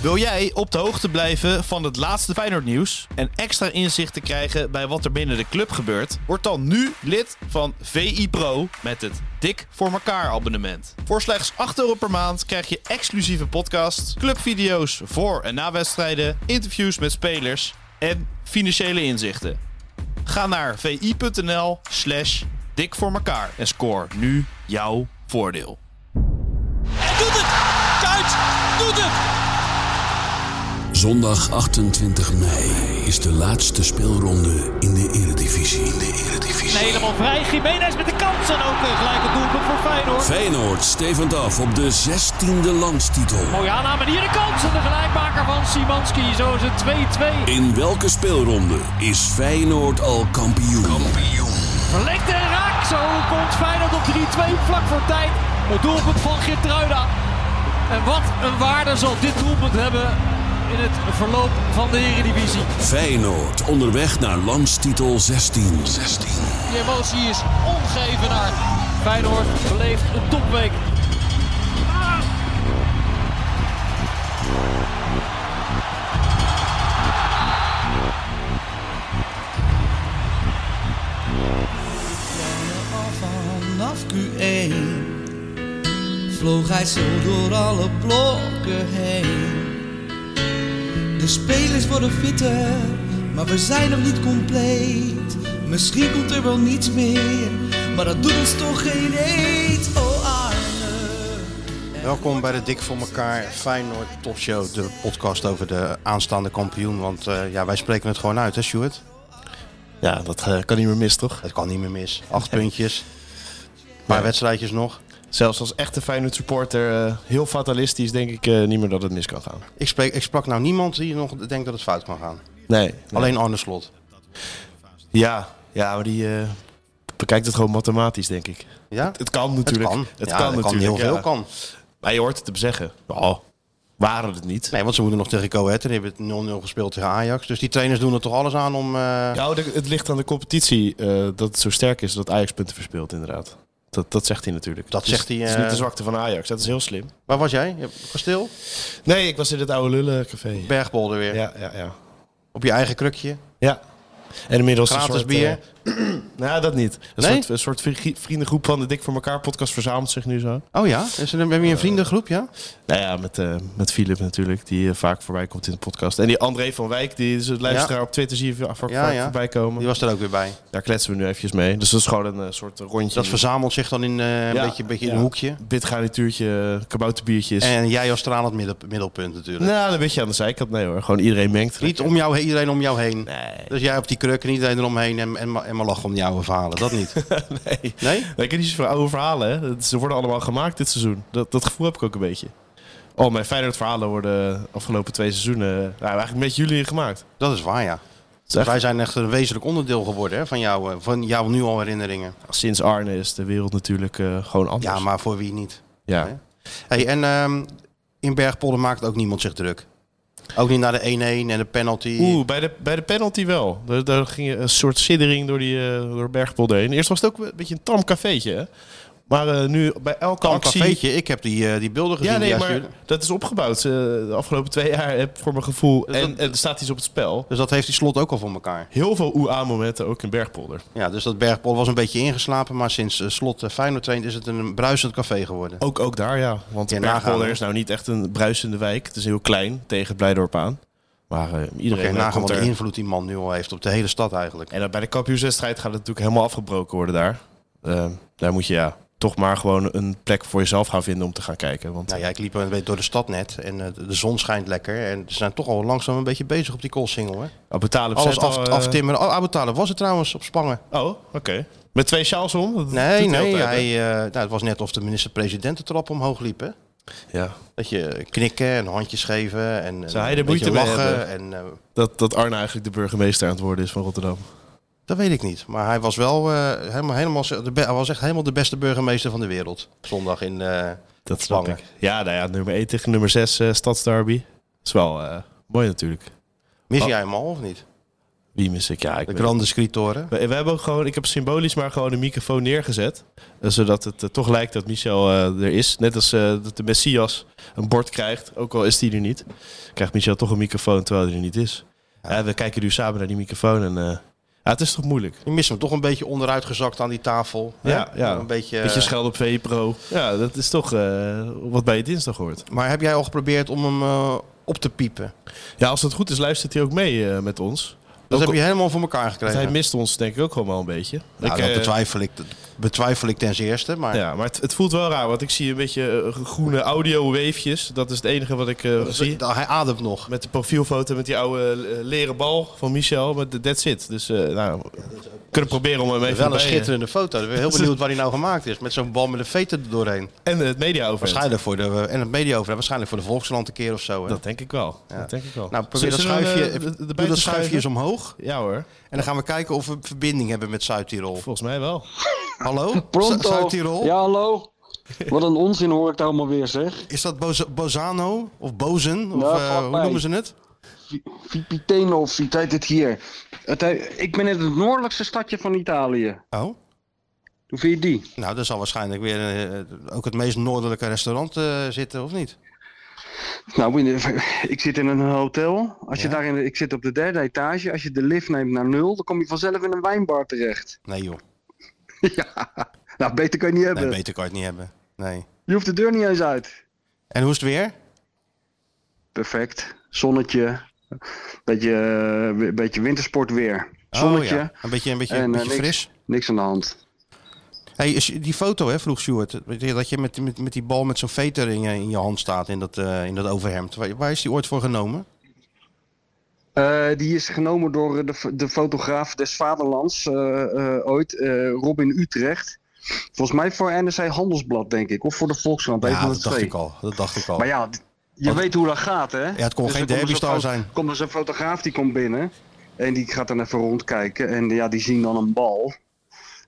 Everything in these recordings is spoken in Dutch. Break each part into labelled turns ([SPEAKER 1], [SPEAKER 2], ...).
[SPEAKER 1] Wil jij op de hoogte blijven van het laatste Feyenoord nieuws en extra inzicht te krijgen bij wat er binnen de club gebeurt? Word dan nu lid van VI Pro met het Dik voor elkaar abonnement. Voor slechts 8 euro per maand krijg je exclusieve podcasts, clubvideo's voor en na wedstrijden, interviews met spelers en financiële inzichten. Ga naar vi.nl slash dik voor elkaar en score nu jouw voordeel.
[SPEAKER 2] En doet het! Kuit doet het!
[SPEAKER 3] Zondag 28 mei is de laatste speelronde in de Eredivisie. In de Eredivisie.
[SPEAKER 2] Helemaal vrij. Jiménez met de kans en ook een gelijke doelpunt voor Feyenoord.
[SPEAKER 3] Feyenoord stevend af op de 16e landstitel.
[SPEAKER 2] Mooie aanname en hier de kans en de gelijkmaker van Simanski. Zo is het 2-2.
[SPEAKER 3] In welke speelronde is Feyenoord al kampioen?
[SPEAKER 2] Verlengd en raak. Zo komt Feyenoord op 3-2 vlak voor tijd. Het doelpunt van Geertruida. En wat een waarde zal dit doelpunt hebben in het verloop van de Eredivisie.
[SPEAKER 3] Feyenoord onderweg naar landstitel 16. 16.
[SPEAKER 2] De emotie is ongeëvenaard. Feyenoord beleeft een topweek.
[SPEAKER 4] Al vanaf Q1 vloog hij zo door alle blokken heen. De spelers worden fitter, maar we zijn nog niet compleet. Misschien komt er wel niets meer, maar dat doet ons toch geen eet. Oh Arne.
[SPEAKER 5] Welkom bij de Dik voor elkaar Feyenoord Topshow, de podcast over de aanstaande kampioen. Want eh, ja, wij spreken het gewoon uit, hè Stuart?
[SPEAKER 6] Ja, dat eh, kan niet meer mis, toch?
[SPEAKER 5] Het kan niet meer mis. Acht puntjes, een paar wedstrijdjes nog.
[SPEAKER 6] Zelfs als echte Feyenoord supporter, eh, heel fatalistisch, denk ik eh, niet meer dat het mis kan gaan.
[SPEAKER 5] Ik, spreek, ik sprak nou niemand die nog denkt dat het fout kan gaan.
[SPEAKER 6] Nee.
[SPEAKER 5] Alleen Arne Slot.
[SPEAKER 6] Ja, ja maar die eh, bekijkt het gewoon mathematisch, denk ik.
[SPEAKER 5] Ja?
[SPEAKER 6] Het kan natuurlijk.
[SPEAKER 5] kan.
[SPEAKER 6] Het
[SPEAKER 5] Ja,
[SPEAKER 6] kan
[SPEAKER 5] dat
[SPEAKER 6] natuurlijk.
[SPEAKER 5] heel
[SPEAKER 6] ja.
[SPEAKER 5] veel kan.
[SPEAKER 6] Maar je hoort het hem zeggen. Oh, waren het niet.
[SPEAKER 5] Nee, want ze moeten nog tegen Go Ahead. En die hebben het 0-0 gespeeld tegen Ajax. Dus die trainers doen er toch alles aan om... eh,
[SPEAKER 6] Nou, de- het ligt aan de competitie eh, dat het zo sterk is dat Ajax punten verspeelt, inderdaad. Dat, dat zegt hij natuurlijk.
[SPEAKER 5] Dat
[SPEAKER 6] Het is-
[SPEAKER 5] zegt hij,
[SPEAKER 6] Het is
[SPEAKER 5] eh,
[SPEAKER 6] niet de zwakte van Ajax. Dat is heel slim.
[SPEAKER 5] Waar was jij? Je hebt- Kasteel?
[SPEAKER 6] Nee, ik was in het oude lullencafé.
[SPEAKER 5] Bergbolder weer.
[SPEAKER 6] Ja, ja, ja.
[SPEAKER 5] Op je eigen krukje.
[SPEAKER 6] Ja. En inmiddels
[SPEAKER 5] Gratis
[SPEAKER 6] een soort,
[SPEAKER 5] bier?
[SPEAKER 6] eh, nou, dat niet. Een
[SPEAKER 5] Nee?
[SPEAKER 6] soort, een soort vri- vriendengroep van de Dik voor elkaar podcast verzamelt zich nu zo.
[SPEAKER 5] Oh ja? Is er een, heb je
[SPEAKER 6] Eh.
[SPEAKER 5] een vriendengroep, ja?
[SPEAKER 6] Nou ja, met, eh, met Filip natuurlijk, die eh, vaak voorbij komt in de podcast. En die André van Wijk, die is het luisteraar op Twitter, zie je va- vaak
[SPEAKER 5] Ja,
[SPEAKER 6] vaak
[SPEAKER 5] ja.
[SPEAKER 6] voorbij komen.
[SPEAKER 5] Die was er ook weer bij.
[SPEAKER 6] Daar kletsen we nu eventjes mee. Dus dat is gewoon een eh, soort rondje.
[SPEAKER 5] Dus Dat verzamelt zich dan in eh, een
[SPEAKER 6] Ja,
[SPEAKER 5] beetje, beetje in
[SPEAKER 6] ja. Dus-
[SPEAKER 5] een hoekje.
[SPEAKER 6] Bitgarnituurtje, eh, kabouterbiertjes.
[SPEAKER 5] En jij als stralend midden- middelpunt natuurlijk.
[SPEAKER 6] Nou, een beetje aan de zijkant. Nee hoor, gewoon iedereen mengt.
[SPEAKER 5] Niet om jou heen, iedereen om jou heen.
[SPEAKER 6] Nee.
[SPEAKER 5] Dus jij op die kruk en iedereen eromheen en, en, ma- en maar lachen om die oude verhalen. Dat niet.
[SPEAKER 6] nee.
[SPEAKER 5] Nee?
[SPEAKER 6] Nee, ik heb niet zoveel oude verhalen. Hè. Het- Ze worden allemaal gemaakt dit seizoen. Dat, dat gevoel heb ik ook een beetje. Al mijn Feyenoord-verhalen worden afgelopen twee seizoenen eh, nou, eigenlijk met jullie gemaakt.
[SPEAKER 5] Dat is waar, ja.
[SPEAKER 6] Het is echt-
[SPEAKER 5] Wij zijn echt een wezenlijk onderdeel geworden hè, van, jou, eh, van jouw nu al herinneringen.
[SPEAKER 6] Sinds Arne is de wereld natuurlijk eh, gewoon anders.
[SPEAKER 5] Ja, maar voor wie niet.
[SPEAKER 6] Ja.
[SPEAKER 5] hè? Hey, en ehm, in Bergpolder maakt ook niemand zich druk. Ook niet naar de 1-1 en de penalty.
[SPEAKER 6] Oeh, bij de, bij de penalty wel. Daar, daar ging een soort siddering door, die, eh, door Bergpolder heen. Eerst was het ook een beetje een tam cafeetje. Hè? Maar eh, nu bij elke
[SPEAKER 5] Kan
[SPEAKER 6] actie...
[SPEAKER 5] cafeetje. Ik heb die, eh, die beelden gezien.
[SPEAKER 6] Ja, nee,
[SPEAKER 5] die jij
[SPEAKER 6] maar
[SPEAKER 5] stuurde.
[SPEAKER 6] dat is opgebouwd eh, de afgelopen twee jaar heb ik voor mijn gevoel.
[SPEAKER 5] Dus
[SPEAKER 6] en,
[SPEAKER 5] dat-
[SPEAKER 6] en er staat iets op het spel.
[SPEAKER 5] Dus dat heeft die slot ook al voor elkaar.
[SPEAKER 6] Heel veel OEA-momenten ook in Bergpolder.
[SPEAKER 5] Ja, dus dat Bergpolder was een beetje ingeslapen. Maar sinds eh, slot eh, Feyenoord traint is het een bruisend café geworden.
[SPEAKER 6] Ook, ook daar, ja. Want
[SPEAKER 5] Ja, nagaan,
[SPEAKER 6] Bergpolder
[SPEAKER 5] hè.
[SPEAKER 6] is nou niet echt een bruisende wijk. Het is heel klein tegen Blijdorp aan. Maar eh,
[SPEAKER 5] Oké,
[SPEAKER 6] iedereen eh,
[SPEAKER 5] nagaan
[SPEAKER 6] komt
[SPEAKER 5] wat
[SPEAKER 6] er.
[SPEAKER 5] de invloed die man nu al heeft op de hele stad eigenlijk.
[SPEAKER 6] En dan bij de kampioenswedstrijd gaat het natuurlijk helemaal afgebroken worden daar. Eh, daar moet je ja, toch maar gewoon een plek voor jezelf gaan vinden om te gaan kijken. Want
[SPEAKER 5] Nou ja, ik liep een beetje door de stad net en eh, de zon schijnt lekker. En ze zijn toch al langzaam een beetje bezig op die koolsingel. Hè?
[SPEAKER 6] Abu Talib
[SPEAKER 5] Alles
[SPEAKER 6] zet al,
[SPEAKER 5] af,
[SPEAKER 6] eh,
[SPEAKER 5] aftimmeren. Oh, Abu Talib was het trouwens op Spangen.
[SPEAKER 6] Oh, oké. Met twee sjaals om? Dat
[SPEAKER 5] Nee,
[SPEAKER 6] doet hij
[SPEAKER 5] nee.
[SPEAKER 6] altijd, hè?
[SPEAKER 5] Hij, eh, nou, het was net of de minister-president de trap omhoog liep. Hè?
[SPEAKER 6] Ja.
[SPEAKER 5] Dat je knikken en handjes geven en eh,
[SPEAKER 6] Zou hij er
[SPEAKER 5] een beetje
[SPEAKER 6] moeite mee
[SPEAKER 5] lachen. En,
[SPEAKER 6] hebben?
[SPEAKER 5] eh,
[SPEAKER 6] Dat, dat Arne eigenlijk de burgemeester aan het worden is van Rotterdam.
[SPEAKER 5] dat weet ik niet. Maar hij was wel eh, helemaal, helemaal, de be- hij was echt helemaal de beste burgemeester van de wereld. Zondag in... eh,
[SPEAKER 6] Dat snap
[SPEAKER 5] Spangen.
[SPEAKER 6] ik. Ja, nou ja, nummer 1 tegen nummer 6 eh stadsderby. is wel eh, mooi natuurlijk.
[SPEAKER 5] mis
[SPEAKER 6] Oh.
[SPEAKER 5] jij hem al of niet?
[SPEAKER 6] Wie mis ik? Ja, ik
[SPEAKER 5] De
[SPEAKER 6] weet-
[SPEAKER 5] Grande Scritoren.
[SPEAKER 6] we, we hebben ook gewoon, ik heb symbolisch maar gewoon een microfoon neergezet. eh, zodat het eh, toch lijkt dat Michel eh, er is. Net als eh, dat de Messias een bord krijgt, ook al is die er niet. Krijgt Michel toch een microfoon terwijl hij er niet is. Ja, we kijken nu samen naar die microfoon en eh, ja, het is toch moeilijk.
[SPEAKER 5] Je mist hem toch een beetje onderuitgezakt aan die tafel. hè?
[SPEAKER 6] Ja, ja.
[SPEAKER 5] Een beetje, eh,
[SPEAKER 6] Beetje scheld op VE Pro. Ja, dat is toch eh, wat bij je dinsdag hoort.
[SPEAKER 5] Maar heb jij al geprobeerd om hem eh, op te piepen?
[SPEAKER 6] Ja, als het goed is, luistert hij ook mee eh, met ons.
[SPEAKER 5] Dat
[SPEAKER 6] Ook
[SPEAKER 5] heb je helemaal voor elkaar
[SPEAKER 6] al-
[SPEAKER 5] gekregen.
[SPEAKER 6] Hij mist ons denk ik ook gewoon wel een beetje.
[SPEAKER 5] Nou,
[SPEAKER 6] Ik,
[SPEAKER 5] dat
[SPEAKER 6] eh,
[SPEAKER 5] betwijfel ik, dat betwijfel ik ten eerste. Maar
[SPEAKER 6] Ja, maar het, het voelt wel raar, want ik zie een beetje eh, groene audio-weefjes. Dat is het enige wat ik eh, zie.
[SPEAKER 5] dat- hij ademt nog.
[SPEAKER 6] Met de profielfoto met die oude eh, leren bal van Michel. Maar th- that's it. Dus eh, nou, we kunnen proberen om hem even
[SPEAKER 5] Wel een
[SPEAKER 6] bij, eh,
[SPEAKER 5] schitterende foto. Ik ben heel benieuwd waar hij nou gemaakt is. Met zo'n bal met de veten er doorheen.
[SPEAKER 6] En het media over.
[SPEAKER 5] Waarschijnlijk voor de, en het media over, waarschijnlijk voor de Volkskrant een keer of zo. Hè?
[SPEAKER 6] Dat denk ik wel.
[SPEAKER 5] Ja.
[SPEAKER 6] Dat denk ik wel.
[SPEAKER 5] nou, probeer dat
[SPEAKER 6] Zullen we hem,
[SPEAKER 5] schuifje,
[SPEAKER 6] eh, d- d-
[SPEAKER 5] doe
[SPEAKER 6] erbij
[SPEAKER 5] dat
[SPEAKER 6] te
[SPEAKER 5] schuifje eens
[SPEAKER 6] schuiven?
[SPEAKER 5] omhoog.
[SPEAKER 6] Ja hoor,
[SPEAKER 5] En dan gaan we kijken of we een verbinding hebben met Zuid-Tirol.
[SPEAKER 6] volgens mij wel.
[SPEAKER 5] Hallo? Zu-
[SPEAKER 7] Pronto.
[SPEAKER 5] Zuid-Tirol?
[SPEAKER 7] Ja, hallo. Wat een onzin hoor ik daar allemaal weer, zeg.
[SPEAKER 5] Is dat Boz- Bozano? Of Bozen? Of
[SPEAKER 7] Nou,
[SPEAKER 5] eh,
[SPEAKER 7] valt
[SPEAKER 5] hoe
[SPEAKER 7] mee.
[SPEAKER 5] noemen ze het?
[SPEAKER 7] Vi- Vipiteno of wie heet het hier? Het he- ik ben in het noordelijkste stadje van Italië.
[SPEAKER 5] Oh.
[SPEAKER 7] Hoe vind je die?
[SPEAKER 5] Nou, dat zal waarschijnlijk weer eh, ook het meest noordelijke restaurant eh, zitten, of niet?
[SPEAKER 7] Nou, in de- ik zit in een hotel. Als je
[SPEAKER 5] Ja.
[SPEAKER 7] daar in de- ik zit op de derde etage. Als je de lift neemt naar nul, dan kom je vanzelf in een wijnbar terecht.
[SPEAKER 5] Nee joh,
[SPEAKER 7] ja, nou beter kan je niet hebben.
[SPEAKER 5] nee, beter kan je het niet hebben. Nee.
[SPEAKER 7] Je hoeft de deur niet eens uit.
[SPEAKER 5] En hoe is het weer?
[SPEAKER 7] Perfect. Zonnetje. Beetje, eh, beetje wintersport weer. Zonnetje.
[SPEAKER 5] Oh, ja. Een beetje, een beetje,
[SPEAKER 7] En,
[SPEAKER 5] een
[SPEAKER 7] eh,
[SPEAKER 5] beetje
[SPEAKER 7] niks.
[SPEAKER 5] fris.
[SPEAKER 7] Niks aan de hand.
[SPEAKER 5] Hey, is die foto, hè, vroeg Stuart. Dat je met, met, met die bal met zo'n veter in je, in je hand staat in dat, eh, in dat overhemd. Waar, waar is die ooit voor genomen?
[SPEAKER 7] Eh, die is genomen door eh, de, f- de fotograaf des Vaderlands eh, eh, ooit, eh, Robin Utrecht. Volgens mij voor NRC Handelsblad, denk ik. Of voor de Volkskrant, een
[SPEAKER 5] ja,
[SPEAKER 7] van de
[SPEAKER 5] dat dacht
[SPEAKER 7] twee.
[SPEAKER 5] ik al. Dat dacht ik al.
[SPEAKER 7] Maar ja, d- je
[SPEAKER 5] Want-
[SPEAKER 7] weet hoe dat gaat, hè? Dus
[SPEAKER 5] Ja, het kon geen
[SPEAKER 7] er komt
[SPEAKER 5] Derby
[SPEAKER 7] zo'n
[SPEAKER 5] Star
[SPEAKER 7] fo-
[SPEAKER 5] zijn.
[SPEAKER 7] Komt er zo'n fotograaf die komt binnen en die gaat dan even rondkijken. En ja, die zien dan een bal.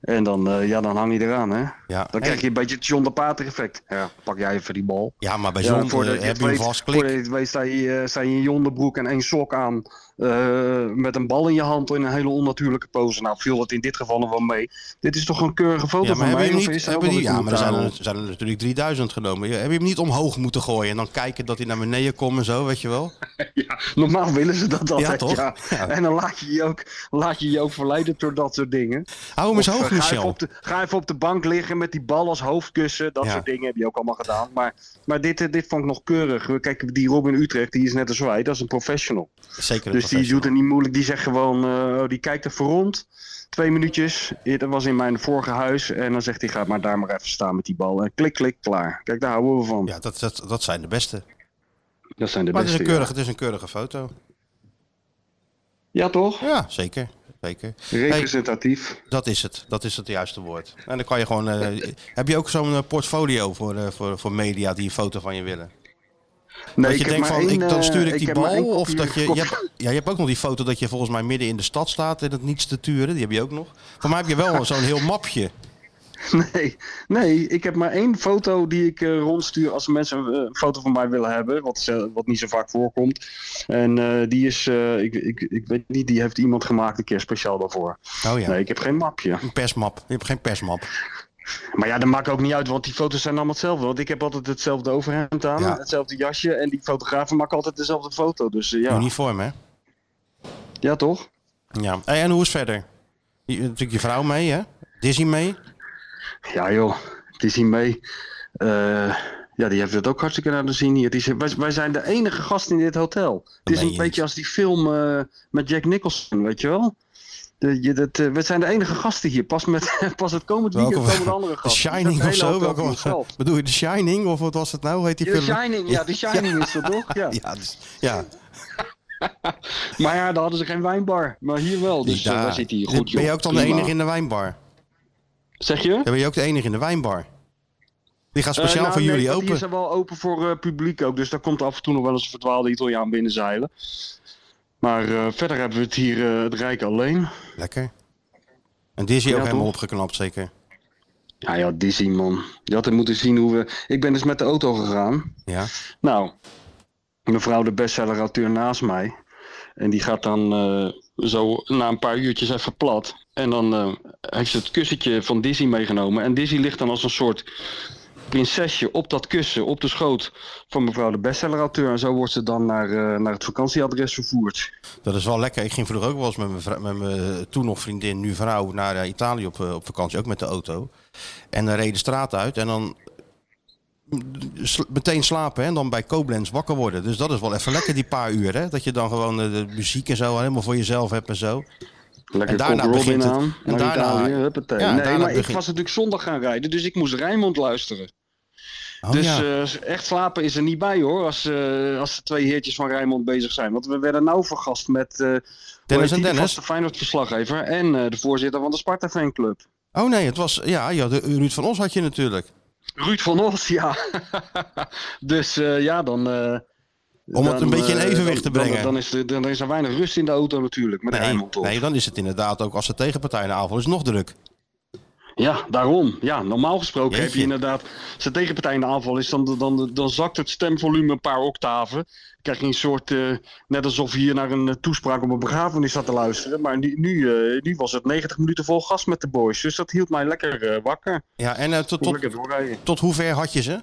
[SPEAKER 7] En dan, eh, ja, dan hang je eraan, hè?
[SPEAKER 5] ja.
[SPEAKER 7] Dan
[SPEAKER 5] Hey,
[SPEAKER 7] krijg je een beetje het John de Pater effect. Ja, pak jij even die bal.
[SPEAKER 5] ja, maar bij
[SPEAKER 7] Ja,
[SPEAKER 5] zo'n
[SPEAKER 7] voordat
[SPEAKER 5] eh,
[SPEAKER 7] je
[SPEAKER 5] heb
[SPEAKER 7] het
[SPEAKER 5] je een
[SPEAKER 7] weet-
[SPEAKER 5] vast
[SPEAKER 7] Voordat
[SPEAKER 5] klik.
[SPEAKER 7] je het weet sta je, eh, sta je in je onderbroek en één sok aan. eh, met een bal in je hand in een hele onnatuurlijke pose. Nou viel dat in dit geval nog wel mee. Dit is toch een keurige foto
[SPEAKER 5] Ja,
[SPEAKER 7] van
[SPEAKER 5] maar
[SPEAKER 7] mij?
[SPEAKER 5] hebben je
[SPEAKER 7] of
[SPEAKER 5] hem
[SPEAKER 7] is
[SPEAKER 5] niet,
[SPEAKER 7] hij
[SPEAKER 5] hebben
[SPEAKER 7] ook
[SPEAKER 5] die,
[SPEAKER 7] wel Nou,
[SPEAKER 5] ja, maar
[SPEAKER 7] weer
[SPEAKER 5] er zijn,
[SPEAKER 7] brutaal?
[SPEAKER 5] er zijn er natuurlijk 3000 genomen. Ja, Heb je hem niet omhoog moeten gooien en dan kijken dat hij naar beneden komt en zo, weet je wel?
[SPEAKER 7] Normaal willen ze dat altijd.
[SPEAKER 5] toch?
[SPEAKER 7] ja.
[SPEAKER 5] Ja.
[SPEAKER 7] En dan laat je je ook, laat je, je ook verleiden door dat soort dingen.
[SPEAKER 5] Hou hem eens
[SPEAKER 7] Of, eh,
[SPEAKER 5] hoog,
[SPEAKER 7] Ga even,
[SPEAKER 5] Michel.
[SPEAKER 7] op de, ga even op de bank liggen met die bal als hoofdkussen. Dat
[SPEAKER 5] Ja.
[SPEAKER 7] soort dingen heb je ook allemaal gedaan. Maar, maar dit, eh, dit vond ik nog keurig. Kijk, die Robin Utrecht die is net als wij. Dat is een professional.
[SPEAKER 5] Zeker een
[SPEAKER 7] Dus die
[SPEAKER 5] professional.
[SPEAKER 7] doet er niet moeilijk. Die zegt gewoon, eh, oh, die kijkt even rond. Twee minuutjes. Eh, Dat was in mijn vorige huis. En dan zegt hij, ga maar daar maar even staan met die bal. En klik, klik, klaar. Kijk, daar houden we van.
[SPEAKER 5] Ja, dat, dat, dat zijn de beste.
[SPEAKER 7] Dat zijn de
[SPEAKER 5] Maar het is,
[SPEAKER 7] beste.
[SPEAKER 5] een
[SPEAKER 7] ja.
[SPEAKER 5] keurige, het is een keurige foto.
[SPEAKER 7] Ja, toch?
[SPEAKER 5] Ja, zeker. zeker.
[SPEAKER 7] Representatief.
[SPEAKER 5] Dat is het. Dat is het juiste woord. En dan kan je gewoon. eh, heb je ook zo'n eh, portfolio voor, eh, voor, voor media die een foto van je willen?
[SPEAKER 7] Nee,
[SPEAKER 5] dat je
[SPEAKER 7] heb
[SPEAKER 5] denkt
[SPEAKER 7] maar
[SPEAKER 5] van,
[SPEAKER 7] één,
[SPEAKER 5] ik, dan
[SPEAKER 7] eh,
[SPEAKER 5] stuur ik, die
[SPEAKER 7] heb maar één
[SPEAKER 5] bal. Of
[SPEAKER 7] kopie-
[SPEAKER 5] dat je. Je
[SPEAKER 7] kopie-
[SPEAKER 5] hebt, ja, je hebt ook nog die foto dat je volgens mij midden in de stad staat en het niets te turen. Die heb je ook nog. Voor mij heb je wel zo'n heel mapje.
[SPEAKER 7] Nee, nee, ik heb maar één foto die ik eh, rondstuur als mensen een eh, foto van mij willen hebben, wat, ze- wat niet zo vaak voorkomt. En eh, die is, eh, ik, ik, ik weet niet, die heeft iemand gemaakt een keer speciaal daarvoor.
[SPEAKER 5] Oh ja.
[SPEAKER 7] Nee, ik heb geen mapje.
[SPEAKER 5] Een persmap. Je hebt geen persmap.
[SPEAKER 7] Maar ja, dat maakt ook niet uit, want die foto's zijn allemaal hetzelfde. Want ik heb altijd hetzelfde overhemd aan,
[SPEAKER 5] Ja.
[SPEAKER 7] hetzelfde jasje. En die fotografen maken altijd dezelfde foto. Dus eh, ja.
[SPEAKER 5] Uniform, hè?
[SPEAKER 7] ja, toch?
[SPEAKER 5] Ja. Hey, en hoe is het verder? Je, natuurlijk je vrouw mee, hè? Dizzy mee.
[SPEAKER 7] Ja joh, het is hier mee. Eh, ja, die heeft het ook hartstikke naar de zin hier. Het is, wij, wij zijn de enige gast in dit hotel. Het is
[SPEAKER 5] meen je
[SPEAKER 7] een beetje als die film eh, met Jack Nicholson, weet je wel? De, je, dat, eh, we zijn de enige gasten hier. Pas, met, pas het komend weekend
[SPEAKER 5] Welke-
[SPEAKER 7] komen de andere
[SPEAKER 5] The
[SPEAKER 7] gasten.
[SPEAKER 5] Shining of zo?
[SPEAKER 7] Welkom.
[SPEAKER 5] Welke, bedoel je The Shining of wat was het nou? Hoe Heet die
[SPEAKER 7] The
[SPEAKER 5] film?
[SPEAKER 7] Shining, ja, The Shining is dat toch? Ja.
[SPEAKER 5] Ja, dus, ja.
[SPEAKER 7] Maar ja, daar hadden ze geen wijnbar. Maar hier wel, dus eh,
[SPEAKER 5] Ja.
[SPEAKER 7] daar zit hij goed, joh.
[SPEAKER 5] Ben je ook dan de
[SPEAKER 7] Prima.
[SPEAKER 5] enige in de wijnbar?
[SPEAKER 7] Zeg je?
[SPEAKER 5] Dan ben je ook de enige in de wijnbar. Die gaat speciaal
[SPEAKER 7] Eh, nou,
[SPEAKER 5] voor
[SPEAKER 7] nee,
[SPEAKER 5] jullie
[SPEAKER 7] want
[SPEAKER 5] open.
[SPEAKER 7] Die zijn wel open voor eh, publiek ook. Dus daar komt af en toe nog wel eens een verdwaalde Italiaan binnenzeilen. Maar eh, verder hebben we het hier eh, het Rijk alleen.
[SPEAKER 5] Lekker. En die is hier
[SPEAKER 7] Ja,
[SPEAKER 5] ook helemaal
[SPEAKER 7] toch?
[SPEAKER 5] opgeknapt, zeker.
[SPEAKER 7] Ja, ja, Dizzy man. Je had hem moeten zien hoe we... Ik ben dus met de auto gegaan.
[SPEAKER 5] Ja.
[SPEAKER 7] Nou, mevrouw de bestseller-auteur naast mij. En die gaat dan eh, zo na een paar uurtjes even plat. En dan eh, heeft ze het kussentje van Dizzy meegenomen. En Dizzy ligt dan als een soort prinsesje op dat kussen, op de schoot van mevrouw de bestsellerauteur. En zo wordt ze dan naar, eh, naar het vakantieadres vervoerd.
[SPEAKER 5] Dat is wel lekker. Ik ging vroeger ook wel eens met mijn, vrou- met mijn eh, toen nog vriendin, nu vrouw, naar eh, Italië op, eh, op vakantie. Ook met de auto. En dan reed de straat uit en dan sl- meteen slapen hè, en dan bij Koblenz wakker worden. Dus dat is wel even lekker die paar uur. Hè? Dat je dan gewoon eh, de muziek en zo helemaal voor jezelf hebt en zo.
[SPEAKER 7] Lekker
[SPEAKER 5] En daarna
[SPEAKER 7] Cock Robin
[SPEAKER 5] begint het.
[SPEAKER 7] aan.
[SPEAKER 5] En
[SPEAKER 7] naar
[SPEAKER 5] daarna-
[SPEAKER 7] Italië, huppatee.
[SPEAKER 5] Ja, en
[SPEAKER 7] nee,
[SPEAKER 5] daarna
[SPEAKER 7] maar ik
[SPEAKER 5] begint-
[SPEAKER 7] was natuurlijk zondag gaan rijden, dus ik moest Rijnmond luisteren.
[SPEAKER 5] Oh,
[SPEAKER 7] dus
[SPEAKER 5] ja.
[SPEAKER 7] eh, echt slapen is er niet bij hoor, als, eh, als de twee heertjes van Rijnmond bezig zijn. Want we werden nou vergast met eh, hoe
[SPEAKER 5] Dennis
[SPEAKER 7] heet
[SPEAKER 5] en
[SPEAKER 7] die, de
[SPEAKER 5] Dennis?
[SPEAKER 7] vaste Feyenoord-verslaggever en eh, de voorzitter van de Sparta fanclub.
[SPEAKER 5] oh nee, het was. Ja, ja de, Ruud van Os had je natuurlijk.
[SPEAKER 7] Ruud van Os, ja. dus eh, ja, dan... eh,
[SPEAKER 5] Om het
[SPEAKER 7] dan,
[SPEAKER 5] een beetje in
[SPEAKER 7] eh,
[SPEAKER 5] evenwicht
[SPEAKER 7] dan-
[SPEAKER 5] te brengen.
[SPEAKER 7] Dan, dan, is er, dan is er weinig rust in de auto natuurlijk, met
[SPEAKER 5] Nee,
[SPEAKER 7] Rijnmond op.
[SPEAKER 5] nee, dan is het inderdaad ook als de tegenpartij naar aanval is nog druk.
[SPEAKER 7] Ja, daarom. Ja, normaal gesproken heb je
[SPEAKER 5] Jeetje.
[SPEAKER 7] inderdaad... Zijn tegenpartij in de aanval is, dan, dan, dan zakt het stemvolume een paar octaven. krijg je een soort... eh, net alsof je hier naar een eh, toespraak op een begrafenis staat te luisteren. Maar nu, nu, eh, nu was het 90 minuten vol gas met de boys. Dus dat hield mij lekker eh, wakker.
[SPEAKER 5] Ja, en eh, tot,
[SPEAKER 7] Tot,
[SPEAKER 5] tot,
[SPEAKER 7] lekker doorrijden.
[SPEAKER 5] tot hoe ver had je ze?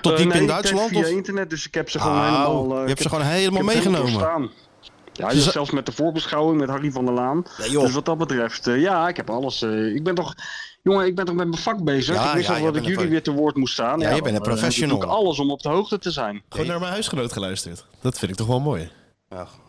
[SPEAKER 5] Tot
[SPEAKER 7] Eh,
[SPEAKER 5] diep
[SPEAKER 7] nee,
[SPEAKER 5] in
[SPEAKER 7] ik
[SPEAKER 5] Duitsland?
[SPEAKER 7] keek
[SPEAKER 5] Of?
[SPEAKER 7] via internet, dus ik heb ze gewoon
[SPEAKER 5] Oh,
[SPEAKER 7] helemaal... eh,
[SPEAKER 5] je
[SPEAKER 7] ik
[SPEAKER 5] hebt ze
[SPEAKER 7] heb-
[SPEAKER 5] gewoon helemaal
[SPEAKER 7] ik heb ze helemaal
[SPEAKER 5] meegenomen.
[SPEAKER 7] doorstaan. Ja,
[SPEAKER 5] Ze za-
[SPEAKER 7] dus zelfs met de voorbeschouwing met Harry van der Laan.
[SPEAKER 5] Nee, joh.
[SPEAKER 7] Dus wat dat betreft, eh, ja, ik heb alles. eh, ik ben toch, jongen, ik ben toch met mijn vak bezig.
[SPEAKER 5] Ja,
[SPEAKER 7] ik wist
[SPEAKER 5] ja,
[SPEAKER 7] al
[SPEAKER 5] je
[SPEAKER 7] dat
[SPEAKER 5] bent
[SPEAKER 7] ik
[SPEAKER 5] een
[SPEAKER 7] jullie
[SPEAKER 5] pro-
[SPEAKER 7] weer te woord moest staan.
[SPEAKER 5] Ja, je bent
[SPEAKER 7] dan,
[SPEAKER 5] een
[SPEAKER 7] eh,
[SPEAKER 5] professional.
[SPEAKER 7] doe ik alles om op de hoogte te zijn.
[SPEAKER 6] Gewoon naar mijn huisgenoot geluisterd. Dat vind ik toch wel mooi.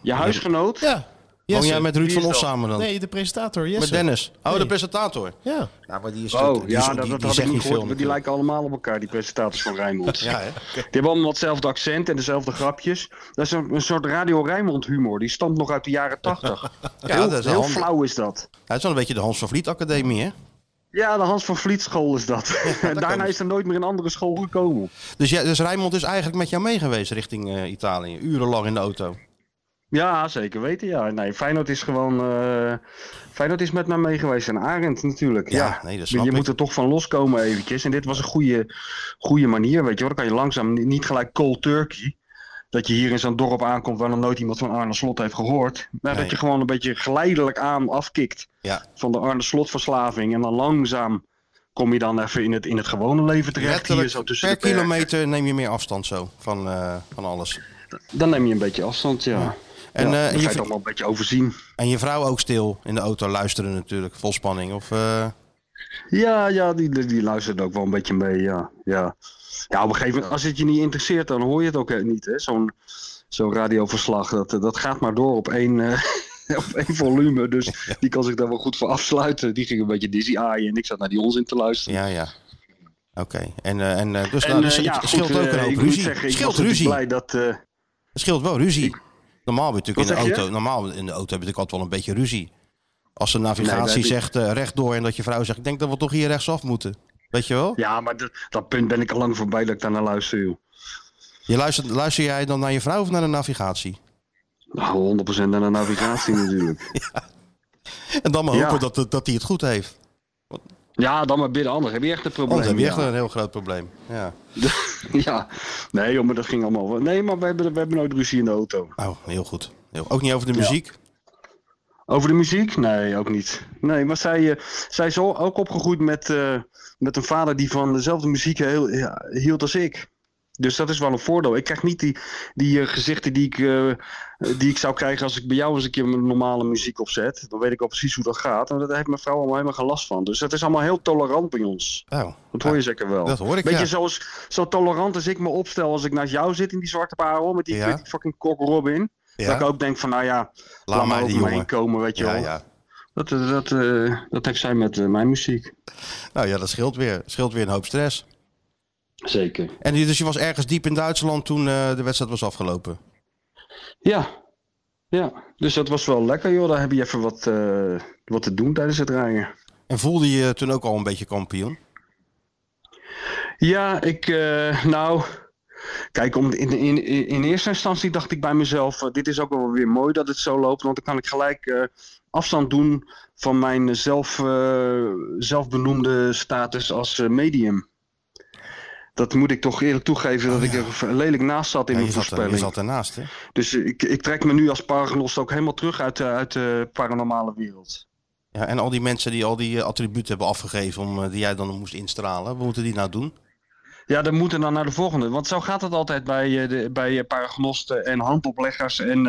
[SPEAKER 7] Je huisgenoot?
[SPEAKER 6] Ja.
[SPEAKER 5] Woon
[SPEAKER 6] Jesse.
[SPEAKER 5] jij met Ruud
[SPEAKER 7] Wie
[SPEAKER 5] van
[SPEAKER 7] is
[SPEAKER 5] Os
[SPEAKER 7] dat?
[SPEAKER 5] samen dan?
[SPEAKER 6] Nee, de presentator.
[SPEAKER 5] met
[SPEAKER 6] Jesse.
[SPEAKER 5] Dennis. Oh, de
[SPEAKER 6] Nee.
[SPEAKER 5] presentator.
[SPEAKER 6] Ja.
[SPEAKER 5] Ja, Nou, maar die is
[SPEAKER 7] Oh,
[SPEAKER 5] die,
[SPEAKER 7] ja,
[SPEAKER 5] die,
[SPEAKER 7] dat,
[SPEAKER 5] die,
[SPEAKER 7] dat
[SPEAKER 5] die
[SPEAKER 7] had ik
[SPEAKER 5] zegt
[SPEAKER 7] niet
[SPEAKER 5] niet
[SPEAKER 7] gehoord,
[SPEAKER 5] veel.
[SPEAKER 7] maar die lijken allemaal op elkaar, die presentaties van Rijnmond.
[SPEAKER 5] natuurlijk. Ja, hè?
[SPEAKER 7] Die hebben allemaal hetzelfde accent en dezelfde grapjes. Dat is een, een soort Radio Rijnmond humor, die stamt nog uit de jaren tachtig.
[SPEAKER 5] Ja,
[SPEAKER 7] heel
[SPEAKER 5] dat is wel
[SPEAKER 7] heel
[SPEAKER 5] handig.
[SPEAKER 7] flauw is dat.
[SPEAKER 5] Ja, het is wel een beetje de Hans van Vliet Academie, hè?
[SPEAKER 7] Ja, de Hans van Vliet school is dat. En Daarna
[SPEAKER 5] kan.
[SPEAKER 7] is er nooit meer een andere school gekomen.
[SPEAKER 5] Dus, ja, dus Rijnmond is eigenlijk met jou mee geweest richting eh, Italië. Urenlang in de auto.
[SPEAKER 7] Ja, zeker weten. Ja. Nee, Feyenoord is gewoon. eh, Feyenoord is met mij mee geweest. En Arend natuurlijk.
[SPEAKER 5] Ja,
[SPEAKER 7] Ja,
[SPEAKER 5] nee, dat
[SPEAKER 7] Je
[SPEAKER 5] snap ik.
[SPEAKER 7] moet er toch van loskomen eventjes. En dit was een goede, goede manier. Weet je wel. Dan kan je langzaam ni- niet gelijk cold turkey. Dat je hier in zo'n dorp aankomt waar nog nooit iemand van Arne Slot heeft gehoord. Maar
[SPEAKER 5] Nee.
[SPEAKER 7] dat je gewoon een beetje geleidelijk aan afkikt.
[SPEAKER 5] Ja.
[SPEAKER 7] Van de Arne Slot verslaving. En dan langzaam kom je dan even in het, in het gewone leven terecht.
[SPEAKER 5] Letterlijk
[SPEAKER 7] hier zo tussen
[SPEAKER 5] per
[SPEAKER 7] de perken.
[SPEAKER 5] kilometer neem je meer afstand zo van, eh, van alles.
[SPEAKER 7] Dan neem je een beetje afstand, ja.
[SPEAKER 5] En,
[SPEAKER 7] Ja,
[SPEAKER 5] eh,
[SPEAKER 7] dan
[SPEAKER 5] je
[SPEAKER 7] ga je
[SPEAKER 5] ver-
[SPEAKER 7] toch wel een beetje overzien.
[SPEAKER 5] En je vrouw ook stil in de auto luisteren natuurlijk, vol spanning. Of, eh,
[SPEAKER 7] Ja, ja, die, die, die luistert ook wel een beetje mee, ja. Ja, ja op een gegeven moment, als het je niet interesseert, dan hoor je het ook eh, niet, hè. Zo'n zo'n radioverslag, dat, eh, dat gaat maar door op één, eh, op één volume. Dus die kan zich daar wel goed voor afsluiten. Die ging een beetje dizzy aaien en ik zat naar die onzin te luisteren.
[SPEAKER 5] ja, ja. Oké. En, eh, en eh, dus
[SPEAKER 7] En,
[SPEAKER 5] nou,
[SPEAKER 7] eh,
[SPEAKER 5] dus het
[SPEAKER 7] ja,
[SPEAKER 5] scheelt
[SPEAKER 7] goed,
[SPEAKER 5] ook
[SPEAKER 7] eh,
[SPEAKER 5] een hoop
[SPEAKER 7] ik moet
[SPEAKER 5] ruzie.
[SPEAKER 7] zeggen, ik
[SPEAKER 5] scheelt
[SPEAKER 7] was natuurlijk
[SPEAKER 5] ruzie.
[SPEAKER 7] blij dat... eh,
[SPEAKER 5] Het scheelt wel ruzie. Normaal heb je natuurlijk
[SPEAKER 7] Wat
[SPEAKER 5] in de
[SPEAKER 7] zeg je?
[SPEAKER 5] auto. Normaal in de auto heb je natuurlijk altijd wel een beetje ruzie. Als de navigatie
[SPEAKER 7] Nee, wij-
[SPEAKER 5] zegt eh, rechtdoor en dat je vrouw zegt, ik denk dat we toch hier rechtsaf moeten. Weet je wel?
[SPEAKER 7] ja, maar dat, dat punt ben ik al lang voorbij dat ik daar naar luister, joh.
[SPEAKER 5] Je luistert, luister jij dan naar je vrouw of naar de navigatie?
[SPEAKER 7] Nou, 100% naar de navigatie natuurlijk.
[SPEAKER 5] En dan maar hopen
[SPEAKER 7] Ja.
[SPEAKER 5] dat hij dat die het goed heeft.
[SPEAKER 7] Ja, dan maar bidden, anders heb je echt een
[SPEAKER 5] Want
[SPEAKER 7] probleem.
[SPEAKER 5] dan heb je
[SPEAKER 7] ja.
[SPEAKER 5] echt een heel groot probleem. Ja.
[SPEAKER 7] Ja, nee joh, maar dat ging allemaal wel. Nee, maar we hebben, we hebben nooit ruzie in de auto.
[SPEAKER 5] Oh, heel goed. Heel- Ook niet over de muziek.
[SPEAKER 7] Over de muziek? Nee, ook niet. Nee, maar zij, eh, zij is al- ook opgegroeid met, eh, met een vader die van dezelfde muziek heel, ja, hield als ik. Dus dat is wel een voordeel. Ik krijg niet die, die eh, gezichten die ik, eh, die ik zou krijgen als ik bij jou eens een keer mijn normale muziek opzet. Dan weet ik al precies hoe dat gaat. En daar heeft mijn vrouw allemaal helemaal geen last van. Dus dat is allemaal heel tolerant bij ons.
[SPEAKER 5] Oh,
[SPEAKER 7] Dat hoor je zeker wel.
[SPEAKER 5] dat hoor ik,
[SPEAKER 7] Beetje
[SPEAKER 5] ja.
[SPEAKER 7] zoals, zo tolerant als ik me opstel als ik naast jou zit in die zwarte parel met die,
[SPEAKER 5] Ja.
[SPEAKER 7] met die fucking kok Robin.
[SPEAKER 5] ja.
[SPEAKER 7] Dat ik ook denk van, nou ja, laat,
[SPEAKER 5] maar
[SPEAKER 7] maar
[SPEAKER 5] die
[SPEAKER 7] over me
[SPEAKER 5] jongen.
[SPEAKER 7] heen komen, weet je
[SPEAKER 5] Ja,
[SPEAKER 7] wel.
[SPEAKER 5] ja.
[SPEAKER 7] Dat, eh, dat, eh, dat heeft zij met eh, mijn muziek.
[SPEAKER 5] Nou ja, dat scheelt weer. Scheelt weer een hoop stress.
[SPEAKER 7] Zeker.
[SPEAKER 5] En die- dus je was ergens diep in Duitsland toen eh, de wedstrijd was afgelopen.
[SPEAKER 7] Ja. Ja, dus dat was wel lekker joh. Daar heb je even wat, eh, wat te doen tijdens het rijden.
[SPEAKER 5] En voelde je je toen ook al een beetje kampioen?
[SPEAKER 7] Ja, ik, eh, nou, kijk, om, in, in, in- in eerste instantie dacht ik bij mezelf, eh, dit is ook wel weer mooi dat het zo loopt, want dan kan ik gelijk eh, afstand doen van mijn zelf, eh, zelfbenoemde status als eh, medium. Dat moet ik toch eerlijk toegeven dat ik er lelijk naast zat in
[SPEAKER 5] Oh Ja, je,
[SPEAKER 7] mijn
[SPEAKER 5] zat er, je
[SPEAKER 7] voorspelling.
[SPEAKER 5] zat ernaast, hè?
[SPEAKER 7] Dus ik, ik trek me nu als paragnost ook helemaal terug uit, de- uit de paranormale wereld.
[SPEAKER 5] Ja, en al die mensen die al die eh, attributen hebben afgegeven om, eh, die jij dan moest instralen, wat moeten die nou doen?
[SPEAKER 7] Ja, dan moeten we dan naar de volgende. Want zo gaat het altijd bij, eh, de, bij eh, paragnosten en handopleggers en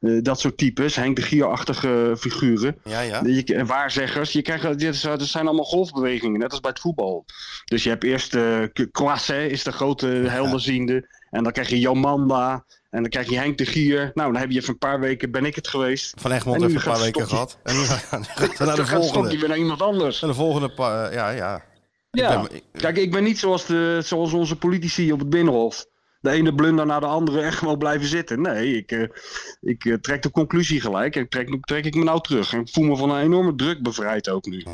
[SPEAKER 7] eh, eh, dat soort types. Henk de Gier-achtige eh, figuren.
[SPEAKER 5] Ja, ja.
[SPEAKER 7] Je, en waarzeggers. Je krijgt, dit, is- dit zijn allemaal golfbewegingen, net als bij het voetbal. Dus je hebt eerst eh Kwase, is de grote helderziende. En dan krijg je Jamanda. En dan krijg je Henk de Gier. Nou, dan heb je even een paar weken, ben ik het geweest.
[SPEAKER 5] Van
[SPEAKER 7] En
[SPEAKER 5] Egmond
[SPEAKER 7] nu
[SPEAKER 5] heeft een
[SPEAKER 7] gaat
[SPEAKER 5] paar weken
[SPEAKER 7] Stokje-
[SPEAKER 5] gehad. En nu gaat hij naar de
[SPEAKER 7] Dan gaat
[SPEAKER 5] volgende.
[SPEAKER 7] stokje weer naar iemand anders.
[SPEAKER 5] En de volgende pa- eh, ja, ja.
[SPEAKER 7] Ja.
[SPEAKER 5] Ik ben- ik-
[SPEAKER 7] Kijk, ik ben niet zoals, de, zoals onze politici op het Binnenhof. De ene blunder naar de andere en gewoon blijven zitten. Nee, ik, eh, ik eh, trek de conclusie gelijk. En trek, trek ik me nou terug. En ik voel me van een enorme druk bevrijd ook nu.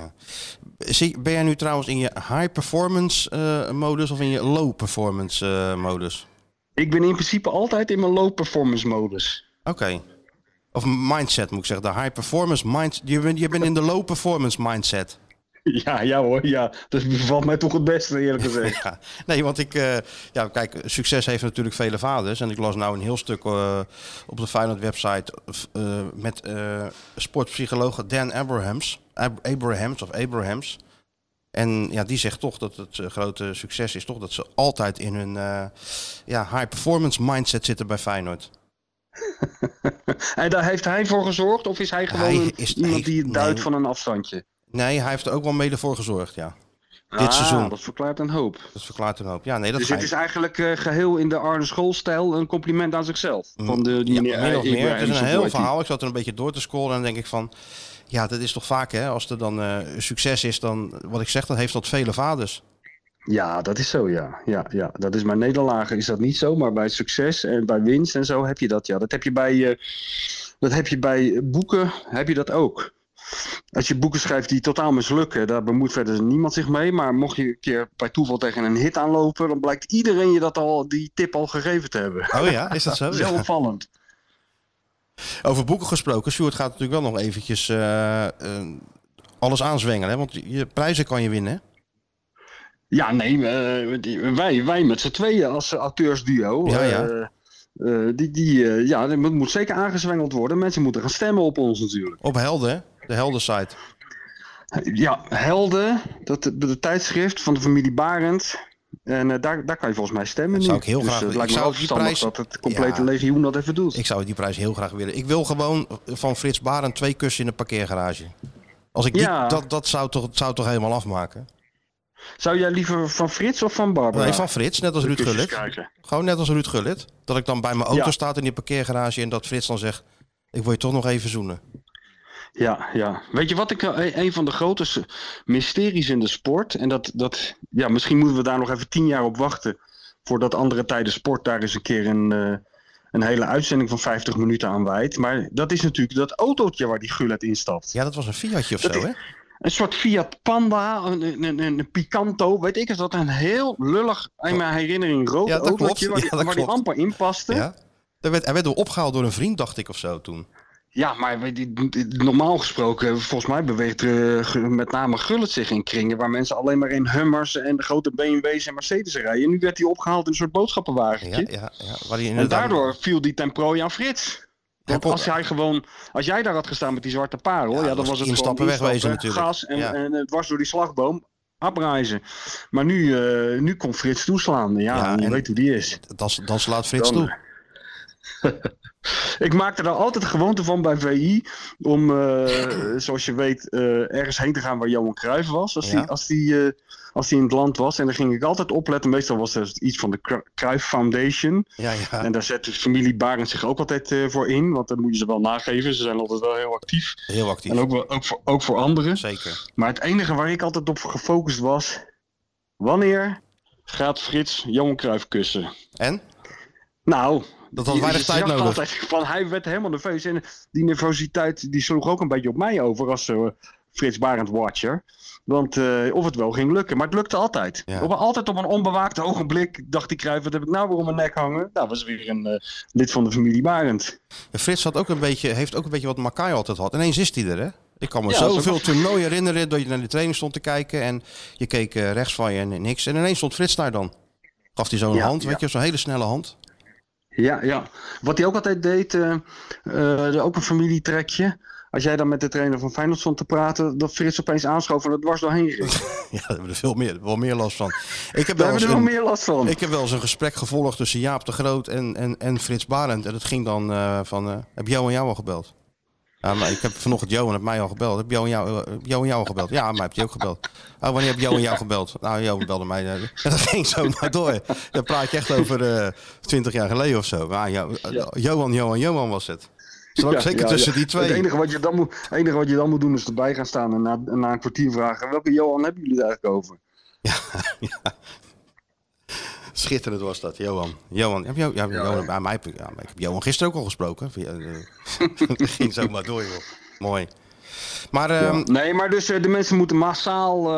[SPEAKER 5] Zie- ben jij nu trouwens in je high performance eh, modus of in je low performance eh, modus?
[SPEAKER 7] Ik ben in principe altijd in mijn low performance modus.
[SPEAKER 5] Oké. Of mindset moet ik zeggen. De high performance mindset. Je bent, je bent in de low performance mindset.
[SPEAKER 7] Ja, ja hoor, ja. Dat bevalt mij toch het beste eerlijk gezegd.
[SPEAKER 5] Ja. Nee, want ik. eh, ja, kijk, succes heeft natuurlijk vele vaders. En ik las nou een heel stuk eh, op de Feyenoord website eh, met eh, sportpsycholoog Dan Abrahams. Ab- Abrahams of Abrahams. En ja, die zegt toch dat het eh, grote succes is toch dat ze altijd in hun eh, ja, high performance mindset zitten bij Feyenoord.
[SPEAKER 7] en daar heeft hij voor gezorgd? Of is hij gewoon
[SPEAKER 5] Hij
[SPEAKER 7] een-
[SPEAKER 5] is-
[SPEAKER 7] iemand
[SPEAKER 5] hij-
[SPEAKER 7] die het duidt
[SPEAKER 5] nee.
[SPEAKER 7] van een afstandje?
[SPEAKER 5] Nee, hij heeft er ook wel mede voor gezorgd, ja. Dit
[SPEAKER 7] Ah,
[SPEAKER 5] seizoen.
[SPEAKER 7] Dat verklaart een hoop.
[SPEAKER 5] Dat verklaart een hoop. Ja, nee, dat
[SPEAKER 7] Dus
[SPEAKER 5] ga
[SPEAKER 7] het is
[SPEAKER 5] ik-
[SPEAKER 7] eigenlijk eh, geheel in de Arne Schoolstijl een compliment aan zichzelf.
[SPEAKER 5] Mm.
[SPEAKER 7] Van de, die
[SPEAKER 5] Ja,
[SPEAKER 7] meneer
[SPEAKER 5] min of
[SPEAKER 7] Egbert
[SPEAKER 5] meer. Het
[SPEAKER 7] en
[SPEAKER 5] is een
[SPEAKER 7] zijn
[SPEAKER 5] heel
[SPEAKER 7] boy.
[SPEAKER 5] verhaal. Ik zat er een beetje door te scrollen en denk ik van... Ja, dat is toch vaak, hè? Als er dan eh, succes is, dan... Wat ik zeg, dan heeft dat vele vaders.
[SPEAKER 7] Ja, dat is zo, ja. ja, ja. Dat is bij nederlagen is dat niet zo, maar bij succes en bij winst en zo heb je dat, ja. Dat heb je bij, eh, dat heb je bij boeken, heb je dat ook. Als je boeken schrijft die totaal mislukken, daar bemoeit verder niemand zich mee. Maar mocht je een keer bij toeval tegen een hit aanlopen, dan blijkt iedereen je dat al, die tip al gegeven te hebben.
[SPEAKER 5] Oh ja, is dat zo?
[SPEAKER 7] Dat is heel
[SPEAKER 5] Ja.
[SPEAKER 7] opvallend.
[SPEAKER 5] Over boeken gesproken. Sjoerd gaat natuurlijk wel nog eventjes eh, eh, alles aanzwengelen, hè? Want je prijzen kan je winnen, hè?
[SPEAKER 7] Ja, nee, eh, die- wij, wij met z'n tweeën als eh, auteursduo.
[SPEAKER 5] Ja, ja.
[SPEAKER 7] eh, eh, die, die, eh, ja, dat moet, moet zeker aangezwengeld worden. Mensen moeten gaan stemmen op ons natuurlijk.
[SPEAKER 5] Op Helden, hè? De Helden-site.
[SPEAKER 7] Ja, Helden, dat, de, de tijdschrift van de familie Barend. En eh, daar, daar kan je volgens mij stemmen
[SPEAKER 5] Dat zou
[SPEAKER 7] nu.
[SPEAKER 5] ik heel
[SPEAKER 7] Dus,
[SPEAKER 5] graag
[SPEAKER 7] eh, het
[SPEAKER 5] willen.
[SPEAKER 7] lijkt
[SPEAKER 5] Ik
[SPEAKER 7] me
[SPEAKER 5] zou
[SPEAKER 7] wel
[SPEAKER 5] die
[SPEAKER 7] verstandig
[SPEAKER 5] prijs-
[SPEAKER 7] dat het complete
[SPEAKER 5] Ja.
[SPEAKER 7] legioen dat even doet.
[SPEAKER 5] Ik zou die prijs heel graag willen. Ik wil gewoon van Frits Barend twee kussen in een parkeergarage. Als ik die,
[SPEAKER 7] Ja.
[SPEAKER 5] dat, dat zou toch, zou toch helemaal afmaken?
[SPEAKER 7] Zou jij liever van Frits of van Barbara?
[SPEAKER 5] Nee, Nou, van Frits, net als Ruud
[SPEAKER 7] kusjes
[SPEAKER 5] Gullit.
[SPEAKER 7] krijgen?
[SPEAKER 5] Gewoon net als Ruud Gullit. Dat ik dan bij mijn auto
[SPEAKER 7] Ja.
[SPEAKER 5] staat in die parkeergarage en dat Frits dan zegt... Ik wil je toch nog even zoenen.
[SPEAKER 7] Ja, ja. Weet je wat ik eh, een van de grootste mysteries in de sport. En dat, dat, ja, misschien moeten we daar nog even tien jaar op wachten. Voordat andere tijden sport daar eens een keer een, eh, een hele uitzending van 50 minuten aan wijdt. Maar dat is natuurlijk dat autootje waar die Gullet instapt.
[SPEAKER 5] Ja, dat was een Fiatje of
[SPEAKER 7] Dat
[SPEAKER 5] zo,
[SPEAKER 7] is-
[SPEAKER 5] hè?
[SPEAKER 7] Een soort Fiat Panda, een, een, een, een Picanto, weet ik eens wat. Een heel lullig, in mijn herinnering, rood
[SPEAKER 5] Ja, dat
[SPEAKER 7] autootje
[SPEAKER 5] klopt.
[SPEAKER 7] waar, die,
[SPEAKER 5] Ja, dat
[SPEAKER 7] waar die
[SPEAKER 5] klopt.
[SPEAKER 7] amper in paste.
[SPEAKER 5] Ja. Hij werd, hij werd door opgehaald door een vriend, dacht ik, of zo toen.
[SPEAKER 7] Ja, maar we- die- die- normaal gesproken, volgens mij beweegt eh, ge- met name Gullit zich in kringen waar mensen alleen maar in Hummers en de grote BMW's en Mercedes rijden. Nu werd hij opgehaald in een soort
[SPEAKER 5] Ja,
[SPEAKER 7] boodschappenwagentje.
[SPEAKER 5] ja, ja. Waar hij
[SPEAKER 7] en
[SPEAKER 5] inderdaad-
[SPEAKER 7] daardoor viel die ten prooi aan Frits. Want
[SPEAKER 5] klopt.
[SPEAKER 7] als, hij gewoon, als jij daar had gestaan met die zwarte parel,
[SPEAKER 5] Ja,
[SPEAKER 7] ja,
[SPEAKER 5] dan
[SPEAKER 7] dan
[SPEAKER 5] was
[SPEAKER 7] was het
[SPEAKER 5] instappen
[SPEAKER 7] gewoon
[SPEAKER 5] wegwezen natuurlijk.
[SPEAKER 7] gas en,
[SPEAKER 5] Ja.
[SPEAKER 7] en het was door die slagboom abreizen. Maar nu, eh, nu kon Frits toeslaan. Ja,
[SPEAKER 5] Ja,
[SPEAKER 7] je
[SPEAKER 5] en-
[SPEAKER 7] weet hoe die is.
[SPEAKER 5] Dan, dan slaat Frits
[SPEAKER 7] Dan-
[SPEAKER 5] toe.
[SPEAKER 7] Ik maakte daar altijd gewoonte van bij VI. Om, eh, zoals je weet, eh, ergens heen te gaan waar Johan Cruijff was. Als
[SPEAKER 5] Ja.
[SPEAKER 7] die, als, die, eh, als die in het land was. En dan ging ik altijd opletten. Meestal was er iets van de Cru- Cruijff Foundation.
[SPEAKER 5] Ja, ja.
[SPEAKER 7] En daar zet de familie Barend zich ook altijd eh, voor in. Want dan moet je ze wel nageven. Ze zijn altijd wel heel actief.
[SPEAKER 5] Heel actief.
[SPEAKER 7] En ook, wel, ook, voor, ook voor anderen.
[SPEAKER 5] Zeker.
[SPEAKER 7] Maar het enige waar ik altijd op gefocust was. Wanneer gaat Frits Johan Cruijff kussen?
[SPEAKER 5] En?
[SPEAKER 7] Nou,
[SPEAKER 5] Dat had weinig
[SPEAKER 7] je
[SPEAKER 5] tijd
[SPEAKER 7] zag
[SPEAKER 5] nodig.
[SPEAKER 7] Altijd, van, hij werd helemaal nerveus. En die nervositeit die sloeg ook een beetje op mij over als eh, Frits Barend Watcher. Want eh, of het wel ging lukken, maar het lukte altijd.
[SPEAKER 5] Ja.
[SPEAKER 7] Op, altijd op een onbewaakt ogenblik dacht ik, Cruijff, wat heb ik nou weer om mijn nek hangen? Nou, was weer een eh, lid van de familie Barend.
[SPEAKER 5] En Frits had ook een beetje, heeft ook een beetje wat Makai altijd had. Ineens is hij er, hè? Ik kan me
[SPEAKER 7] Ja, dat is ook
[SPEAKER 5] zoveel
[SPEAKER 7] wel-
[SPEAKER 5] toernooien herinneren dat je naar de training stond te kijken en je keek eh, rechts van je en niks. En ineens stond Frits daar dan. Gaf hij zo'n
[SPEAKER 7] Ja,
[SPEAKER 5] hand,
[SPEAKER 7] ja.
[SPEAKER 5] weet je, zo'n hele snelle hand.
[SPEAKER 7] Ja, ja. Wat hij ook altijd deed, eh eh, ook een familietrekje. Als jij dan met de trainer van Feyenoord stond te praten, dat Frits opeens aanschoof en dat dwars doorheen ging.
[SPEAKER 5] Ja, daar hebben we er veel meer, wel meer last van. Ik heb
[SPEAKER 7] Daar
[SPEAKER 5] wel
[SPEAKER 7] hebben
[SPEAKER 5] eens
[SPEAKER 7] we er wel
[SPEAKER 5] een-
[SPEAKER 7] meer last van.
[SPEAKER 5] Ik heb wel eens een gesprek gevolgd tussen Jaap de Groot en, en, en Frits Barend. En dat ging dan eh, van, eh, heb jou en jou al gebeld? Ja, maar ik heb vanochtend jou en heb mij al gebeld. Heb jou en jou, eh, heb jou, en jou al gebeld? Ja, maar heb je ook gebeld? Oh, wanneer heb jou en jou gebeld? Nou, jou belde mij. eh. En dat ging zo maar door. Dan praat je echt over eh, twintig jaar geleden of zo. Maar jou,
[SPEAKER 7] Ja.
[SPEAKER 5] Johan, Johan, Johan was het. Zo,
[SPEAKER 7] Ja,
[SPEAKER 5] zeker
[SPEAKER 7] ja,
[SPEAKER 5] tussen
[SPEAKER 7] ja.
[SPEAKER 5] die twee.
[SPEAKER 7] Het enige wat, je dan moet, het enige wat je dan moet doen is erbij gaan staan en na, na een kwartier vragen: welke Johan hebben jullie het eigenlijk over?
[SPEAKER 5] Schitterend was dat, Johan. Johan, heb je, ja, Johan aan mij, ja, maar ik heb Johan gisteren ook al gesproken. Via, eh, Het ging zo maar door, joh. Mooi. Maar
[SPEAKER 7] Ja.
[SPEAKER 5] ehm,
[SPEAKER 7] nee, maar dus eh, de mensen moeten massaal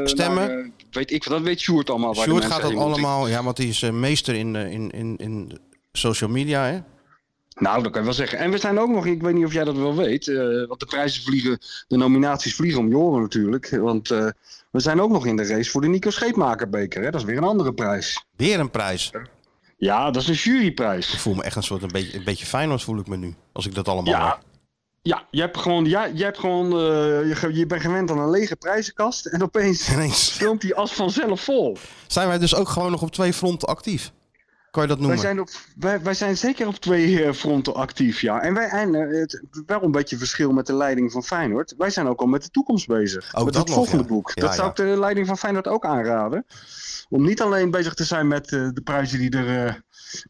[SPEAKER 7] eh,
[SPEAKER 5] Stemmen?
[SPEAKER 7] naar, eh, weet ik, dat weet Sjoerd allemaal. waar de
[SPEAKER 5] Sjoerd
[SPEAKER 7] mensen
[SPEAKER 5] gaat dat
[SPEAKER 7] heen moeten.
[SPEAKER 5] allemaal, ja, want die is eh, meester in, eh, in, in, in social media, hè?
[SPEAKER 7] Nou, dat kan je wel zeggen. En we zijn ook nog, ik weet niet of jij dat wel weet, eh, want de prijzen vliegen, de nominaties vliegen om Joren natuurlijk. Want eh, we zijn ook nog in de race voor de Nico Scheepmakerbeker. Hè? Dat is weer een andere prijs.
[SPEAKER 5] Weer een prijs.
[SPEAKER 7] Ja, dat is een juryprijs.
[SPEAKER 5] Ik voel me echt een soort een beetje, een beetje Feyenoord voel ik me nu, als ik dat allemaal
[SPEAKER 7] Ja.
[SPEAKER 5] hoor.
[SPEAKER 7] Ja, je hebt gewoon, ja, je, hebt gewoon eh, je, ge- je bent gewend aan een lege prijzenkast en opeens
[SPEAKER 5] Ineens
[SPEAKER 7] stroomt die as vanzelf vol.
[SPEAKER 5] zijn wij dus ook gewoon nog op twee fronten actief. Kan je dat
[SPEAKER 7] Wij
[SPEAKER 5] noemen?
[SPEAKER 7] zijn, op, wij, wij zijn zeker op twee eh, fronten actief, ja. En wij en, eh, het, wel een beetje verschil met de leiding van Feyenoord. Wij zijn ook al met de toekomst bezig.
[SPEAKER 5] Ook
[SPEAKER 7] met
[SPEAKER 5] dat
[SPEAKER 7] het
[SPEAKER 5] nog,
[SPEAKER 7] volgende
[SPEAKER 5] ja.
[SPEAKER 7] boek.
[SPEAKER 5] Ja,
[SPEAKER 7] dat
[SPEAKER 5] ja.
[SPEAKER 7] zou ik de leiding van Feyenoord ook aanraden. Om niet alleen bezig te zijn met eh, de prijzen die er eh,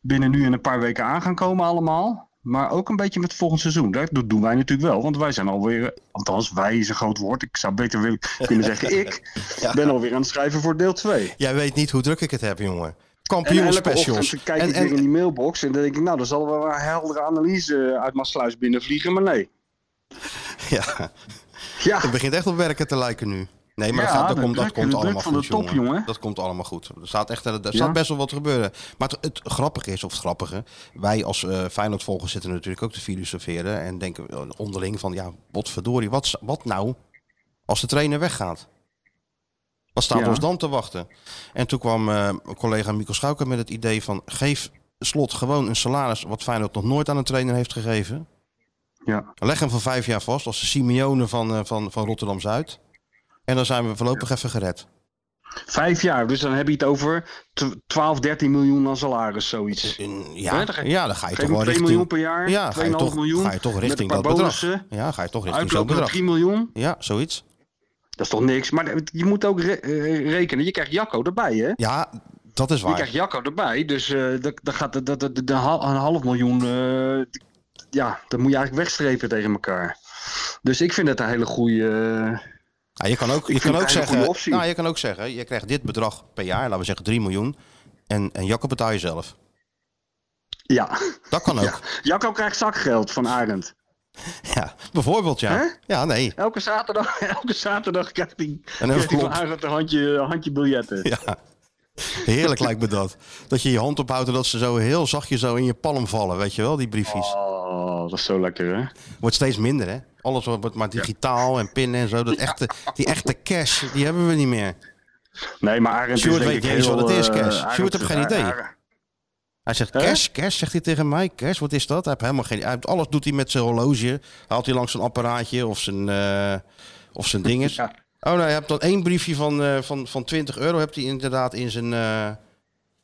[SPEAKER 7] binnen nu en een paar weken aan gaan komen allemaal. Maar ook een beetje met volgend seizoen. Dat dat doen wij natuurlijk wel. Want wij zijn alweer, eh, althans wij is een groot woord. Ik zou beter willen, kunnen zeggen ik. Ben alweer aan het schrijven voor deel 2.
[SPEAKER 5] Jij weet niet hoe druk ik het heb, jongen.
[SPEAKER 7] En elke
[SPEAKER 5] Kampioenspecials.
[SPEAKER 7] ochtend kijk ik weer in die mailbox en dan denk ik, nou, er zal wel een heldere analyse uit mijn sluis binnenvliegen, maar nee.
[SPEAKER 5] ja,
[SPEAKER 7] Ja,
[SPEAKER 5] Het begint echt op werken te lijken nu. Nee, maar
[SPEAKER 7] Ja,
[SPEAKER 5] dat, gaat, dat,
[SPEAKER 7] de
[SPEAKER 5] komt, dat
[SPEAKER 7] druk-
[SPEAKER 5] komt
[SPEAKER 7] de druk
[SPEAKER 5] allemaal
[SPEAKER 7] van
[SPEAKER 5] goed,
[SPEAKER 7] de top,
[SPEAKER 5] jongen.
[SPEAKER 7] jongen.
[SPEAKER 5] Dat komt allemaal goed. Er staat, echt, eh, er staat
[SPEAKER 7] Ja.
[SPEAKER 5] best wel wat te gebeuren. Maar het, het grappige is, of het grappige... wij als eh Feyenoord-volgers zitten natuurlijk ook te filosoferen... en denken eh, onderling van, ja, potverdorie, wat, z- wat nou als de trainer weggaat? Wat staat
[SPEAKER 7] Ja.
[SPEAKER 5] ons dan te wachten? En toen kwam eh, mijn collega Mikkel Schouker met het idee van... geef Slot gewoon een salaris wat Feyenoord nog nooit aan een trainer heeft gegeven...
[SPEAKER 7] ja.
[SPEAKER 5] Leg hem voor vijf jaar vast als de Simeone van, eh, van, van Rotterdam-Zuid. En dan zijn we voorlopig even gered.
[SPEAKER 7] Vijf jaar, dus dan heb je het over tw- 12, 13 miljoen aan salaris, zoiets.
[SPEAKER 5] In-
[SPEAKER 7] Ja, dan
[SPEAKER 5] ja,
[SPEAKER 7] ga je-
[SPEAKER 5] ja, dan ga je
[SPEAKER 7] Geef
[SPEAKER 5] toch
[SPEAKER 7] hem
[SPEAKER 5] wel
[SPEAKER 7] 2 miljoen
[SPEAKER 5] richting...
[SPEAKER 7] per jaar,
[SPEAKER 5] Ja, ga
[SPEAKER 7] 2,5
[SPEAKER 5] je toch,
[SPEAKER 7] miljoen.
[SPEAKER 5] ga je toch richting
[SPEAKER 7] met
[SPEAKER 5] dat
[SPEAKER 7] een paar
[SPEAKER 5] bedrag.
[SPEAKER 7] bonussen.
[SPEAKER 5] Ja, ga je toch richting zo'n
[SPEAKER 7] Uitlopen naar
[SPEAKER 5] bedrag.
[SPEAKER 7] 3 miljoen,
[SPEAKER 5] Ja, zoiets.
[SPEAKER 7] dat is toch niks? Maar je moet ook re- eh, rekenen, je krijgt Jacco erbij, hè?
[SPEAKER 5] Ja, dat is
[SPEAKER 7] Je
[SPEAKER 5] waar.
[SPEAKER 7] krijgt Jacco erbij, dus eh, dat, dat gaat dat, dat, dat- een hal- een half miljoen. eh, d- ja, dat moet je eigenlijk wegstrepen tegen elkaar. Dus ik vind dat een hele goede. eh,
[SPEAKER 5] Ja, je kan ook, je
[SPEAKER 7] vind
[SPEAKER 5] kan
[SPEAKER 7] het
[SPEAKER 5] ook,
[SPEAKER 7] een hele goede
[SPEAKER 5] zeggen,
[SPEAKER 7] optie.
[SPEAKER 5] nou, je kan ook zeggen, je krijgt dit bedrag per jaar, laten we zeggen 3 miljoen. En, en Jacco betaal je zelf.
[SPEAKER 7] ja.
[SPEAKER 5] Dat kan ook.
[SPEAKER 7] Jacco krijgt zakgeld van Arend.
[SPEAKER 5] Ja, bijvoorbeeld ja.
[SPEAKER 7] Hè?
[SPEAKER 5] Ja, nee.
[SPEAKER 7] Elke zaterdag, elke zaterdag krijgt hij
[SPEAKER 5] En
[SPEAKER 7] krijgt
[SPEAKER 5] een
[SPEAKER 7] hij van
[SPEAKER 5] klomp.
[SPEAKER 7] Arend een handje, een handje biljetten.
[SPEAKER 5] Ja. Heerlijk lijkt me dat. Dat je je hand ophoudt en dat ze zo heel zachtjes zo in je palm vallen, weet je wel, die briefjes.
[SPEAKER 7] Oh, dat is zo lekker, hè?
[SPEAKER 5] Wordt steeds minder, hè? Alles wordt wordt maar digitaal en pinnen en zo. Dat echte, die echte cash, die hebben we niet meer.
[SPEAKER 7] Nee, maar Arend
[SPEAKER 5] Sjoerd
[SPEAKER 7] is denk
[SPEAKER 5] weet
[SPEAKER 7] ik
[SPEAKER 5] niet eens
[SPEAKER 7] heel,
[SPEAKER 5] wat het is,
[SPEAKER 7] eh,
[SPEAKER 5] Kees.
[SPEAKER 7] Arend
[SPEAKER 5] Sjoerd heeft
[SPEAKER 7] is-
[SPEAKER 5] geen idee.
[SPEAKER 7] Arend-
[SPEAKER 5] Hij zegt,
[SPEAKER 7] Hè?
[SPEAKER 5] cash, cash, zegt hij tegen mij. Cash, wat is dat? Hij heeft helemaal geen... Hij heeft, alles doet hij met zijn horloge. Haalt hij langs zijn apparaatje of zijn, eh, of zijn dinges.
[SPEAKER 7] Ja.
[SPEAKER 5] Oh, nou, je hebt dan één briefje van, eh, van, van 20 euro... hebt hij inderdaad in zijn, eh,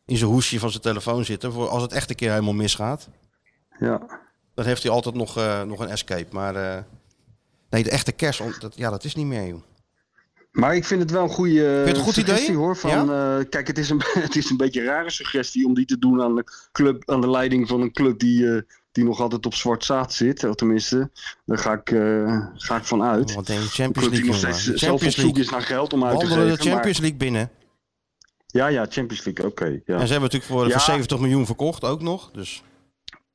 [SPEAKER 5] in zijn hoesje van zijn telefoon zitten... voor als het echt een keer helemaal misgaat.
[SPEAKER 7] Ja.
[SPEAKER 5] Dan heeft hij altijd nog, eh, nog een escape. Maar eh, nee, de echte kerst, on- dat, ja, dat is niet meer, joh.
[SPEAKER 7] Maar ik vind het wel een goede
[SPEAKER 5] het een goed
[SPEAKER 7] suggestie
[SPEAKER 5] idee?
[SPEAKER 7] hoor. Van, eh, kijk, het is, een, het is een beetje een rare suggestie om die te doen aan de, club, aan de leiding van een club die, eh, die nog altijd op zwart zaad zit. Of tenminste, daar ga ik, eh, ga ik van uit.
[SPEAKER 5] Want Oh, de
[SPEAKER 7] Een
[SPEAKER 5] Champions
[SPEAKER 7] club die
[SPEAKER 5] League,
[SPEAKER 7] nog
[SPEAKER 5] jongen.
[SPEAKER 7] steeds eh, zelf op
[SPEAKER 5] Champions
[SPEAKER 7] zoek
[SPEAKER 5] League.
[SPEAKER 7] is naar geld om uit te
[SPEAKER 5] Wandelen de
[SPEAKER 7] geven.
[SPEAKER 5] Champions League binnen.
[SPEAKER 7] maar- ja, ja, Champions League, oké. ja.
[SPEAKER 5] En ze hebben natuurlijk voor,
[SPEAKER 7] Ja.
[SPEAKER 5] voor 70 miljoen verkocht ook nog. Dus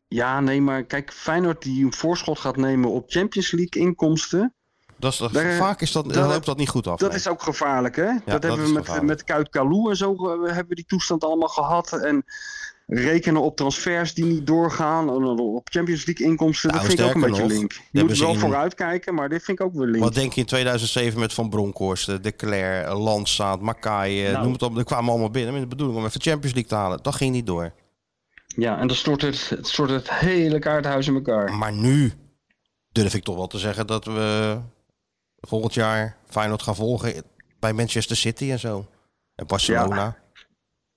[SPEAKER 7] ja, nee, maar kijk, Feyenoord die een voorschot gaat nemen op Champions League inkomsten.
[SPEAKER 5] dat is, dat-
[SPEAKER 7] Daar-
[SPEAKER 5] vaak is dat,
[SPEAKER 7] dat-
[SPEAKER 5] loopt dat niet goed af.
[SPEAKER 7] Dat
[SPEAKER 5] nee.
[SPEAKER 7] is ook gevaarlijk, hè? dat
[SPEAKER 5] dat
[SPEAKER 7] hebben
[SPEAKER 5] is
[SPEAKER 7] we met,
[SPEAKER 5] gevaarlijk.
[SPEAKER 7] met Kuit Kalou en zo eh, hebben we die toestand allemaal gehad. En rekenen op transfers die niet doorgaan, op Champions League inkomsten.
[SPEAKER 5] Nou,
[SPEAKER 7] dat vind ik ook een
[SPEAKER 5] sterker nog,
[SPEAKER 7] beetje link.
[SPEAKER 5] daar
[SPEAKER 7] Je
[SPEAKER 5] hebben
[SPEAKER 7] moet
[SPEAKER 5] ze
[SPEAKER 7] wel
[SPEAKER 5] in-
[SPEAKER 7] vooruitkijken, maar dit vind ik ook weer link.
[SPEAKER 5] Wat denk je in 2007 met Van Bronckhorst, eh, De Cler, eh, Landsaat, Makai, eh,
[SPEAKER 7] Nou.
[SPEAKER 5] noem het op. Er kwamen allemaal binnen met de bedoeling om even Champions League te halen. Dat ging niet door.
[SPEAKER 7] Ja, en dan stort het, het stort het hele kaarthuis in elkaar.
[SPEAKER 5] Maar nu durf ik toch wel te zeggen dat we volgend jaar Feyenoord gaan volgen bij Manchester City en zo. En Barcelona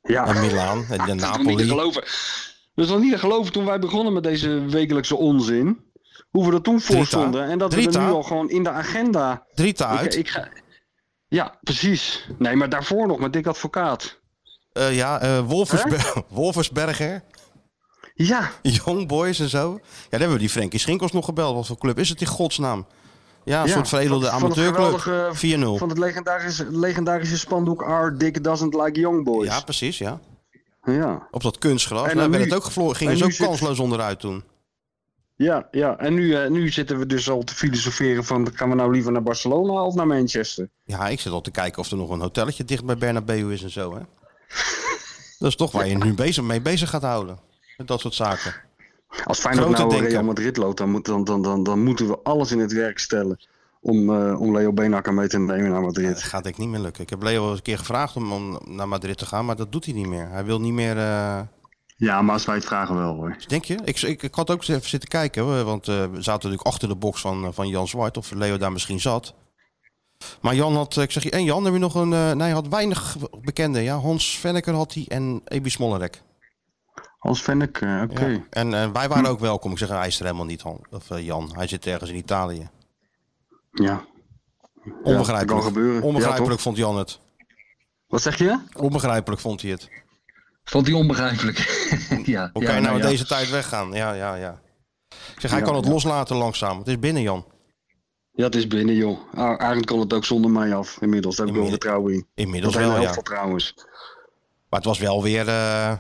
[SPEAKER 7] Ja,
[SPEAKER 5] en Milaan en de
[SPEAKER 7] dat is toch niet te
[SPEAKER 5] Napoli.
[SPEAKER 7] geloven. Dat is toch niet te geloven toen wij begonnen met deze wekelijkse onzin. Hoe we dat toen
[SPEAKER 5] Drita.
[SPEAKER 7] voorstonden. En dat we
[SPEAKER 5] Drita.
[SPEAKER 7] er nu al gewoon in de agenda
[SPEAKER 5] Drita
[SPEAKER 7] Ik-
[SPEAKER 5] uit.
[SPEAKER 7] Ik, ga... Ja, precies. Nee, maar daarvoor nog met Dick Advocaat.
[SPEAKER 5] Eh, ja, eh Wolfersbe- Wolfersberger,
[SPEAKER 7] Ja,
[SPEAKER 5] Young Boys en zo. Ja, dan hebben we die Frenkie Schinkels nog gebeld. Wat voor club is het in godsnaam? Ja, een
[SPEAKER 7] Ja,
[SPEAKER 5] soort veredelde
[SPEAKER 7] van- van een
[SPEAKER 5] amateurclub.
[SPEAKER 7] geweldige-
[SPEAKER 5] 4-0.
[SPEAKER 7] van het legendarische, legendarische spandoek Our Dick Doesn't Like Young
[SPEAKER 5] Ja,
[SPEAKER 7] Boys.
[SPEAKER 5] precies, ja.
[SPEAKER 7] Ja, ja.
[SPEAKER 5] Op dat kunstgras.
[SPEAKER 7] En
[SPEAKER 5] En nou,
[SPEAKER 7] dan
[SPEAKER 5] werd
[SPEAKER 7] nu-
[SPEAKER 5] het ook gevlogen. Gingen
[SPEAKER 7] en
[SPEAKER 5] ze
[SPEAKER 7] nu
[SPEAKER 5] ook
[SPEAKER 7] zit-
[SPEAKER 5] kansloos onderuit toen.
[SPEAKER 7] ja, En nu, eh, nu zitten we dus al te filosoferen van gaan we nou liever naar Barcelona of naar Manchester?
[SPEAKER 5] Ja, ik zit al te kijken of er nog een hotelletje dicht bij Bernabeu is en zo, hè. dat is toch waar je nu bezig mee bezig gaat houden. Met dat soort zaken.
[SPEAKER 7] Als Feyenoord
[SPEAKER 5] Grote
[SPEAKER 7] nou
[SPEAKER 5] denker.
[SPEAKER 7] Real Madrid loopt, dan, moet, dan, dan, dan, dan moeten we alles in het werk stellen om, eh, om Leo Beenhakker mee te nemen naar
[SPEAKER 5] Dat
[SPEAKER 7] Madrid.
[SPEAKER 5] gaat denk ik niet meer lukken. Ik heb Leo wel eens een keer gevraagd om, om naar Madrid te gaan, maar dat doet hij niet meer. Hij wil niet meer... eh,
[SPEAKER 7] Ja, maar als wij het vragen wel hoor.
[SPEAKER 5] Denk je? Ik, ik, ik had ook eens even zitten kijken, hoor, want eh, we zaten natuurlijk achter de box van, eh, van Jan Zwart, of Leo daar misschien zat. Maar Jan had, eh, ik zeg je, en Jan, heb je nog een... eh, nee, hij had weinig bekenden, ja. Hans Venneker had hij en Ebi Smollerek.
[SPEAKER 7] Als Fennec, eh, oké.
[SPEAKER 5] Ja. En eh, wij waren ook welkom. Ik zeg, hij is er helemaal niet, Han, of, eh, Jan. Hij zit ergens in Italië.
[SPEAKER 7] ja.
[SPEAKER 5] Onbegrijpelijk.
[SPEAKER 7] kan gebeuren. Ja,
[SPEAKER 5] Onbegrijpelijk
[SPEAKER 7] toch?
[SPEAKER 5] vond Jan het.
[SPEAKER 7] Wat zeg je?
[SPEAKER 5] Onbegrijpelijk vond hij het.
[SPEAKER 8] Vond hij onbegrijpelijk. ja.
[SPEAKER 5] Hoe
[SPEAKER 8] ja,
[SPEAKER 5] kan je nou
[SPEAKER 8] ja.
[SPEAKER 5] in deze tijd weggaan? Ja, ja, ja. Ik zeg, hij
[SPEAKER 7] Ja,
[SPEAKER 5] kan het
[SPEAKER 7] ja.
[SPEAKER 5] loslaten langzaam. Het is binnen, Jan.
[SPEAKER 7] Ja, het is binnen, joh. A- Arend kan het ook zonder mij af, inmiddels. Daar heb ik
[SPEAKER 5] Inmiddels-
[SPEAKER 7] wel vertrouwen in.
[SPEAKER 5] Inmiddels
[SPEAKER 7] Dat is wel
[SPEAKER 5] wel,
[SPEAKER 7] heel
[SPEAKER 5] ja.
[SPEAKER 7] veel trouwens.
[SPEAKER 5] Maar het was wel weer. eh,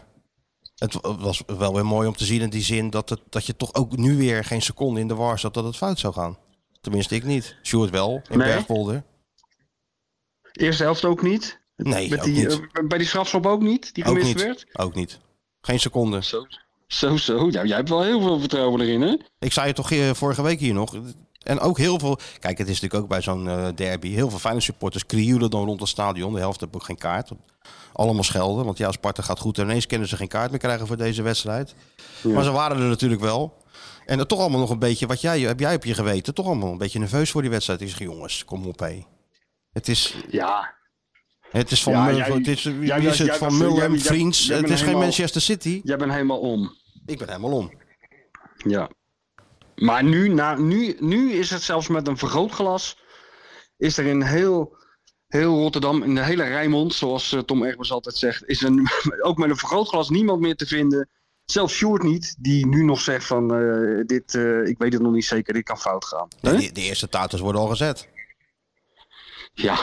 [SPEAKER 5] het wa- was wel weer mooi om te zien in die zin dat, het, dat je toch ook nu weer geen seconde in de war zat dat het fout zou gaan. Tenminste, ik niet. Sjoerd wel, in
[SPEAKER 7] Nee?
[SPEAKER 5] Bergpolder.
[SPEAKER 7] Eerste helft ook niet.
[SPEAKER 5] Nee,
[SPEAKER 7] Met
[SPEAKER 5] ook
[SPEAKER 7] die,
[SPEAKER 5] niet.
[SPEAKER 7] eh, bij die strafschop ook niet, die
[SPEAKER 5] Ook
[SPEAKER 7] gemist
[SPEAKER 5] niet.
[SPEAKER 7] werd.
[SPEAKER 5] Ook niet. Geen seconde.
[SPEAKER 7] Zo, zo. zo. Ja, jij hebt wel heel veel vertrouwen erin, hè?
[SPEAKER 5] Ik zei het toch eh, vorige week hier nog. En ook heel veel... Kijk, het is natuurlijk ook bij zo'n eh, derby. Heel veel Feyenoord supporters krioelen dan rond het stadion. De helft hebben ook geen kaart. Allemaal schelden. Want ja, Sparta gaat goed. En ineens kunnen ze geen kaart meer krijgen voor deze wedstrijd. Maar ze waren er natuurlijk wel. En er toch allemaal nog een beetje... Wat jij, heb jij op je geweten? Toch allemaal een beetje nerveus voor die wedstrijd. Ik zeg, jongens, kom op hé. Het is,
[SPEAKER 7] Ja.
[SPEAKER 5] het is van
[SPEAKER 7] Ja,
[SPEAKER 5] Mul-
[SPEAKER 7] jij-
[SPEAKER 5] het is, wie
[SPEAKER 7] jij-
[SPEAKER 5] is het?
[SPEAKER 7] jij-
[SPEAKER 5] van
[SPEAKER 7] jij-
[SPEAKER 5] Mullen
[SPEAKER 7] jij-
[SPEAKER 5] en
[SPEAKER 7] jij-
[SPEAKER 5] Vriends.
[SPEAKER 7] jij
[SPEAKER 5] het
[SPEAKER 7] bent
[SPEAKER 5] is geen
[SPEAKER 7] helemaal-
[SPEAKER 5] Manchester City.
[SPEAKER 7] Jij bent helemaal om.
[SPEAKER 5] Ik ben helemaal om.
[SPEAKER 7] Ja. Maar nu, na, nu, nu is het zelfs met een vergrootglas. Is er in heel, heel Rotterdam, in de hele Rijnmond, zoals eh, Tom Egbers altijd zegt, is een, ook met een vergrootglas niemand meer te vinden. Zelfs Sjoerd niet, die nu nog zegt van eh, dit, eh, ik weet het nog niet zeker, dit kan fout gaan. Hè?
[SPEAKER 5] De, de eerste taters worden al gezet.
[SPEAKER 7] Ja.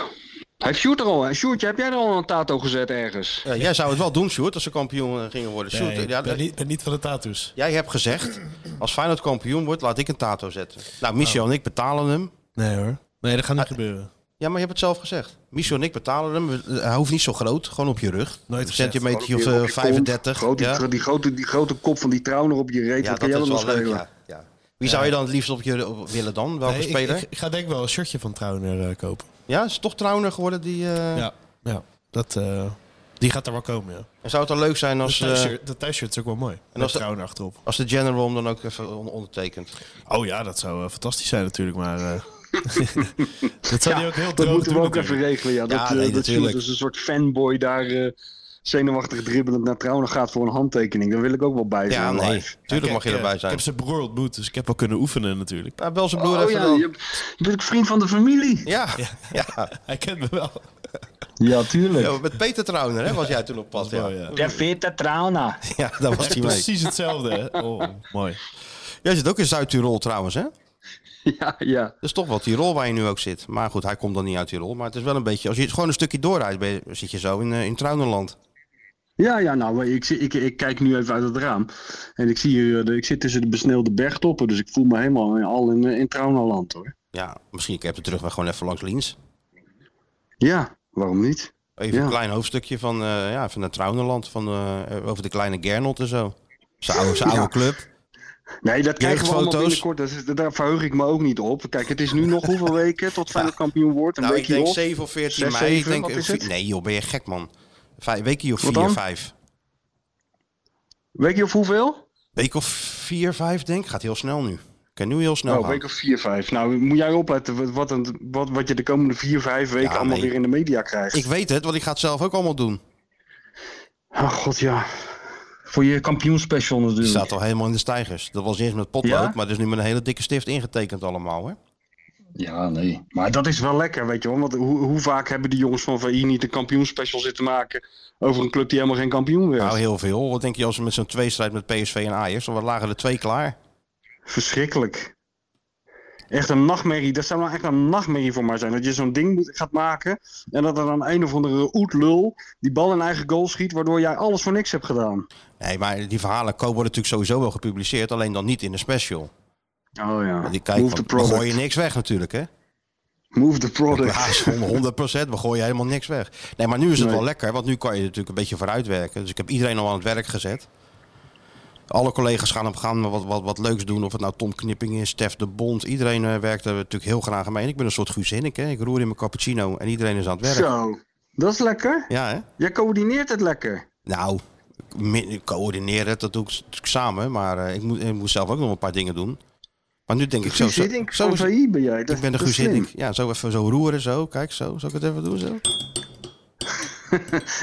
[SPEAKER 7] Heeft Sjoerd er al, hè? Sjoerdje, heb jij er al een tato gezet ergens?
[SPEAKER 5] Ja, Eh, jij zou het wel doen, Sjoerd, als ze kampioen eh, gingen worden. Sjoerd,
[SPEAKER 6] Nee, ik
[SPEAKER 5] ja,
[SPEAKER 6] ben, niet, ben niet van de tattoos.
[SPEAKER 5] Jij hebt gezegd, als Feyenoord kampioen wordt, laat ik een tato zetten. Nou, Michel en ik betalen hem.
[SPEAKER 6] Nee hoor. Nee, dat gaat
[SPEAKER 5] Ah.
[SPEAKER 6] niet gebeuren.
[SPEAKER 5] Ja, maar je hebt het zelf gezegd. Michel en ik betalen hem. We- Hij hoeft niet zo groot, gewoon op je rug.
[SPEAKER 6] Nooit
[SPEAKER 5] een
[SPEAKER 6] gezegd.
[SPEAKER 5] centimeter of
[SPEAKER 7] Op je- op
[SPEAKER 5] eh,
[SPEAKER 7] je
[SPEAKER 5] 35.
[SPEAKER 7] kont, grote-
[SPEAKER 5] ja.
[SPEAKER 7] die, grote, die grote kop van die trouw nog op je reet.
[SPEAKER 5] ja, dat
[SPEAKER 7] wat kan jij
[SPEAKER 5] is
[SPEAKER 7] nog
[SPEAKER 5] wel leuk.
[SPEAKER 7] schelen?
[SPEAKER 5] Ja. Ja. Wie zou je dan het liefst op je op willen dan? Welke
[SPEAKER 6] Nee, ik-
[SPEAKER 5] speler?
[SPEAKER 6] Ik, ik, ga denk ik wel een shirtje van Trouwner eh, kopen.
[SPEAKER 5] Ja, is toch Trouwner geworden? Die, eh,
[SPEAKER 6] Ja. ja. Dat, eh, die gaat er wel komen, ja.
[SPEAKER 5] en Zou het dan leuk zijn als,
[SPEAKER 6] dat,
[SPEAKER 5] eh,
[SPEAKER 6] thuisshirt, dat thuisshirt is ook wel mooi. En
[SPEAKER 5] als
[SPEAKER 6] als
[SPEAKER 5] de-
[SPEAKER 6] Trouwner achterop.
[SPEAKER 5] als de general hem dan ook even on- ondertekent?
[SPEAKER 6] Oh ja, dat zou eh, fantastisch zijn natuurlijk, maar... eh, dat zou die ook heel
[SPEAKER 7] Dat
[SPEAKER 6] droog
[SPEAKER 7] moeten we
[SPEAKER 6] doen
[SPEAKER 7] ook even
[SPEAKER 6] natuurlijk.
[SPEAKER 7] regelen. Ja, dat,
[SPEAKER 5] Ja,
[SPEAKER 7] eh,
[SPEAKER 5] nee,
[SPEAKER 7] dat
[SPEAKER 5] natuurlijk.
[SPEAKER 7] Sjoerd is een soort fanboy daar eh, zenuwachtig dribbelend naar Trouwen gaat voor een handtekening. Daar wil ik ook wel bij zijn.
[SPEAKER 5] Ja, nee.
[SPEAKER 7] live.
[SPEAKER 5] Tuurlijk
[SPEAKER 6] Kijk,
[SPEAKER 5] mag je
[SPEAKER 6] eh,
[SPEAKER 5] erbij zijn.
[SPEAKER 6] Ik heb zijn broer ontmoet, dus ik heb wel kunnen oefenen natuurlijk.
[SPEAKER 5] Ja, bel zijn broer
[SPEAKER 7] Oh
[SPEAKER 5] even
[SPEAKER 7] ja,
[SPEAKER 5] dan.
[SPEAKER 7] je bent ook vriend van de familie.
[SPEAKER 5] Ja, ja.
[SPEAKER 6] Hij kent me wel.
[SPEAKER 7] Ja, tuurlijk.
[SPEAKER 5] Ja, met Peter Trouwner hè, was jij toen op pad. Ja,
[SPEAKER 6] Mooi, Oh ja.
[SPEAKER 7] De vette Trauna.
[SPEAKER 5] ja daar was hij mee.
[SPEAKER 6] Precies hetzelfde, hè? Oh, mooi.
[SPEAKER 5] Jij zit ook in Zuid-Tirol trouwens, hè?
[SPEAKER 7] Ja, ja.
[SPEAKER 5] Dat is toch wel Tirol waar je nu ook zit. Maar goed, hij komt dan niet uit Tirol. Maar het is wel een beetje... Als je gewoon een stukje doorrijdt, ben je- zit je zo in, eh, in Trouwenland.
[SPEAKER 7] Ja, ja, nou, ik, zie- ik, ik kijk nu even uit het raam. En ik, zie hier, eh, de- ik zit tussen de besneeuwde bergtoppen. Dus ik voel me helemaal in- al in, eh, in Traunaland hoor.
[SPEAKER 5] Ja, misschien ik heb de terugweg gewoon even langs Liens.
[SPEAKER 7] Ja, waarom niet?
[SPEAKER 5] Even
[SPEAKER 7] Ja.
[SPEAKER 5] een klein hoofdstukje van, eh, ja, van het Trouwenland, van, eh, over de kleine Gernot en zo. Zijn oude, zijn oude
[SPEAKER 7] Ja.
[SPEAKER 5] club.
[SPEAKER 7] Nee, dat krijgen we allemaal
[SPEAKER 5] Jeugdfoto's.
[SPEAKER 7] binnenkort. Dat is, daar verheug ik me ook niet op. Kijk, het is nu nog hoeveel weken tot Feyenoord kampioen wordt? Een
[SPEAKER 5] Nou, ik
[SPEAKER 7] weekje
[SPEAKER 5] denk
[SPEAKER 7] nog?
[SPEAKER 5] 7 of 14
[SPEAKER 7] Zes,
[SPEAKER 5] mei. Ik
[SPEAKER 7] zeven,
[SPEAKER 5] denk,
[SPEAKER 7] wat is
[SPEAKER 5] eh,
[SPEAKER 7] het?
[SPEAKER 5] nee joh, ben je gek man. Vijf, weekje of
[SPEAKER 7] Wat
[SPEAKER 5] 4,
[SPEAKER 7] dan?
[SPEAKER 5] 5.
[SPEAKER 7] Weekje of hoeveel?
[SPEAKER 5] Week of 4, 5 denk ik. Gaat heel snel nu. Kan nu heel snel
[SPEAKER 7] oh,
[SPEAKER 5] gaan.
[SPEAKER 7] week of vier, vijf. Nou, moet jij opletten wat- wat, een, wat, wat je de komende vier, vijf weken
[SPEAKER 5] Ja,
[SPEAKER 7] allemaal
[SPEAKER 5] nee.
[SPEAKER 7] weer in de media krijgt.
[SPEAKER 5] Ik weet het, want ik ga het zelf ook allemaal doen.
[SPEAKER 7] Oh god, ja.
[SPEAKER 8] Voor je kampioenspecial
[SPEAKER 5] Het
[SPEAKER 7] Mm.
[SPEAKER 8] natuurlijk.
[SPEAKER 5] staat al helemaal in de stijgers. Dat was eerst met potlood,
[SPEAKER 8] Ja?
[SPEAKER 5] maar dat is nu met een hele dikke stift ingetekend allemaal. Hè?
[SPEAKER 8] Ja, nee. Maar
[SPEAKER 7] Maar dat is wel lekker, weet je wel. Want hoe, hoe vaak hebben die jongens van VI niet een kampioenspecial zitten maken over een club die helemaal geen kampioen werd?
[SPEAKER 5] Nou, heel veel. Wat denk je als we met zo'n tweestrijd met PSV en Ajax, dan lagen er twee klaar.
[SPEAKER 7] Verschrikkelijk. Echt een nachtmerrie. Dat zou nou echt een nachtmerrie voor mij zijn. Dat je zo'n ding moet, gaat maken en dat er dan een of andere oetlul die bal in eigen goal schiet, waardoor jij alles voor niks hebt gedaan.
[SPEAKER 5] Nee, maar die verhalen ko- worden natuurlijk sowieso wel gepubliceerd, alleen dan niet in de special.
[SPEAKER 7] Oh ja.
[SPEAKER 5] Want die kijk,
[SPEAKER 7] Move the
[SPEAKER 5] want we
[SPEAKER 7] product.
[SPEAKER 5] gooien niks weg natuurlijk, hè?
[SPEAKER 7] Move the product.
[SPEAKER 5] Ja, is 100 we gooien helemaal niks weg. Nee, maar nu is het
[SPEAKER 7] Nee.
[SPEAKER 5] wel lekker, want nu kan je natuurlijk een beetje vooruitwerken. Dus ik heb iedereen al aan het werk gezet. Alle collega's gaan, op, gaan wat, wat, wat leuks doen. Of het nou Tom Knipping is, Stef de Bond. Iedereen eh, werkt er natuurlijk heel graag mee. En ik ben een soort Guus Hinnink, hè. Ik roer in mijn cappuccino en iedereen is aan het werk.
[SPEAKER 7] Zo. Dat is lekker.
[SPEAKER 5] Ja, hè?
[SPEAKER 7] Jij coördineert het lekker.
[SPEAKER 5] Nou, mi- coördineren, dat doe ik natuurlijk samen. Maar eh, ik, moet, ik moet zelf ook nog een paar dingen doen. Maar nu denk ik zo...
[SPEAKER 7] Guus
[SPEAKER 5] zo,
[SPEAKER 7] Hiddink
[SPEAKER 5] zo
[SPEAKER 7] van
[SPEAKER 5] is-
[SPEAKER 7] VI ben jij. Dat,
[SPEAKER 5] ik ben de
[SPEAKER 7] dat is
[SPEAKER 5] Guus
[SPEAKER 7] slim.
[SPEAKER 5] Hiddink. Ja, zo even zo roeren, zo. Kijk, zo. Zal ik het even doen, zo?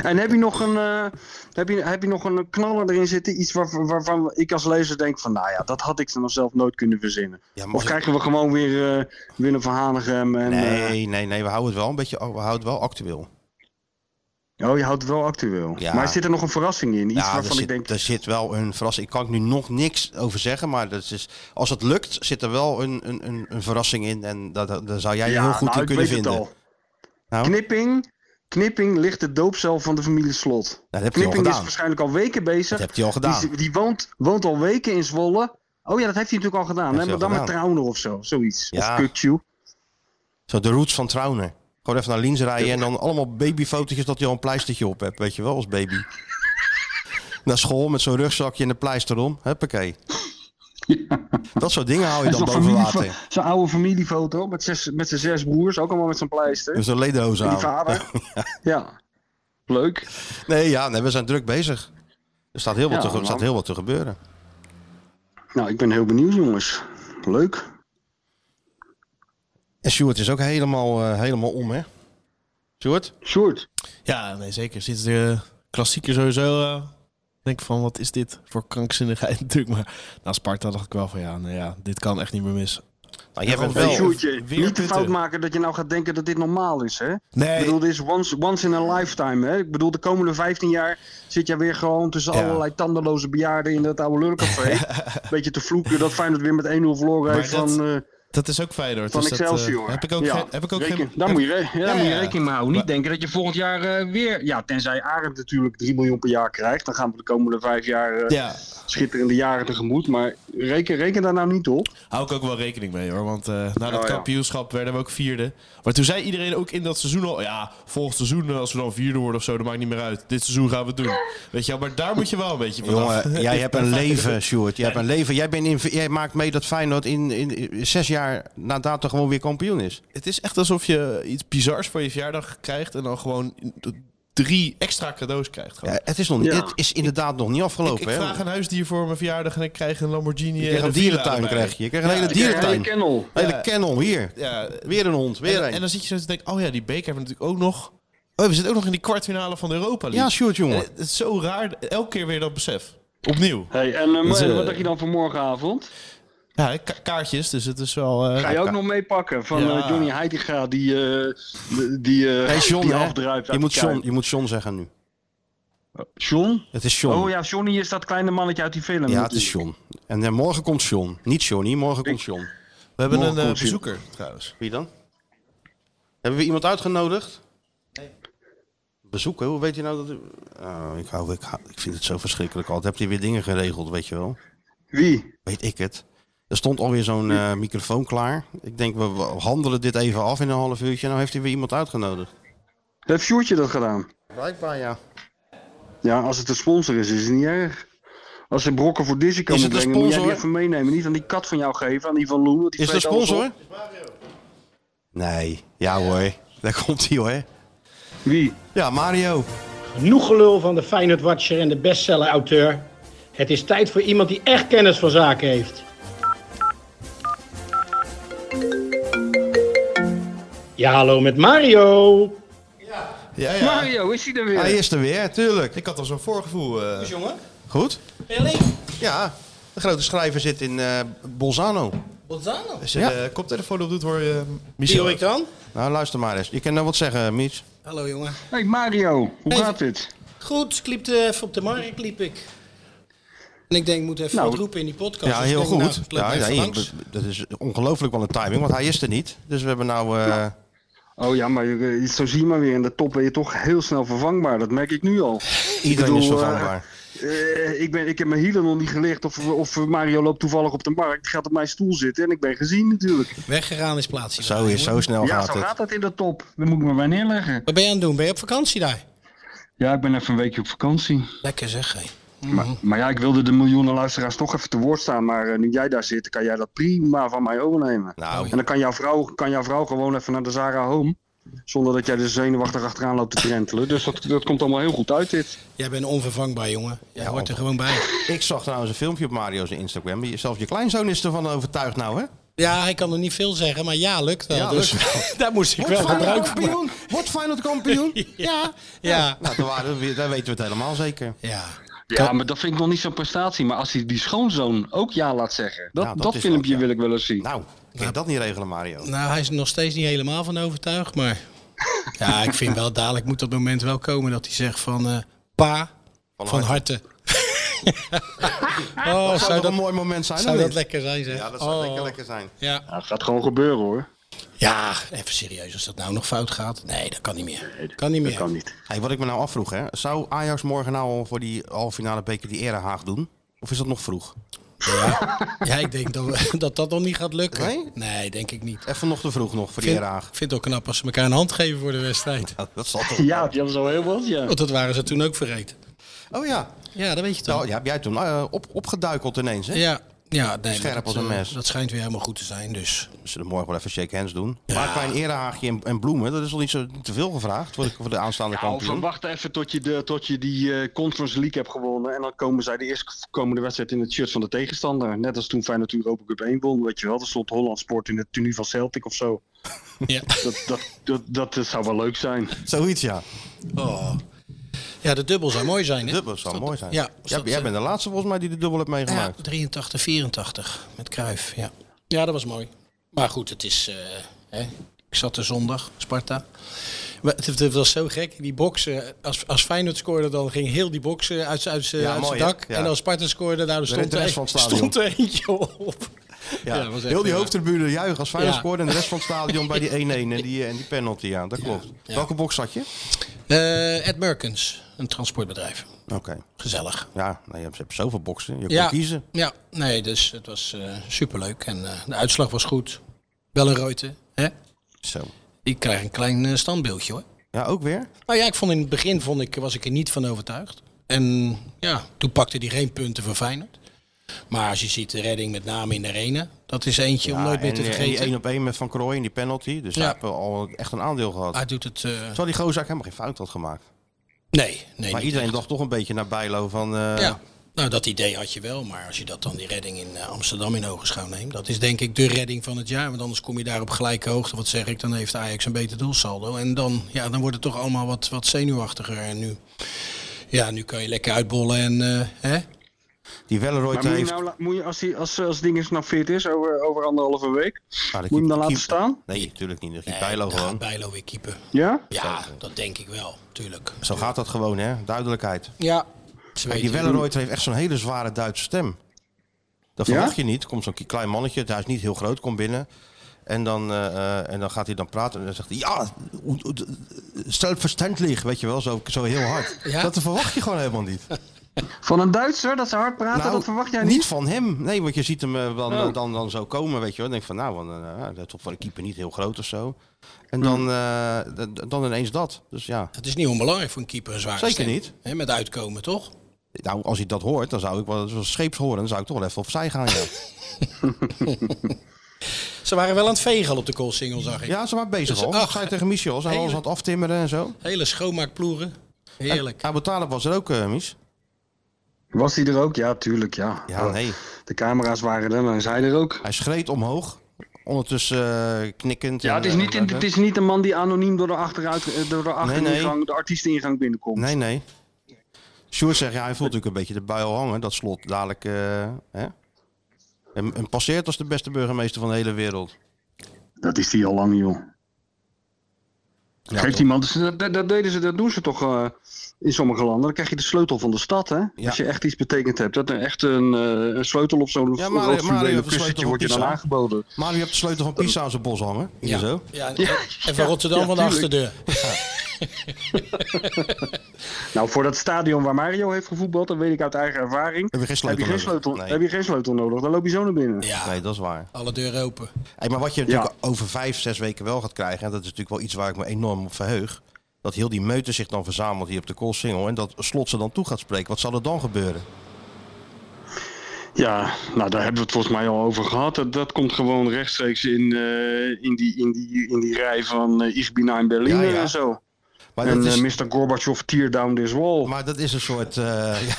[SPEAKER 7] En heb je nog een, eh, heb je, heb je nog een knaller erin zitten? Iets waar- waarvan ik als lezer denk van, nou ja, dat had ik dan zelf nooit kunnen verzinnen.
[SPEAKER 5] Ja, maar
[SPEAKER 7] Of krijgen we gewoon weer eh, Willem van Hanegem en... eh,
[SPEAKER 5] Nee, nee, nee, we houden het wel een beetje oh, we houden het wel actueel.
[SPEAKER 7] oh, je houdt het wel actueel.
[SPEAKER 5] Ja.
[SPEAKER 7] Maar zit er nog een verrassing in? Iets
[SPEAKER 5] ja, er
[SPEAKER 7] waarvan
[SPEAKER 5] zit,
[SPEAKER 7] ik denk,
[SPEAKER 5] er zit wel een verrassing. Ik kan er nu nog niks over zeggen, maar dat is, als het lukt, zit er wel een, een, een, een verrassing in. En daar, daar- daar zou jij je heel goed in
[SPEAKER 7] nou, ik
[SPEAKER 5] kunnen
[SPEAKER 7] weet het
[SPEAKER 5] vinden.
[SPEAKER 7] al.
[SPEAKER 5] Nou?
[SPEAKER 7] Knipping, knipping ligt de doopcel van de familie Slot.
[SPEAKER 5] Nou, dat heb je al
[SPEAKER 7] Knipping is
[SPEAKER 5] gedaan.
[SPEAKER 7] waarschijnlijk al weken bezig.
[SPEAKER 5] Dat heb je al
[SPEAKER 7] Die,
[SPEAKER 5] gedaan.
[SPEAKER 7] is- die woont, woont al weken in Zwolle. Oh ja, dat heeft hij natuurlijk al gedaan.
[SPEAKER 5] Dat
[SPEAKER 7] Hè?
[SPEAKER 5] heeft hij
[SPEAKER 7] Maar dan
[SPEAKER 5] al
[SPEAKER 7] met Trauner of zo, zoiets.
[SPEAKER 5] Ja.
[SPEAKER 7] Of Kukju.
[SPEAKER 5] Zo de roots van Trauner. Gewoon even naar links rijden en dan allemaal babyfotootjes dat je al een pleistertje op hebt. Weet je wel, als baby. naar school met zo'n rugzakje en een pleister om. Huppakee. Dat soort dingen hou je dan
[SPEAKER 7] Zo'n
[SPEAKER 5] boven
[SPEAKER 7] familiefo-
[SPEAKER 5] water.
[SPEAKER 7] Zo'n oude familiefoto met, zes, met zijn zes broers, ook allemaal met zijn pleister.
[SPEAKER 5] Dus een lederhozen
[SPEAKER 6] nou-
[SPEAKER 7] en die
[SPEAKER 5] aan.
[SPEAKER 7] vader. ja. Leuk.
[SPEAKER 5] Nee, ja, nee, we zijn druk bezig. Er staat heel wat,
[SPEAKER 7] Ja,
[SPEAKER 5] te, ge- er staat
[SPEAKER 7] man.
[SPEAKER 5] heel wat te gebeuren.
[SPEAKER 7] Nou, ik ben heel benieuwd, jongens. Leuk.
[SPEAKER 5] En Stuart is ook helemaal, eh, helemaal om, hè? Stuart?
[SPEAKER 7] Sjoerd.
[SPEAKER 6] Ja, nee, zeker. Sinds de klassieker sowieso eh, denk ik van, wat is dit voor krankzinnigheid natuurlijk. Maar na Sparta dacht ik wel van, ja, nou ja, dit kan echt niet meer mis.
[SPEAKER 5] Nou, jij bent
[SPEAKER 6] Ja, want-
[SPEAKER 5] wel...
[SPEAKER 6] Hey, Sjoerd.
[SPEAKER 7] Sjoerdje,
[SPEAKER 6] weer
[SPEAKER 7] niet de
[SPEAKER 6] punten.
[SPEAKER 7] fout maken dat je nou gaat denken dat dit normaal is, hè? Ik
[SPEAKER 6] Nee,
[SPEAKER 7] bedoel, dit is once, once in a lifetime, hè? Ik bedoel, de komende 15 jaar zit jij weer gewoon tussen
[SPEAKER 6] Ja.
[SPEAKER 7] allerlei tandeloze bejaarden in dat oude lulcafé. Beetje te vloeken dat Feyenoord weer met 1-0 verloren
[SPEAKER 6] Maar
[SPEAKER 7] heeft
[SPEAKER 6] dat-
[SPEAKER 7] van, eh,
[SPEAKER 6] dat is ook Feyenoord.
[SPEAKER 7] van
[SPEAKER 6] dus dat, eh,
[SPEAKER 7] Excelsior.
[SPEAKER 6] heb ik ook,
[SPEAKER 7] Ja,
[SPEAKER 6] geen- heb ik ook
[SPEAKER 7] reken-
[SPEAKER 6] geen...
[SPEAKER 7] Daar moet je, re- ja, daar
[SPEAKER 6] Ja,
[SPEAKER 7] moet je
[SPEAKER 6] ja.
[SPEAKER 7] rekening mee houden. Niet denken dat je volgend jaar eh, weer... Ja, tenzij Arend natuurlijk 3 miljoen per jaar krijgt. Dan gaan we de komende vijf jaar eh,
[SPEAKER 6] Ja,
[SPEAKER 7] schitterende jaren tegemoet. Maar reken, reken daar nou niet op.
[SPEAKER 6] hou ik ook wel rekening mee hoor. Want eh, na dat
[SPEAKER 7] Oh, ja.
[SPEAKER 6] kampioenschap werden we ook vierde. Maar toen zei iedereen ook in dat seizoen al... Ja, volgend seizoen eh, als we dan vierde worden of zo, dat maakt niet meer uit. Dit seizoen gaan we het doen. Weet je wel, maar daar moet je wel een beetje van
[SPEAKER 5] Jongen, jij hebt een leven, Sjoerd. Jij hebt een leven. Jij, bent in, jij maakt mee dat Feyenoord in, in, in zes jaar na dato gewoon weer kampioen is.
[SPEAKER 6] Het is echt alsof je iets bizars voor je verjaardag krijgt... en dan gewoon drie extra cadeaus krijgt. gewoon.
[SPEAKER 5] Ja, het is nog niet,
[SPEAKER 7] Ja.
[SPEAKER 5] het is inderdaad nog niet afgelopen,
[SPEAKER 6] Ik, ik
[SPEAKER 5] hè?
[SPEAKER 6] vraag een huisdier voor mijn verjaardag en ik krijg een Lamborghini.
[SPEAKER 5] je krijgt
[SPEAKER 6] en
[SPEAKER 5] een
[SPEAKER 6] villa
[SPEAKER 5] dierentuin,
[SPEAKER 6] erbij.
[SPEAKER 5] krijg je. Je krijgt een
[SPEAKER 6] Ja,
[SPEAKER 5] hele
[SPEAKER 6] ik
[SPEAKER 7] Ja,
[SPEAKER 5] dierentuin.
[SPEAKER 7] je kennel.
[SPEAKER 5] Een
[SPEAKER 6] Ja.
[SPEAKER 5] hele kennel, hier.
[SPEAKER 6] Ja,
[SPEAKER 5] Weer een hond, weer
[SPEAKER 6] en,
[SPEAKER 5] een.
[SPEAKER 6] en dan zit je zo te denken, oh ja, die beker hebben we natuurlijk ook nog. Oh, we zitten ook nog in die kwartfinale van de Europa
[SPEAKER 5] ja,
[SPEAKER 6] League.
[SPEAKER 5] Sjoerd, jongen.
[SPEAKER 6] Eh, het is zo raar, elke keer weer dat besef. Opnieuw.
[SPEAKER 7] Hey, en eh,
[SPEAKER 6] is, eh,
[SPEAKER 7] wat dacht je dan van morgenavond?
[SPEAKER 6] Ja, ka- kaartjes, dus het is wel... eh,
[SPEAKER 7] Ga je ook nog meepakken van
[SPEAKER 6] Ja.
[SPEAKER 7] eh, Johnny Heitinga die, eh, de- die, eh,
[SPEAKER 5] Hey, John,
[SPEAKER 7] die
[SPEAKER 5] hè?
[SPEAKER 7] afdruipt
[SPEAKER 5] Je
[SPEAKER 7] uit
[SPEAKER 5] moet
[SPEAKER 7] de
[SPEAKER 5] John,
[SPEAKER 7] kuip.
[SPEAKER 5] je moet John zeggen nu.
[SPEAKER 7] John?
[SPEAKER 5] Het is John.
[SPEAKER 7] Oh ja, Johnny is dat kleine mannetje uit die film.
[SPEAKER 5] Ja, het
[SPEAKER 7] natuurlijk.
[SPEAKER 5] is John. En eh, morgen komt John. Niet Johnny, morgen komt John.
[SPEAKER 6] we hebben een
[SPEAKER 7] morgen
[SPEAKER 6] eh,
[SPEAKER 7] komt hij.
[SPEAKER 6] bezoeker, trouwens.
[SPEAKER 5] Wie dan? Hebben we iemand uitgenodigd? Bezoeken? Hoe weet je nou dat... Oh, ik, hou, ik, hou- ik vind het zo verschrikkelijk altijd. Heb je weer dingen geregeld, weet je wel?
[SPEAKER 7] Wie?
[SPEAKER 5] Weet ik het. Er stond alweer zo'n eh, microfoon klaar. Ik denk, we, we handelen dit even af in een half uurtje. Nou heeft hij weer iemand uitgenodigd.
[SPEAKER 7] Heeft Sjoerdje dat gedaan?
[SPEAKER 5] Blijkbaar, ja.
[SPEAKER 7] Ja, als het een sponsor is, is het niet erg. Als ze brokken voor Dizzy kan
[SPEAKER 5] Is het een
[SPEAKER 7] brengen, moet jij die
[SPEAKER 5] sponsor?
[SPEAKER 7] even meenemen. Niet aan die kat van jou geven, aan die van Lou. want die
[SPEAKER 5] Is het een
[SPEAKER 7] vreet alles
[SPEAKER 5] sponsor?
[SPEAKER 7] op.
[SPEAKER 5] Nee. Ja hoor. Daar komt hij hoor.
[SPEAKER 7] Wie?
[SPEAKER 5] Ja, Mario.
[SPEAKER 9] Genoeg gelul van de Feyenoord Watcher en de bestseller-auteur. Het is tijd voor iemand die echt kennis van zaken heeft. Ja, hallo met Mario.
[SPEAKER 5] Ja, ja.
[SPEAKER 7] Mario, is hij er weer?
[SPEAKER 5] Hij is er weer, tuurlijk.
[SPEAKER 6] Ik had al zo'n voorgevoel. eh.
[SPEAKER 5] jongen. Goed? Ja. De grote schrijver zit in eh, Bolzano.
[SPEAKER 6] Als je
[SPEAKER 5] Ja.
[SPEAKER 6] de eh, koptelefoon op doet, hoor je eh, Michel.
[SPEAKER 10] ik dan?
[SPEAKER 5] Nou, luister maar eens. Je kan nou wat zeggen, Mies.
[SPEAKER 10] Hallo jongen.
[SPEAKER 7] Hey Mario, hoe gaat dit?
[SPEAKER 10] Goed, ik liep eh, even op de markt, liep ik. En ik denk, ik moet even
[SPEAKER 7] Nou,
[SPEAKER 10] wat roepen in die podcast.
[SPEAKER 5] Ja,
[SPEAKER 10] Dus ik
[SPEAKER 5] heel
[SPEAKER 10] denk, nou,
[SPEAKER 5] goed.
[SPEAKER 10] ik loop
[SPEAKER 5] Ja, ja,
[SPEAKER 10] even
[SPEAKER 5] hier,
[SPEAKER 10] langs.
[SPEAKER 5] dat is ongelooflijk wel een timing, want hij is er niet. Dus we hebben nou... eh,
[SPEAKER 7] Oh ja, maar eh, zo zie je maar weer. In de top ben je toch heel snel vervangbaar. Dat merk ik nu al.
[SPEAKER 5] Iedereen
[SPEAKER 7] bedoel,
[SPEAKER 5] is
[SPEAKER 7] eh,
[SPEAKER 5] vervangbaar.
[SPEAKER 7] Eh, ik, ben, ik heb mijn hielen nog niet gelegd. Of, of Mario loopt toevallig op de markt, gaat op mijn stoel zitten en ik ben gezien natuurlijk.
[SPEAKER 10] Weggegaan is plaatsje.
[SPEAKER 5] Zo is, zo snel
[SPEAKER 7] ja,
[SPEAKER 5] gaat
[SPEAKER 7] zo
[SPEAKER 5] het.
[SPEAKER 7] gaat dat in de top. Dan moet ik me maar neerleggen.
[SPEAKER 10] Wat ben je aan het doen? Ben je op vakantie daar?
[SPEAKER 7] Ja, ik ben even een weekje op vakantie.
[SPEAKER 10] Lekker zeg, hé. Mhm.
[SPEAKER 7] Maar, maar ja, ik wilde de miljoenen luisteraars toch even te woord staan. Maar eh, nu jij daar zit, kan jij dat prima van mij overnemen.
[SPEAKER 5] Nou,
[SPEAKER 7] En dan kan jouw, vrouw, kan jouw vrouw gewoon even naar de Zara Home. Zonder dat jij er zenuwachtig achteraan loopt te trentelen. Dus dat, dat komt allemaal heel goed uit dit.
[SPEAKER 10] Jij bent onvervangbaar, jongen. Jij hoort er gewoon bij.
[SPEAKER 5] ik zag trouwens een filmpje op Mario's Instagram. Je- Zelfs je kleinzoon is ervan overtuigd nou, hè?
[SPEAKER 10] Ja, hij kan er niet veel zeggen, maar ja, lukt wel.
[SPEAKER 5] Ja,
[SPEAKER 10] dus daar moest ik wel
[SPEAKER 5] Wordt Feyenoord
[SPEAKER 10] gebruik van maken.
[SPEAKER 5] kampioen? Wordt Feyenoord kampioen?
[SPEAKER 10] Ja, ja.
[SPEAKER 5] Nou, daar, waren we, daar weten we het helemaal zeker.
[SPEAKER 10] ja.
[SPEAKER 7] Ja, maar dat vind ik nog niet zo'n prestatie. Maar als hij die schoonzoon ook ja laat zeggen. Dat,
[SPEAKER 5] Ja, dat
[SPEAKER 7] dat,
[SPEAKER 5] is
[SPEAKER 7] filmpje
[SPEAKER 5] wel, ja.
[SPEAKER 7] wil ik wel eens zien.
[SPEAKER 5] Nou, kan je dat niet regelen, Mario?
[SPEAKER 10] Nou, hij is er nog steeds niet helemaal van overtuigd, maar... Ja, ik vind wel dadelijk moet dat moment wel komen dat hij zegt van... eh, pa, van, harte. oh,
[SPEAKER 5] Zou
[SPEAKER 10] zou
[SPEAKER 5] dat
[SPEAKER 10] dat,
[SPEAKER 5] een mooi moment zijn?
[SPEAKER 10] zou
[SPEAKER 5] of
[SPEAKER 10] dat
[SPEAKER 5] niet?
[SPEAKER 10] lekker zijn, zeg.
[SPEAKER 5] Ja, dat zou
[SPEAKER 10] Oh.
[SPEAKER 5] lekker, lekker zijn.
[SPEAKER 10] Ja.
[SPEAKER 7] Ja, dat gaat gewoon gebeuren hoor.
[SPEAKER 10] ja, even serieus, als dat nou nog fout gaat. Nee, dat kan niet meer. Kan niet meer.
[SPEAKER 7] Dat kan niet.
[SPEAKER 5] Hey, wat ik me nou afvroeg, hè? zou Ajax morgen nou al voor die halve finale beker die Erehaag doen? Of is dat nog vroeg?
[SPEAKER 10] Ja, ik denk dat we- dat, dat nog niet gaat lukken.
[SPEAKER 5] Nee?
[SPEAKER 10] denk ik niet.
[SPEAKER 5] Even nog te vroeg nog voor die
[SPEAKER 10] Ik vind,
[SPEAKER 5] Erehaag.
[SPEAKER 10] ik vind het ook knap als ze elkaar een hand geven voor de wedstrijd.
[SPEAKER 5] Nou, dat zal toch.
[SPEAKER 7] Ja, die hadden zo heel wat, ja.
[SPEAKER 10] Want dat waren ze toen ook vergeten.
[SPEAKER 5] Oh ja.
[SPEAKER 10] Ja, dat weet je toch.
[SPEAKER 5] Nou, ja, heb jij toen eh, op, opgeduikeld ineens, hè?
[SPEAKER 10] Ja, ja nee,
[SPEAKER 5] Scherp
[SPEAKER 10] maar dat,
[SPEAKER 5] als een
[SPEAKER 10] eh,
[SPEAKER 5] mes.
[SPEAKER 10] Dat schijnt weer helemaal goed te zijn. Dus
[SPEAKER 5] Ze zullen morgen wel even shake hands doen. Maar een klein erehaagje en, en bloemen, dat is al niet, zo, niet te veel gevraagd voor de, voor de aanstaande
[SPEAKER 7] Ja, of
[SPEAKER 5] kampioen.
[SPEAKER 7] wacht even tot je, de, tot je die eh, Conference League hebt gewonnen. En dan komen zij de eerstkomende wedstrijd in het shirt van de tegenstander. Net als toen Feyenoord Europa Cup 1 won. Weet je wel, er stond Holland Sport in het tenue van Celtic of zo.
[SPEAKER 10] ja.
[SPEAKER 7] Dat, dat, dat, dat, eh, zou wel leuk zijn.
[SPEAKER 5] Zoiets, ja.
[SPEAKER 10] Oh. ja, de dubbel zou mooi zijn. Hè?
[SPEAKER 5] Dubbel zou mooi zijn.
[SPEAKER 10] ja, is
[SPEAKER 5] jij,
[SPEAKER 10] dat,
[SPEAKER 5] jij
[SPEAKER 10] eh,
[SPEAKER 5] bent de laatste volgens mij die de dubbel hebt
[SPEAKER 10] Ja,
[SPEAKER 5] meegemaakt.
[SPEAKER 10] 83, 84 met Kruif. Ja. ja, dat was mooi. Maar goed, het is. eh, hè? Ik zat er zondag, Sparta. Maar het, het was zo gek. Die boksen, als, als Feyenoord scoorde, dan ging heel die boksen uit, z'n- uit, z'n-
[SPEAKER 5] Ja,
[SPEAKER 10] uit zijn
[SPEAKER 5] mooi, hè?
[SPEAKER 10] dak.
[SPEAKER 5] Ja.
[SPEAKER 10] En als Sparta scoorde, nou, er stond,
[SPEAKER 5] de
[SPEAKER 10] er,
[SPEAKER 5] rest van het stadion.
[SPEAKER 10] stond er eentje op.
[SPEAKER 5] Ja,
[SPEAKER 10] Ja, dat was echt eh,
[SPEAKER 5] heel die
[SPEAKER 10] prima.
[SPEAKER 5] hoofdtribune juichen als Feyenoord
[SPEAKER 10] Ja.
[SPEAKER 5] scoorde en de rest van het stadion bij die 1-1 en die, eh, en die penalty. Ja, dat klopt. Welke box zat je?
[SPEAKER 10] Eh, Ed Merkens, een transportbedrijf.
[SPEAKER 5] Oké.
[SPEAKER 10] Gezellig.
[SPEAKER 5] Ja, nou, je hebt, je hebt zoveel boxen. Je kan kiezen.
[SPEAKER 10] Ja, nee, dus het was eh, superleuk. En eh, de uitslag was goed. Wel een reuter, hè?
[SPEAKER 5] Zo.
[SPEAKER 10] Ik krijg een klein eh, standbeeldje, hoor.
[SPEAKER 5] Ja, ook weer?
[SPEAKER 10] Nou ja, ik vond in het begin vond ik, was ik er niet van overtuigd. En ja, toen pakte hij geen punten voor Feyenoord. Maar als je ziet de redding met name in de arena, dat is eentje om
[SPEAKER 5] Ja,
[SPEAKER 10] nooit meer te
[SPEAKER 5] en, eh, en die
[SPEAKER 10] vergeten.
[SPEAKER 5] 1 op 1 met Van Krooij en die penalty. Dus
[SPEAKER 10] Ja.
[SPEAKER 5] daar hebben we al echt een aandeel gehad.
[SPEAKER 10] Hij doet het... eh,
[SPEAKER 5] Terwijl die gozer eigenlijk helemaal geen fout had gemaakt.
[SPEAKER 10] nee, nee.
[SPEAKER 5] Maar
[SPEAKER 10] niet
[SPEAKER 5] iedereen
[SPEAKER 10] echt.
[SPEAKER 5] dacht toch een beetje naar Bijlo van... eh,
[SPEAKER 10] Ja, nou dat idee had je wel. Maar als je dat dan die redding in eh, Amsterdam in ogenschouw neemt, dat is denk ik de redding van het jaar. Want anders kom je daar op gelijke hoogte. Wat zeg ik, dan heeft Ajax een beter doelsaldo. En dan, ja, dan wordt het toch allemaal wat, wat zenuwachtiger. En nu, ja, nu kan je lekker uitbollen en eh, hè?
[SPEAKER 5] Die Welleroyd
[SPEAKER 7] Maar moet je,
[SPEAKER 5] heeft...
[SPEAKER 7] nou, la- moet je als, die, als, als ding eens nou fit is, over, over anderhalve week,
[SPEAKER 5] Ah, dat
[SPEAKER 7] moet je hem
[SPEAKER 5] keep-
[SPEAKER 7] dan laten
[SPEAKER 5] keep-
[SPEAKER 7] staan?
[SPEAKER 5] Nee, natuurlijk niet. Dat keep
[SPEAKER 10] Nee, nou.
[SPEAKER 5] Bijlo
[SPEAKER 10] dan gaat
[SPEAKER 5] gewoon.
[SPEAKER 10] Bijlo weer keeper.
[SPEAKER 7] Ja?
[SPEAKER 10] Ja, dat denk ik wel, tuurlijk.
[SPEAKER 5] Zo gaat dat gewoon, hè. Duidelijkheid.
[SPEAKER 10] Ja. Ze
[SPEAKER 5] Kijk,
[SPEAKER 10] weten-
[SPEAKER 5] die Welleroyd heeft echt zo'n hele zware Duitse stem. Dat
[SPEAKER 7] Ja?
[SPEAKER 5] verwacht je niet. Komt zo'n klein mannetje, hij is niet heel groot, komt binnen. En dan, eh, eh, en dan gaat hij dan praten en dan zegt hij... Ja, hoe- hoe- zelfverständlich, weet je wel, zo, zo heel hard.
[SPEAKER 10] Ja?
[SPEAKER 5] Dat verwacht je gewoon helemaal niet.
[SPEAKER 7] Van een Duitser dat ze hard praten,
[SPEAKER 5] Nou,
[SPEAKER 7] dat verwacht jij
[SPEAKER 5] niet?
[SPEAKER 7] niet.
[SPEAKER 5] van hem. Nee, want je ziet hem eh, dan,
[SPEAKER 7] Oh.
[SPEAKER 5] eh, dan, dan zo komen, weet je wel. Dan denk ik van, nou, want, eh, ja, de top van de keeper niet heel groot of zo. En
[SPEAKER 7] Hmm.
[SPEAKER 5] dan, eh, d- d- dan ineens dat. Dus ja,
[SPEAKER 10] Het is niet onbelangrijk voor een keeper een zware
[SPEAKER 5] Zeker
[SPEAKER 10] stem.
[SPEAKER 5] niet.
[SPEAKER 10] Hè, met uitkomen, toch?
[SPEAKER 5] nou, als hij dat hoort, dan zou ik wel als scheepshoren, dan zou ik toch wel even opzij gaan. Ja,
[SPEAKER 10] Ze waren wel aan het vegen op de koolsingel, zag ik.
[SPEAKER 5] ja ze waren bezig
[SPEAKER 10] Dus,
[SPEAKER 5] al.
[SPEAKER 10] ach,
[SPEAKER 5] Zei tegen Michel, zijn we alles aan
[SPEAKER 10] hele-
[SPEAKER 5] het aftimmeren en zo.
[SPEAKER 10] Hele schoonmaakploeren. Heerlijk.
[SPEAKER 5] Abu Talib was er ook, eh Mies.
[SPEAKER 7] Was hij er ook? Ja, tuurlijk, ja.
[SPEAKER 5] Ja, nee.
[SPEAKER 7] De camera's waren er, maar is hij er ook.
[SPEAKER 5] Hij schreed omhoog. Ondertussen eh, knikkend.
[SPEAKER 7] Ja,
[SPEAKER 5] en,
[SPEAKER 7] het is,
[SPEAKER 5] eh,
[SPEAKER 7] niet, het is niet een man die anoniem door de, achteruit, eh, door de, achteringang,
[SPEAKER 5] nee.
[SPEAKER 7] de artiesteningang binnenkomt.
[SPEAKER 5] Nee, nee. Sjoerd zegt, ja, hij voelt natuurlijk een beetje de bui al hangen. Dat slot dadelijk... eh, hè? En, en passeert als de beste burgemeester van de hele wereld.
[SPEAKER 7] Dat is die al lang, joh.
[SPEAKER 5] Ja,
[SPEAKER 7] Geeft
[SPEAKER 5] toch?
[SPEAKER 7] iemand, dus dat, dat- dat deden ze, dat doen ze toch eh, in sommige landen. Dan krijg je de sleutel van de stad, hè? Als je echt iets betekend hebt. Dat er echt een, eh, een sleutel op zo'n
[SPEAKER 5] Ja,
[SPEAKER 7] ja,
[SPEAKER 5] Mario- Mario heeft de sleutel
[SPEAKER 7] kussentje
[SPEAKER 5] van
[SPEAKER 7] wordt je dan
[SPEAKER 5] Pisa.
[SPEAKER 7] aangeboden.
[SPEAKER 5] Maar u hebt de sleutel van Pisa aan zijn bos hangen. Hier
[SPEAKER 10] Ja.
[SPEAKER 5] zo.
[SPEAKER 10] Ja, en-
[SPEAKER 7] Ja,
[SPEAKER 10] en van
[SPEAKER 7] ja,
[SPEAKER 10] Rotterdam
[SPEAKER 7] ja,
[SPEAKER 10] van de
[SPEAKER 7] tuurlijk.
[SPEAKER 10] achterdeur.
[SPEAKER 7] Nou, voor dat stadion waar Mario heeft gevoetbald, dat weet ik uit eigen ervaring.
[SPEAKER 5] Heb je geen
[SPEAKER 7] Heb
[SPEAKER 5] sleutel
[SPEAKER 7] je geen
[SPEAKER 5] nodig?
[SPEAKER 7] sleutel,
[SPEAKER 5] Nee.
[SPEAKER 7] heb je geen sleutel nodig? Dan loop je zo naar binnen.
[SPEAKER 10] Ja,
[SPEAKER 5] Nee, dat is waar.
[SPEAKER 10] alle deuren open.
[SPEAKER 5] Hey, maar wat je
[SPEAKER 7] Ja.
[SPEAKER 5] natuurlijk over vijf, zes weken wel gaat krijgen... en dat is natuurlijk wel iets waar ik me enorm op verheug... dat heel die meute zich dan verzamelt hier op de Koolsingel... en dat Slot ze dan toe gaat spreken. Wat zal er dan gebeuren?
[SPEAKER 7] Ja, nou daar hebben we het volgens mij al over gehad. Dat, dat komt gewoon rechtstreeks in, eh, in, die, in, die, in die rij van eh Ich bin ein Berliner
[SPEAKER 5] Ja, ja.
[SPEAKER 7] en zo.
[SPEAKER 5] Maar
[SPEAKER 7] en
[SPEAKER 5] dat
[SPEAKER 7] eh,
[SPEAKER 5] is,
[SPEAKER 7] Mr. Gorbachev, tear down this wall.
[SPEAKER 5] maar dat is een soort... eh ja,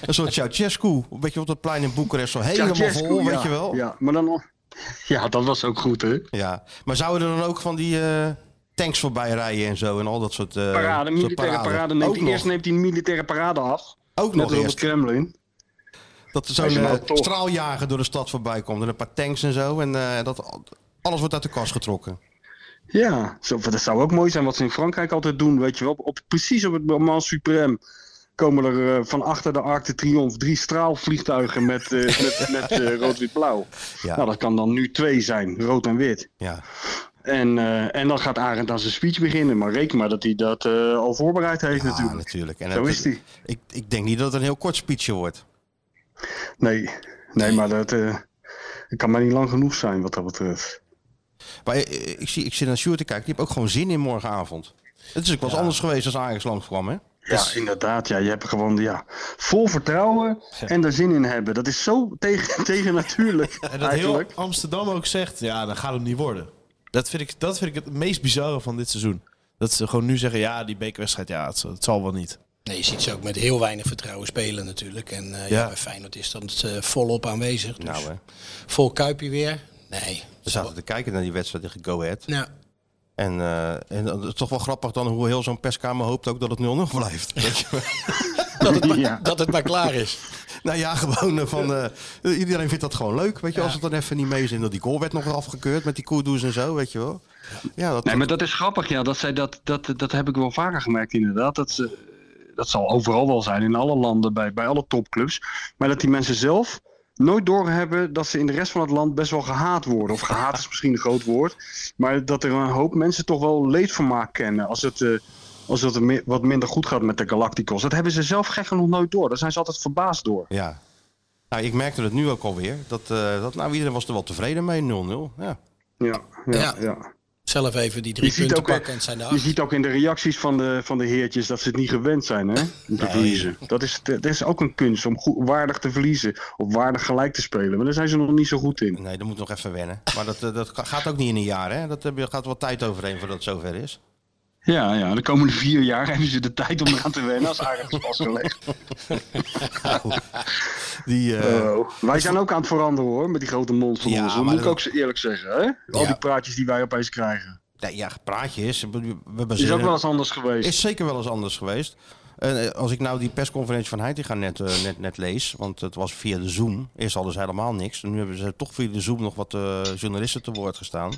[SPEAKER 5] een soort Ceausescu. Een beetje op dat plein in Boekarest. Zo helemaal
[SPEAKER 7] Ceausescu,
[SPEAKER 5] vol, weet
[SPEAKER 7] ja,
[SPEAKER 5] je wel. Eh,
[SPEAKER 7] Ja, maar dan... ja, dat was ook goed, hè?
[SPEAKER 5] Ja, maar zouden er dan ook van die eh, tanks voorbij rijden en zo en al dat soort eh,
[SPEAKER 7] Parade,
[SPEAKER 5] soort
[SPEAKER 7] militaire parade.
[SPEAKER 5] ook
[SPEAKER 7] neemt,
[SPEAKER 5] nog,
[SPEAKER 7] eerst neemt die militaire parade af.
[SPEAKER 5] ook
[SPEAKER 7] Net
[SPEAKER 5] nog
[SPEAKER 7] als op het
[SPEAKER 5] eerst.
[SPEAKER 7] Kremlin.
[SPEAKER 5] Dat er zo'n
[SPEAKER 7] Als je maar
[SPEAKER 5] eh,
[SPEAKER 7] toch-
[SPEAKER 5] straaljager door de stad voorbij komt en een paar tanks en zo en eh, dat al- alles wordt uit de kast getrokken.
[SPEAKER 7] Ja, zo, dat zou ook mooi zijn wat ze in Frankrijk altijd doen, weet je wel. Op, op- precies op het moment suprême komen er eh, van achter de Arc de Triomphe drie straalvliegtuigen met, eh, met, met eh, rood-wit-blauw.
[SPEAKER 5] Ja.
[SPEAKER 7] Nou, dat kan dan nu twee zijn, rood en wit.
[SPEAKER 5] Ja,
[SPEAKER 7] En, eh, en dan gaat Arend aan zijn speech beginnen, maar reken maar dat hij dat eh, al voorbereid heeft
[SPEAKER 5] Ah,
[SPEAKER 7] natuurlijk.
[SPEAKER 5] natuurlijk. En
[SPEAKER 7] Zo
[SPEAKER 5] het-
[SPEAKER 7] is die.
[SPEAKER 5] ik, ik denk niet dat het een heel kort speechje wordt.
[SPEAKER 7] Nee, nee, maar dat eh, het kan maar niet lang genoeg zijn wat dat betreft.
[SPEAKER 5] Maar eh, ik, zie, ik zit naar Sjoerd te kijken, die heeft ook gewoon zin in morgenavond. Het is ook wel eens anders geweest als Ajax langskwam, hè?
[SPEAKER 7] Ja, inderdaad. Ja, je hebt gewoon ja, vol vertrouwen en er zin in hebben. Dat is zo tegen, tegen natuurlijk
[SPEAKER 6] En dat heel
[SPEAKER 7] eigenlijk.
[SPEAKER 6] Amsterdam ook zegt, ja, dat gaat hem niet worden. Dat vind, ik, dat vind ik het meest bizarre van dit seizoen. Dat ze gewoon nu zeggen, ja, die bekerwedstrijd, ja, het, het zal wel niet.
[SPEAKER 10] Nee, je ziet ze ook met heel weinig vertrouwen spelen natuurlijk. En eh,
[SPEAKER 6] Ja.
[SPEAKER 10] ja. bij Feyenoord is dat eh, volop aanwezig. Dus
[SPEAKER 5] Nou, hè.
[SPEAKER 10] Vol Kuipje weer? Nee.
[SPEAKER 5] We zaten te kijken naar die wedstrijd tegen Go Ahead.
[SPEAKER 10] Nou,
[SPEAKER 5] En, eh, en het is toch wel grappig dan hoe heel zo'n perskamer hoopt ook dat het 0-0 blijft. Weet je wel?
[SPEAKER 7] Ja.
[SPEAKER 10] dat het maar klaar is.
[SPEAKER 5] nou ja, gewoon eh, van... eh, iedereen vindt dat gewoon leuk, weet je. Als het dan even niet mee is in dat die goal werd nog afgekeurd met die koerdoes en zo, weet je wel. Ja, dat,
[SPEAKER 7] Nee, maar dat is grappig, ja. Dat, zij dat, dat, dat heb ik wel vaker gemerkt, inderdaad. Dat, ze, dat zal overal wel zijn, in alle landen, bij, bij alle topclubs. Maar dat die mensen zelf nooit doorhebben dat ze in de rest van het land best wel gehaat worden. Of gehaat is misschien een groot woord. Maar dat er een hoop mensen toch wel leedvermaak kennen als het... eh, als het mi- wat minder goed gaat met de Galacticos. Dat hebben ze zelf gek genoeg nooit door. Daar zijn ze altijd verbaasd door.
[SPEAKER 5] ja. Nou, ik merkte het nu ook alweer. Dat, eh, dat, nou, iedereen was er wel tevreden mee, 0-0. Ja.
[SPEAKER 7] Ja,
[SPEAKER 10] Ja.
[SPEAKER 7] ja, ja.
[SPEAKER 10] Zelf even die drie
[SPEAKER 7] Je ziet
[SPEAKER 10] punten
[SPEAKER 7] ook, eh,
[SPEAKER 10] pakken en het zijn de
[SPEAKER 7] Je
[SPEAKER 10] acht.
[SPEAKER 7] ziet ook in de reacties van de, van de heertjes dat ze het niet gewend zijn, hè? Om te verliezen. Dat is, dat is ook een kunst om goed, waardig te verliezen. Of waardig gelijk te spelen. Maar daar zijn ze nog niet zo goed in.
[SPEAKER 5] Nee, dat moet nog even wennen. Maar dat, eh, dat ga- gaat ook niet in een jaar, hè. Dat heb je- gaat wel tijd overheen voordat het zover is.
[SPEAKER 7] Ja, ja. De komende vier jaar hebben ze de tijd om eraan te wennen. Als aardig is vastgelegd.
[SPEAKER 5] Die, eh,
[SPEAKER 7] wij zijn ook aan het veranderen hoor. Met die grote mond van
[SPEAKER 5] Ja,
[SPEAKER 7] ons.
[SPEAKER 5] maar
[SPEAKER 7] Dat moet ik
[SPEAKER 5] dat-
[SPEAKER 7] ook eerlijk zeggen, hè? Al
[SPEAKER 5] Ja.
[SPEAKER 7] die praatjes die wij opeens krijgen.
[SPEAKER 5] nee, ja, praatjes. We hebben
[SPEAKER 7] Is
[SPEAKER 5] zin
[SPEAKER 7] ook
[SPEAKER 5] in-
[SPEAKER 7] wel eens anders geweest.
[SPEAKER 5] Is zeker wel eens anders geweest. En eh, als ik nou die persconferentie van Heitinga net, eh, net, net lees, want het was via de Zoom. Eerst hadden ze helemaal niks. En nu hebben ze toch via de Zoom nog wat eh, journalisten te woord gestaan.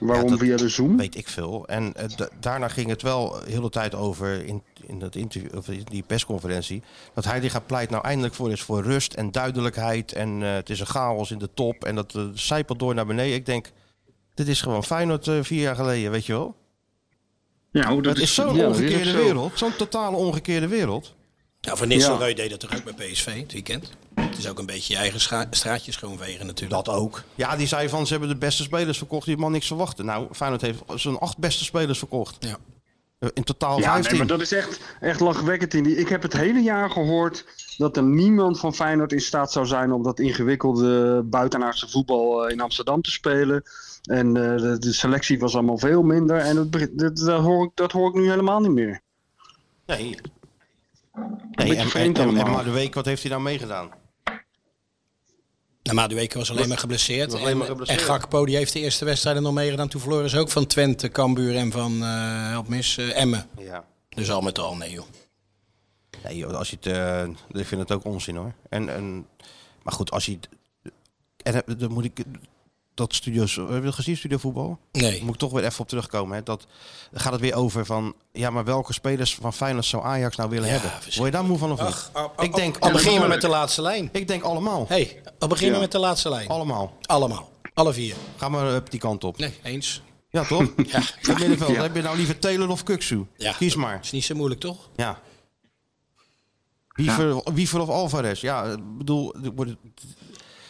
[SPEAKER 7] Waarom
[SPEAKER 5] ja, dat-
[SPEAKER 7] via de Zoom?
[SPEAKER 5] Weet ik veel. En eh, da- daarna ging het wel heel de tijd over in, in, dat interview, of in die persconferentie. Dat Heitinga pleit nou eindelijk voor is voor rust en duidelijkheid. En eh, het is een chaos in de top. En dat eh, zijpelt door naar beneden. Ik denk, dit is gewoon Feyenoord eh, vier jaar geleden, weet je wel.
[SPEAKER 7] Ja, hoe
[SPEAKER 5] Het is zo'n
[SPEAKER 7] ja, dat
[SPEAKER 5] omgekeerde
[SPEAKER 7] ook zo.
[SPEAKER 5] wereld. Zo'n totale omgekeerde wereld.
[SPEAKER 10] Ja, Nou, Van Nistelrooy deed dat toch ook bij PSV het weekend? Het is ook een beetje je eigen scha- straatje schoonvegen natuurlijk.
[SPEAKER 5] Dat ook. Ja, die zei van ze hebben de beste spelers verkocht. Die man niks verwachten. Nou, Feyenoord heeft zijn acht beste spelers verkocht. Eh,
[SPEAKER 10] Ja.
[SPEAKER 5] In totaal
[SPEAKER 7] Ja, nee,
[SPEAKER 5] 15.
[SPEAKER 7] maar dat is echt, echt lachwekkend. In die. Ik heb het hele jaar gehoord dat er niemand van Feyenoord in staat zou zijn om dat ingewikkelde buitenaardse voetbal eh, in Amsterdam te spelen. En eh, de, de selectie was allemaal veel minder. En dat, be- dat, dat, hoor, ik, dat hoor ik nu helemaal niet meer.
[SPEAKER 5] Nee.
[SPEAKER 7] Beetje
[SPEAKER 5] nee en, en,
[SPEAKER 7] vreemd
[SPEAKER 5] en,
[SPEAKER 7] allemaal.
[SPEAKER 5] maar de week, wat heeft hij nou meegedaan?
[SPEAKER 10] Nou, Madueke was alleen maar geblesseerd.
[SPEAKER 5] Was alleen
[SPEAKER 10] En- eh,
[SPEAKER 5] maar geblesseerd.
[SPEAKER 10] En Gakpo die heeft de eerste wedstrijd nog meegedaan. Toen verloren ze ook van Twente, Cambuur en van, eh help me eens, eh, Emmen.
[SPEAKER 5] Ja.
[SPEAKER 10] Dus al met al, nee joh.
[SPEAKER 5] Nee, joh, als je het, eh, ik vind het ook onzin hoor. En, en, maar goed, als je. het- En heb- dan moet ik. Dat studio's. Hebben we gezien, studio voetbal?
[SPEAKER 10] Nee.
[SPEAKER 5] Moet ik toch weer even op terugkomen. Hè? Dat dan gaat het weer over van. Ja, maar welke spelers van Feyenoord zou Ajax nou willen
[SPEAKER 10] Ja,
[SPEAKER 5] hebben?
[SPEAKER 10] verschrikkelijk.
[SPEAKER 5] Word je daar moe van of niet?
[SPEAKER 10] Ach, al,
[SPEAKER 5] ik denk
[SPEAKER 10] al beginnen we
[SPEAKER 5] allemaal.
[SPEAKER 10] met de laatste lijn.
[SPEAKER 5] Ik denk allemaal.
[SPEAKER 10] Hé, hey, al beginnen we met de laatste lijn.
[SPEAKER 5] Allemaal.
[SPEAKER 10] Allemaal. Alle vier.
[SPEAKER 5] Ga maar eh, die kant op.
[SPEAKER 10] Nee, eens.
[SPEAKER 5] Ja, toch?
[SPEAKER 10] Ja,
[SPEAKER 5] Op middenveld. Heb je nou liever Taylor of Kuksu?
[SPEAKER 10] Ja.
[SPEAKER 5] Kies maar.
[SPEAKER 10] is niet zo moeilijk toch?
[SPEAKER 5] Ja. Wiever, Wiever of Alvarez. Ja, ik bedoel. er wordt-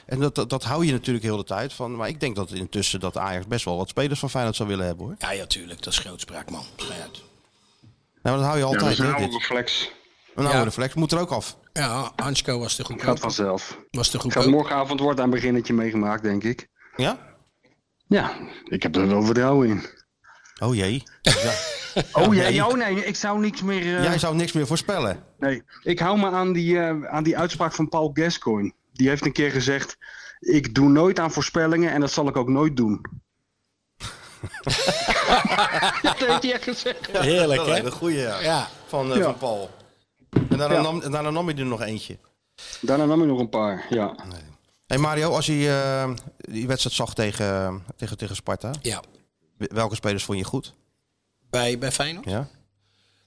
[SPEAKER 5] En dat, dat, dat hou je natuurlijk heel de tijd van. Maar ik denk dat intussen dat Ajax best wel wat spelers van Feyenoord zou willen hebben hoor.
[SPEAKER 10] Ja, ja, tuurlijk. Dat is grootspraak, man. Schei uit.
[SPEAKER 5] Nou, dat hou je
[SPEAKER 7] Ja, dat
[SPEAKER 5] altijd.
[SPEAKER 7] is
[SPEAKER 5] hè,
[SPEAKER 7] een
[SPEAKER 5] dit.
[SPEAKER 7] oude reflex.
[SPEAKER 5] Een oude
[SPEAKER 10] Ja.
[SPEAKER 5] reflex. Moet er ook af.
[SPEAKER 10] Ja, Hansko was de
[SPEAKER 7] Gaat
[SPEAKER 10] goedkoop.
[SPEAKER 7] vanzelf.
[SPEAKER 10] Was de
[SPEAKER 7] Ik had
[SPEAKER 10] goedkoop.
[SPEAKER 7] morgenavond wordt aan beginnetje meegemaakt, denk ik.
[SPEAKER 5] Ja?
[SPEAKER 7] Ja, ik heb er wel vertrouwen in.
[SPEAKER 5] Oh jee. Ja.
[SPEAKER 7] Oh
[SPEAKER 5] ja,
[SPEAKER 7] jij? nee, ik zou niks meer. eh,
[SPEAKER 5] Jij zou niks meer voorspellen.
[SPEAKER 7] Nee, ik hou me aan die, eh, aan die uitspraak van Paul Gascoigne. Die heeft een keer gezegd: Ik doe nooit aan voorspellingen en dat zal ik ook nooit doen. dat heeft hij echt gezegd.
[SPEAKER 10] Heerlijk,
[SPEAKER 5] Dat is
[SPEAKER 10] hè?
[SPEAKER 5] een goede ja.
[SPEAKER 10] Ja.
[SPEAKER 5] Van, eh,
[SPEAKER 7] Ja.
[SPEAKER 5] van Paul. En daarna,
[SPEAKER 7] Ja.
[SPEAKER 5] nam, en daarna nam je er nog eentje.
[SPEAKER 7] Daarna nam ik nog een paar. Ja.
[SPEAKER 5] hey Mario, als je eh, die wedstrijd zag tegen, tegen, tegen Sparta,
[SPEAKER 10] Ja.
[SPEAKER 5] welke spelers vond je goed?
[SPEAKER 10] Bij, bij Feyenoord?
[SPEAKER 5] Ja?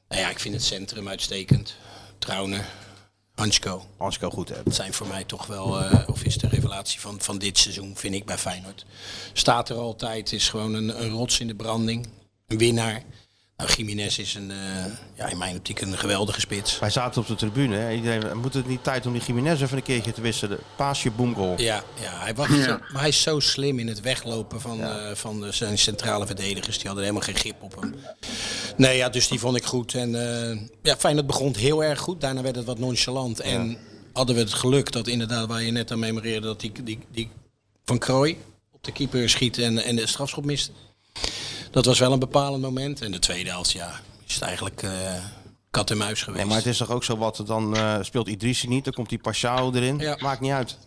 [SPEAKER 10] Nou ja, ik vind het centrum uitstekend. Trouwner, Hansko.
[SPEAKER 5] Ansko goed hebben.
[SPEAKER 10] Dat zijn voor mij toch wel, eh, of is de revelatie van, van dit seizoen, vind ik bij Feyenoord. Staat er altijd, is gewoon een, een rots in de branding. Een winnaar. Nou, Jiménez is een, eh, ja, in mijn optiek een geweldige spits.
[SPEAKER 5] Wij zaten op de tribune. Hè. Iedereen, eh, moet het niet tijd om die Jiménez even een keertje te wisselen? Paasje, boomgoal.
[SPEAKER 10] Ja, ja, hij wacht, maar hij is zo slim in het weglopen van, eh, van de- zijn centrale verdedigers. Die hadden helemaal geen grip op hem. Nee, ja, dus die vond ik goed. En eh ja, Feyenoord begon heel erg goed. Daarna werd het wat nonchalant. En hadden we het geluk dat inderdaad, waar je net aan memoreerde, dat die, die, die Van Krooi op de keeper schiet en, en de strafschop mist. Dat was wel een bepalend moment. En de tweede helft, ja, is het eigenlijk eh, kat en muis geweest.
[SPEAKER 5] Nee, maar het is toch ook zo wat, dan eh, speelt Idrissi niet, dan komt die Pashao erin.
[SPEAKER 10] Ja.
[SPEAKER 5] Maakt niet uit.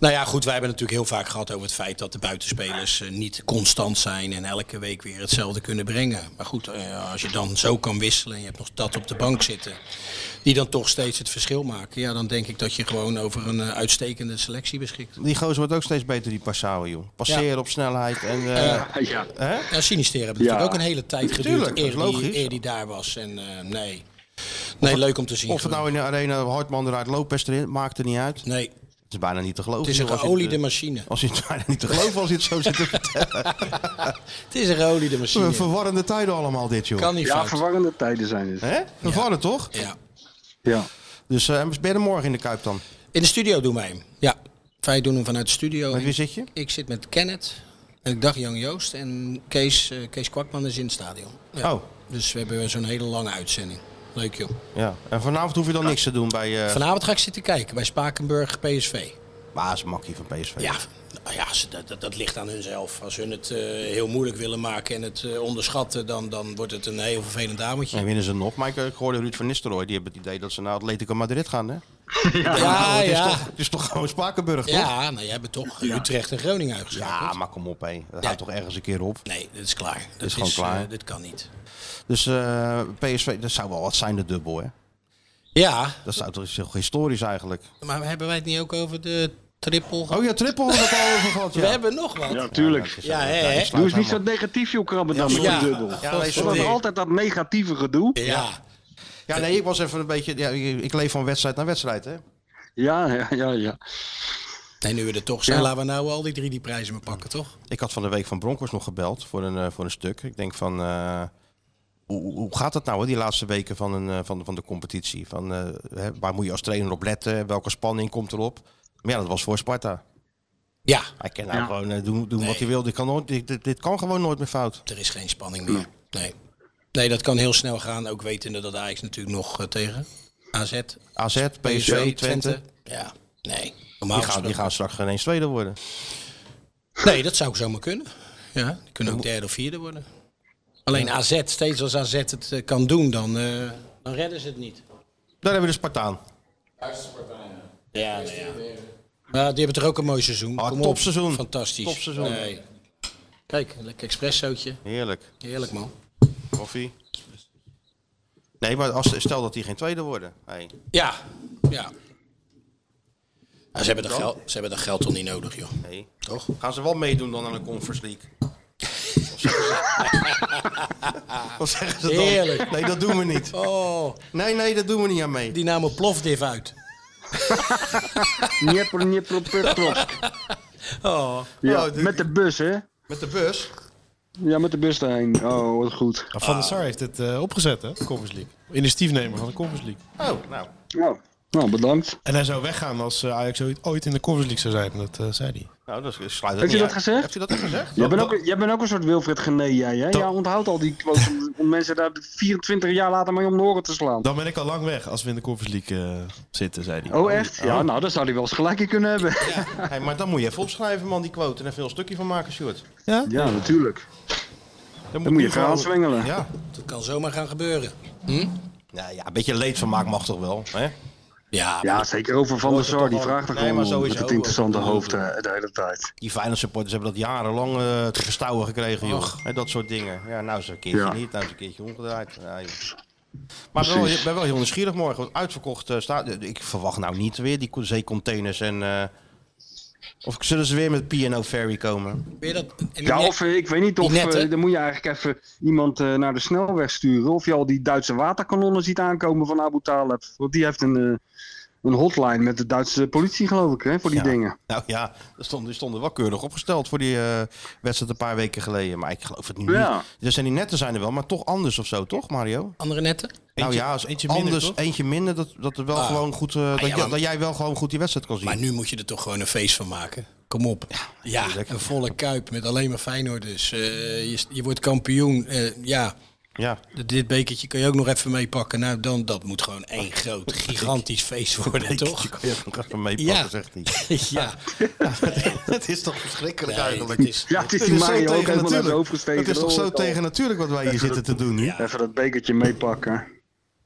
[SPEAKER 10] Nou ja, goed, wij hebben natuurlijk heel vaak gehad over het feit dat de buitenspelers eh, niet constant zijn en elke week weer hetzelfde kunnen brengen. Maar goed, eh, als je dan zo kan wisselen en je hebt nog dat op de bank zitten, die dan toch steeds het verschil maken, ja, dan denk ik dat je gewoon over een eh, uitstekende selectie beschikt.
[SPEAKER 5] Die gozer wordt ook steeds beter, die Pashao, joh. Passeren
[SPEAKER 10] Ja.
[SPEAKER 5] op snelheid en... eh,
[SPEAKER 7] ja.
[SPEAKER 5] hè?
[SPEAKER 10] Ja, Sinistère hebben natuurlijk ook een hele tijd geduurd
[SPEAKER 5] Tuurlijk, dat is
[SPEAKER 10] eer, die,
[SPEAKER 5] logisch.
[SPEAKER 10] eer die daar was. En eh, nee, nee leuk om te zien.
[SPEAKER 5] Of het nou in de arena Hartman eruit, Lopez erin, maakt er niet uit.
[SPEAKER 10] gewoon. Nee,
[SPEAKER 5] Het is bijna niet te geloven.
[SPEAKER 10] het is een
[SPEAKER 5] joh, als je
[SPEAKER 10] geoliede machine.
[SPEAKER 5] Als je het bijna niet te geloven als je het zo zit te vertellen.
[SPEAKER 10] Het is een geoliede
[SPEAKER 5] Een
[SPEAKER 10] machine.
[SPEAKER 5] Verwarrende tijden allemaal dit, joh.
[SPEAKER 10] Kan niet
[SPEAKER 7] ja,
[SPEAKER 10] fout.
[SPEAKER 7] verwarrende tijden zijn dit.
[SPEAKER 5] Hè? Verwarrend, toch?
[SPEAKER 10] Ja.
[SPEAKER 7] Ja.
[SPEAKER 5] Dus eh, ben je er morgen in de Kuip dan?
[SPEAKER 10] In de studio doen wij hem. Ja, wij doen hem vanuit de studio.
[SPEAKER 5] Met wie zit je?
[SPEAKER 10] Ik zit met Kenneth. En ik dacht Jan Joost en Kees, eh, Kees Kwakman is in het stadion. Ja.
[SPEAKER 5] Oh.
[SPEAKER 10] Dus we hebben zo'n hele lange uitzending. Leuk joh.
[SPEAKER 5] Ja. En vanavond hoef je dan niks te doen bij... eh
[SPEAKER 10] Vanavond ga ik zitten kijken bij Spakenburg PSV.
[SPEAKER 5] Baasmakkie van PSV.
[SPEAKER 10] Ja, nou ja ze- dat, dat, dat ligt aan hunzelf. Als hun het eh, heel moeilijk willen maken en het eh, onderschatten, dan, dan wordt het een heel vervelend avondje.
[SPEAKER 5] En winnen ze nog. Maar ik, ik hoorde Ruud van Nistelrooy. Die hebben het idee dat ze naar Atletico Madrid gaan. Hè?
[SPEAKER 10] Ja,
[SPEAKER 5] Nou,
[SPEAKER 10] ja.
[SPEAKER 5] het, is
[SPEAKER 10] Ah, ja.
[SPEAKER 5] toch, het is toch gewoon Spakenburg, toch?
[SPEAKER 10] nou jij hebt toch Utrecht en Groningen uitgeschakeld.
[SPEAKER 5] Ja, maar kom op, hé. Dat
[SPEAKER 10] Ja.
[SPEAKER 5] houdt toch ergens een keer op.
[SPEAKER 10] Nee, dit is klaar. Dat
[SPEAKER 5] is gewoon klaar.
[SPEAKER 10] eh, dit kan niet.
[SPEAKER 5] Dus eh, PSV, dat zou wel wat zijn, de dubbel, hè?
[SPEAKER 10] Ja,
[SPEAKER 5] Dat zou toch is toch historisch eigenlijk.
[SPEAKER 10] Maar hebben wij het niet ook over de triple?
[SPEAKER 5] Oh ja, triple hadden we het al over gehad, ja.
[SPEAKER 10] We hebben nog wat.
[SPEAKER 7] Ja,
[SPEAKER 10] Ja,
[SPEAKER 7] tuurlijk.
[SPEAKER 10] ja hè, hè?
[SPEAKER 5] sluit
[SPEAKER 7] Doe eens
[SPEAKER 5] nou
[SPEAKER 7] niet zo negatief, joh, krabben dan met
[SPEAKER 10] ja.
[SPEAKER 7] die dubbel.
[SPEAKER 10] Ja,
[SPEAKER 7] Ja,
[SPEAKER 10] nee,
[SPEAKER 7] dat
[SPEAKER 10] sorry.
[SPEAKER 7] was altijd dat negatieve gedoe.
[SPEAKER 10] Ja.
[SPEAKER 5] Ja, nee, ik was even een beetje... Ja, ik, ik leef van wedstrijd naar wedstrijd, hè?
[SPEAKER 7] Ja, ja, ja. ja.
[SPEAKER 10] En nu we er toch zijn, laten we nou al die drie die prijzen maar pakken, toch?
[SPEAKER 5] Ik had van de week van Broncos nog gebeld voor een, eh, voor een stuk. Ik denk van, eh, hoe, hoe gaat dat nou, hè, die laatste weken van, een, eh, van, van de competitie? Van, eh, hè, waar moet je als trainer op letten? Welke spanning komt erop? Maar ja, dat was voor Sparta.
[SPEAKER 10] Ja,
[SPEAKER 5] Hij kan nou
[SPEAKER 7] Ja.
[SPEAKER 5] gewoon eh, doen, doen
[SPEAKER 10] Nee.
[SPEAKER 5] wat hij wil. Dit kan, nooit, dit, dit kan gewoon nooit meer fout.
[SPEAKER 10] er is geen spanning meer. Nee. nee, dat kan heel snel gaan. Ook wetende dat Ajax natuurlijk nog eh, tegen AZ,
[SPEAKER 5] AZ, PSV, Twente.
[SPEAKER 10] Ja, nee. Normaal
[SPEAKER 5] Die gaan, die
[SPEAKER 10] gesproken-
[SPEAKER 5] gaan straks geen eens tweede worden.
[SPEAKER 10] Nee, dat zou zomaar kunnen. Ja, die kunnen ook derde of vierde worden. Alleen AZ, steeds als AZ het eh, kan doen, dan, eh, dan redden ze het niet.
[SPEAKER 5] Daar hebben we de Spartaan.
[SPEAKER 10] Ja, nou ja. Maar die hebben toch ook een mooi seizoen.
[SPEAKER 5] Ah,
[SPEAKER 10] Kom op.
[SPEAKER 5] topseizoen.
[SPEAKER 10] Fantastisch.
[SPEAKER 5] Topseizoen.
[SPEAKER 10] Nee. Kijk, een lekker expressootje.
[SPEAKER 5] Heerlijk.
[SPEAKER 10] Heerlijk man.
[SPEAKER 5] Koffie. Nee, maar als, stel dat die geen tweede worden. Hey.
[SPEAKER 10] Ja, ja. Ah, ze, hebben dat geld, ze hebben dat geld toch niet nodig, joh.
[SPEAKER 5] Nee.
[SPEAKER 10] Toch?
[SPEAKER 5] Gaan ze wel meedoen dan aan de Conference League? Of zeggen ze- Of zeggen ze dan?
[SPEAKER 10] Heerlijk.
[SPEAKER 5] Nee, dat doen we niet.
[SPEAKER 10] Oh,
[SPEAKER 5] Nee, nee, dat doen we niet aan mee.
[SPEAKER 10] Dynamo Plovdiv uit.
[SPEAKER 7] Dniepro, Dniepro, Petrov.
[SPEAKER 10] Oh,
[SPEAKER 7] Ja,
[SPEAKER 5] Oh, dit-
[SPEAKER 7] met de bus, hè?
[SPEAKER 5] Met de bus?
[SPEAKER 7] Ja, met de bus daarheen. Oh, wat goed.
[SPEAKER 6] Ja, Van der Sar heeft het eh, opgezet, hè? Conference League. Initiatiefnemer van de Conference League.
[SPEAKER 5] Oh, nou.
[SPEAKER 7] Nou, nou bedankt.
[SPEAKER 6] En hij zou weggaan als eh, Ajax ooit- ooit in de Conference League zou zijn. Dat eh, zei hij.
[SPEAKER 5] Nou, dat sluit
[SPEAKER 7] Heeft
[SPEAKER 5] niet
[SPEAKER 7] u dat
[SPEAKER 5] uit.
[SPEAKER 7] gezegd?
[SPEAKER 5] Heeft u dat gezegd?
[SPEAKER 7] Jij bent, ook, jij bent ook een soort Wilfred Gené, jij. Hè? Jij onthoudt al die quotes om, om mensen daar 24 jaar later mee om de oren te slaan.
[SPEAKER 6] Dan ben ik al lang weg als we in de Conference League eh, zitten, zei hij.
[SPEAKER 7] Oh, echt? Ja, nou, daar zou hij wel eens gelijk in kunnen hebben.
[SPEAKER 5] Hey, maar dan moet je even opschrijven, man, die quote. En even een stukje van maken, Sjoerd.
[SPEAKER 7] Ja, natuurlijk.
[SPEAKER 5] Dan
[SPEAKER 7] Dan moet je
[SPEAKER 5] nu
[SPEAKER 7] gaan
[SPEAKER 5] gewoon-
[SPEAKER 7] zwengelen.
[SPEAKER 5] Ja.
[SPEAKER 10] dat kan zomaar gaan gebeuren.
[SPEAKER 5] Nou ja, een beetje leed van maak mag toch wel, hè?
[SPEAKER 10] Ja,
[SPEAKER 7] Ja, zeker over Van der Sar. Die vraagt er
[SPEAKER 5] Nee,
[SPEAKER 7] gewoon
[SPEAKER 5] maar
[SPEAKER 7] om, met
[SPEAKER 5] sowieso.
[SPEAKER 7] het interessante hoofd eh, de hele tijd.
[SPEAKER 5] Die Feyenoord supporters hebben dat jarenlang eh, te verstouwen gekregen, joh. Hè, dat soort dingen. Ja, nou is het een keertje
[SPEAKER 7] Ja.
[SPEAKER 5] niet, nou is het een keertje omgedraaid. Ja, joh. maar ik ben wel,
[SPEAKER 7] Precies.
[SPEAKER 5] ik ben wel heel nieuwsgierig morgen. want Uitverkocht eh, staat... Ik verwacht nou niet weer die co- zeecontainers en... eh, of zullen ze weer met P&O Ferry komen?
[SPEAKER 10] Weer dat, en die
[SPEAKER 7] Ja,
[SPEAKER 10] nek-
[SPEAKER 7] of eh, ik weet niet of...
[SPEAKER 10] Die net,
[SPEAKER 7] eh,
[SPEAKER 10] hè?
[SPEAKER 7] dan moet je eigenlijk even iemand eh, naar de snelweg sturen. Of je al die Duitse waterkanonnen ziet aankomen van Abu Taleb. Want die heeft een, eh, een hotline met de Duitse politie, geloof ik, hè, voor die
[SPEAKER 5] Ja.
[SPEAKER 7] dingen.
[SPEAKER 5] Nou ja, die stonden, die stonden wel keurig opgesteld voor die eh, wedstrijd een paar weken geleden. Maar ik geloof het nu
[SPEAKER 7] Ja.
[SPEAKER 5] niet. Dus Er zijn die netten zijn er wel, maar toch anders of zo, toch Mario?
[SPEAKER 10] andere netten?
[SPEAKER 5] nou
[SPEAKER 6] Eentje-
[SPEAKER 5] ja, als
[SPEAKER 6] eentje
[SPEAKER 5] eentje
[SPEAKER 6] minder,
[SPEAKER 5] anders,
[SPEAKER 6] toch?
[SPEAKER 5] eentje minder, dat, dat, er wel
[SPEAKER 10] Ah.
[SPEAKER 5] gewoon goed, eh, dat,
[SPEAKER 10] ja,
[SPEAKER 5] jij-
[SPEAKER 10] maar-
[SPEAKER 5] dat jij wel gewoon goed die wedstrijd kan zien.
[SPEAKER 10] Maar nu moet je er toch gewoon een feest van maken. Kom op. Ja,
[SPEAKER 5] natuurlijk.
[SPEAKER 10] een volle kuip met alleen maar Feyenoorders. Eh, je, je wordt kampioen. Eh, ja,
[SPEAKER 5] Ja.
[SPEAKER 10] d- dit bekertje kan je ook nog even meepakken. Nou, dan dat moet gewoon één groot, gigantisch feest worden,
[SPEAKER 5] Je
[SPEAKER 10] toch?
[SPEAKER 5] kan je ook nog even meepakken,
[SPEAKER 10] Ja.
[SPEAKER 5] zegt hij.
[SPEAKER 10] ja.
[SPEAKER 5] Het is toch verschrikkelijk
[SPEAKER 10] Nee,
[SPEAKER 5] eigenlijk.
[SPEAKER 10] het is-
[SPEAKER 7] Ja, het is
[SPEAKER 5] Het
[SPEAKER 7] die
[SPEAKER 5] is zo
[SPEAKER 7] Mario ook helemaal naar zijn
[SPEAKER 5] tegennatuurlijk.
[SPEAKER 7] hoofd gestegen.
[SPEAKER 5] Het is toch
[SPEAKER 7] Oh,
[SPEAKER 5] zo
[SPEAKER 7] wat al.
[SPEAKER 5] tegennatuurlijk wat wij hier zitten te doen nu?
[SPEAKER 7] Even dat bekertje meepakken.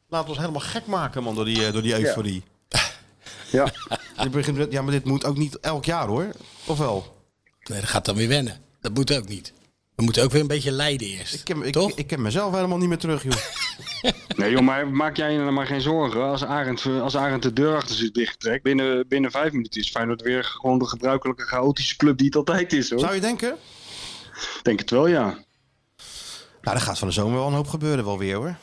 [SPEAKER 5] Laat ons helemaal gek maken, man, door die, eh, door die euforie.
[SPEAKER 7] Ja.
[SPEAKER 5] Je begint met, ja, maar dit moet ook niet elk jaar, hoor. Of wel?
[SPEAKER 10] Nee, dat gaat dan weer wennen. Dat moet ook niet. We moeten ook weer een beetje leiden eerst.
[SPEAKER 5] Ik ken, ik,
[SPEAKER 10] toch?
[SPEAKER 5] ik ken mezelf helemaal niet meer terug, joh.
[SPEAKER 7] Nee joh, maar maak jij je nou maar geen zorgen. Als Arend, eh, als Arend de deur achter zich dicht trekt, binnen, binnen vijf minuten is Feyenoord weer gewoon de gebruikelijke chaotische club die het altijd is hoor.
[SPEAKER 5] Zou je denken?
[SPEAKER 7] Denk het wel ja.
[SPEAKER 5] Nou, er gaat van de zomer wel een hoop gebeuren wel weer, hoor.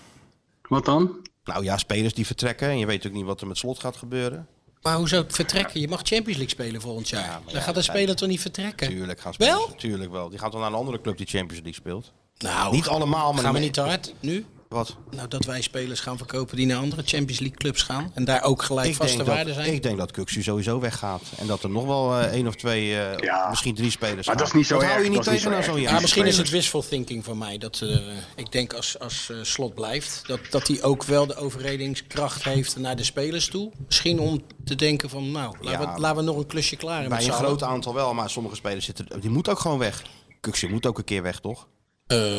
[SPEAKER 7] Wat dan?
[SPEAKER 5] Nou ja, spelers die vertrekken. En je weet ook niet wat er met slot gaat gebeuren.
[SPEAKER 10] Maar hoezo vertrekken? Je mag Champions League spelen volgend jaar.
[SPEAKER 5] maar ja,
[SPEAKER 10] dan gaat een
[SPEAKER 5] dat
[SPEAKER 10] speler
[SPEAKER 5] zijn-
[SPEAKER 10] toch niet vertrekken?
[SPEAKER 5] Tuurlijk gaan spelers.
[SPEAKER 10] Wel?
[SPEAKER 5] Tuurlijk wel. Die gaat wel naar een andere club die Champions League speelt.
[SPEAKER 10] Nou,
[SPEAKER 5] Niet allemaal, maar...
[SPEAKER 10] gaan
[SPEAKER 5] de
[SPEAKER 10] we
[SPEAKER 5] me-
[SPEAKER 10] niet te hard nu?
[SPEAKER 5] Wat?
[SPEAKER 10] Nou, dat wij spelers gaan verkopen die naar andere Champions League clubs gaan. En daar ook gelijk
[SPEAKER 5] Ik
[SPEAKER 10] vaste
[SPEAKER 5] denk,
[SPEAKER 10] waarde
[SPEAKER 5] dat,
[SPEAKER 10] zijn.
[SPEAKER 5] ik denk dat Kuxu sowieso weggaat. En dat er nog wel eh, één of twee, eh,
[SPEAKER 7] Ja.
[SPEAKER 5] misschien drie spelers
[SPEAKER 7] Maar
[SPEAKER 5] gaan.
[SPEAKER 7] dat is niet zo
[SPEAKER 5] Dat
[SPEAKER 7] erg,
[SPEAKER 5] hou je niet
[SPEAKER 7] dat is niet
[SPEAKER 5] tegen na
[SPEAKER 7] zo
[SPEAKER 5] zo'n
[SPEAKER 7] erg.
[SPEAKER 5] jaar.
[SPEAKER 10] Ja, Ah, misschien is het
[SPEAKER 7] spelers.
[SPEAKER 10] wishful thinking van mij. Dat, eh, ik denk als, als eh, slot blijft, dat, dat hij ook wel de overredingskracht heeft naar de spelers toe. Misschien om te denken van, nou, laten,
[SPEAKER 5] Ja.
[SPEAKER 10] we, laten we nog een klusje klaar hebben.
[SPEAKER 5] Bij een groot aantal wel, maar sommige spelers zitten... Die moet ook gewoon weg. Kuxu moet ook een keer weg, toch?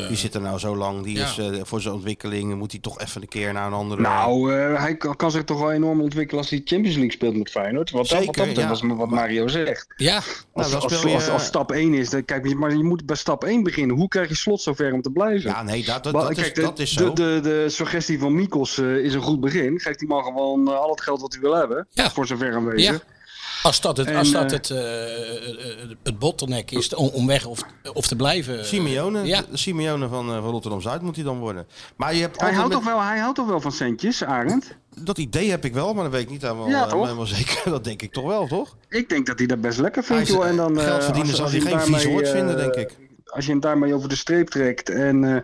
[SPEAKER 5] Die zit er nou zo lang. Die
[SPEAKER 10] Eh. ja.
[SPEAKER 5] is eh, voor zijn ontwikkeling. Moet hij toch even een keer naar een andere...
[SPEAKER 7] Nou, eh, hij kan, kan zich toch wel enorm ontwikkelen als hij Champions League speelt met Feyenoord. Wat, dat- wat
[SPEAKER 5] Zeker,
[SPEAKER 7] dat betreft,
[SPEAKER 5] ja. Nou,
[SPEAKER 7] was wat Mario zegt.
[SPEAKER 10] ja,
[SPEAKER 7] Als,
[SPEAKER 5] dan
[SPEAKER 7] als,
[SPEAKER 5] speel je-
[SPEAKER 7] als, als stap 1 is, dan, kijk, maar je moet bij stap 1 beginnen. Hoe krijg je slot zover om te blijven?
[SPEAKER 5] Ja, nee, dat, dat,
[SPEAKER 7] Maar
[SPEAKER 5] dat,
[SPEAKER 7] kijk,
[SPEAKER 5] is,
[SPEAKER 7] de,
[SPEAKER 5] dat is zo.
[SPEAKER 7] De, de, de suggestie van Mikos eh, is een goed begin. Geeft die man gewoon eh, al het geld wat hij wil hebben.
[SPEAKER 10] Ja.
[SPEAKER 7] Voor zover aanwezig.
[SPEAKER 10] ja. Als dat het,
[SPEAKER 7] En,
[SPEAKER 10] als dat
[SPEAKER 7] eh,
[SPEAKER 10] het, eh, eh, eh, het bottleneck is om, om weg of, of te blijven. eh,
[SPEAKER 5] Simeone,
[SPEAKER 10] Ja,
[SPEAKER 5] de Simeone van, eh, van Rotterdam-Zuid moet hij dan worden. Maar je hebt
[SPEAKER 7] Hij
[SPEAKER 5] altijd
[SPEAKER 7] houdt,
[SPEAKER 5] met-
[SPEAKER 7] toch wel, hij houdt toch wel van centjes, Arend?
[SPEAKER 5] Dat idee heb ik wel, maar dat weet ik niet helemaal,
[SPEAKER 7] Ja,
[SPEAKER 5] eh,
[SPEAKER 7] toch?
[SPEAKER 5] helemaal zeker. Dat denk ik toch wel, toch?
[SPEAKER 7] Ik denk dat hij dat best lekker
[SPEAKER 5] Hij
[SPEAKER 7] vindt,
[SPEAKER 5] is-
[SPEAKER 7] joh. En dan, eh,
[SPEAKER 5] geld verdienen
[SPEAKER 7] als-
[SPEAKER 5] zal
[SPEAKER 7] als
[SPEAKER 5] hij geen vies
[SPEAKER 7] daarmee,
[SPEAKER 5] woord
[SPEAKER 7] eh,
[SPEAKER 5] vinden, denk ik.
[SPEAKER 7] als je hem daarmee over de streep trekt. En, eh,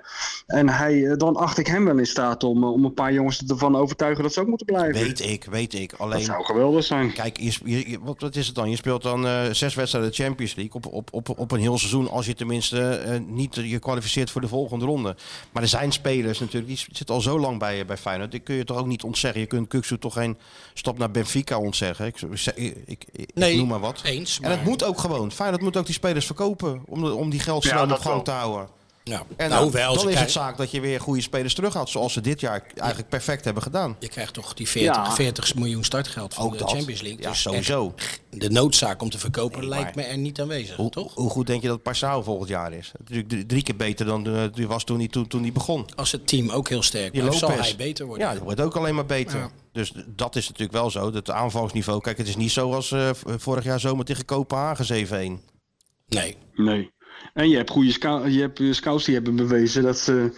[SPEAKER 7] en hij, eh, dan acht ik hem wel in staat om, eh, om een paar jongens ervan overtuigen dat ze ook moeten blijven.
[SPEAKER 5] Weet ik, weet ik. Alleen,
[SPEAKER 7] dat zou geweldig zijn.
[SPEAKER 5] Kijk, je, sp- je- je- wat, wat is het dan? Je speelt dan eh, zes wedstrijden Champions League op, op, op, op een heel seizoen. Als je tenminste eh, niet eh, je kwalificeert voor de volgende ronde. Maar er zijn spelers natuurlijk, die s- zitten al zo lang bij, eh, bij Feyenoord. Die kun je toch ook niet ontzeggen. Je kunt Kuksu toch geen stap naar Benfica ontzeggen. Ik, ik, ik, ik
[SPEAKER 10] Nee,
[SPEAKER 5] noem maar wat.
[SPEAKER 10] eens,
[SPEAKER 5] En dat
[SPEAKER 10] maar-
[SPEAKER 5] moet ook gewoon. Feyenoord moet ook die spelers verkopen om, de- om die geld
[SPEAKER 7] Ja,
[SPEAKER 5] snel op
[SPEAKER 7] dat
[SPEAKER 5] gang
[SPEAKER 7] wel.
[SPEAKER 5] te houden.
[SPEAKER 10] Nou,
[SPEAKER 5] En
[SPEAKER 10] nou,
[SPEAKER 5] dan,
[SPEAKER 10] hoewel,
[SPEAKER 5] dan
[SPEAKER 10] ze
[SPEAKER 5] is het
[SPEAKER 10] krijgen-
[SPEAKER 5] zaak dat je weer goede spelers terughaalt. Zoals ze dit jaar eigenlijk perfect hebben gedaan.
[SPEAKER 10] Je krijgt toch die 40,
[SPEAKER 7] Ja.
[SPEAKER 10] 40 miljoen startgeld van
[SPEAKER 5] Ook
[SPEAKER 10] de
[SPEAKER 5] dat.
[SPEAKER 10] Champions League.
[SPEAKER 5] Ja,
[SPEAKER 10] Dus
[SPEAKER 5] sowieso.
[SPEAKER 10] echt, de noodzaak om te verkopen
[SPEAKER 5] Nee,
[SPEAKER 10] lijkt me
[SPEAKER 5] maar-
[SPEAKER 10] er niet aanwezig,
[SPEAKER 5] Hoe,
[SPEAKER 10] toch?
[SPEAKER 5] hoe goed denk je dat Passau volgend jaar is? Dat is Natuurlijk drie- drie keer beter dan eh, die was toen hij, toen, toen hij begon.
[SPEAKER 10] Als het team ook heel sterk
[SPEAKER 5] Die
[SPEAKER 10] blijft, zal
[SPEAKER 5] Lopez.
[SPEAKER 10] hij beter worden.
[SPEAKER 5] Ja, die wordt ook alleen maar beter. Dus d- dat is natuurlijk wel zo. Het aanvalsniveau. Kijk, het is niet zo als eh, v- vorig jaar zomer tegen Kopenhagen 7-1.
[SPEAKER 10] Nee,
[SPEAKER 7] Nee. En je hebt goede scou- je hebt eh, scouts die hebben bewezen dat ze,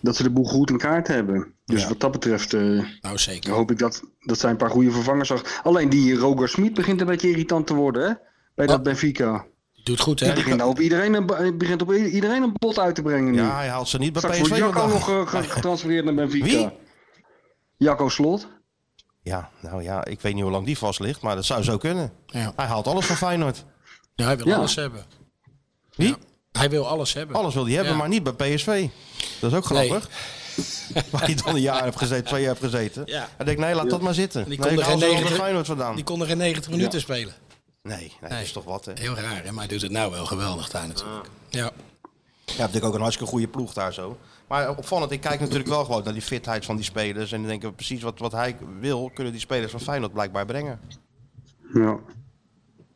[SPEAKER 7] dat ze de boel goed in kaart hebben. Dus wat dat betreft eh,
[SPEAKER 10] nou zeker.
[SPEAKER 7] hoop ik dat, dat zij een paar goede vervangers zag. Alleen die Roger Smit begint een beetje irritant te worden, hè? Bij dat Benfica.
[SPEAKER 10] Doet goed, hè?
[SPEAKER 7] Die begint nou op iedereen een, ba- begint op i- iedereen een bot uit te brengen nu.
[SPEAKER 5] Ja, hij haalt ze niet bij
[SPEAKER 7] Straks
[SPEAKER 5] PSV
[SPEAKER 7] wordt Jacco
[SPEAKER 5] vandaag.
[SPEAKER 7] nog eh, ge- getransfereerd naar Benfica.
[SPEAKER 5] Wie?
[SPEAKER 7] Jacco Slot.
[SPEAKER 5] Ja, nou ja, ik weet niet hoe lang die vast ligt, maar dat zou zo kunnen.
[SPEAKER 10] Ja.
[SPEAKER 5] Hij haalt alles van Feyenoord.
[SPEAKER 10] Ja, hij wil
[SPEAKER 7] Ja.
[SPEAKER 10] alles hebben.
[SPEAKER 5] Wie?
[SPEAKER 10] Ja, hij wil alles hebben.
[SPEAKER 5] Alles wil hij hebben,
[SPEAKER 10] Ja.
[SPEAKER 5] maar niet bij PSV. Dat is ook grappig. Waar hij dan een jaar heeft gezeten, twee jaar heeft gezeten.
[SPEAKER 10] Ja.
[SPEAKER 5] Hij denkt, nee, laat dat maar zitten.
[SPEAKER 10] Die
[SPEAKER 5] Die
[SPEAKER 10] kon
[SPEAKER 5] nee, ik
[SPEAKER 10] er
[SPEAKER 5] haal ze
[SPEAKER 10] geen
[SPEAKER 5] wel bij
[SPEAKER 10] 90
[SPEAKER 5] Feyenoord vandaan.
[SPEAKER 10] Die kon er geen 90 minuten spelen.
[SPEAKER 5] Nee, nee, dat is toch wat, hè?
[SPEAKER 10] Heel raar, hè? Maar hij doet het nou wel geweldig daar natuurlijk. Ja.
[SPEAKER 5] Ja, natuurlijk ook een hartstikke goede ploeg daar zo. Maar opvallend, ik kijk natuurlijk wel gewoon naar die fitheid van die spelers. En dan denken we precies wat, wat hij wil, kunnen die spelers van Feyenoord blijkbaar brengen.
[SPEAKER 7] Ja.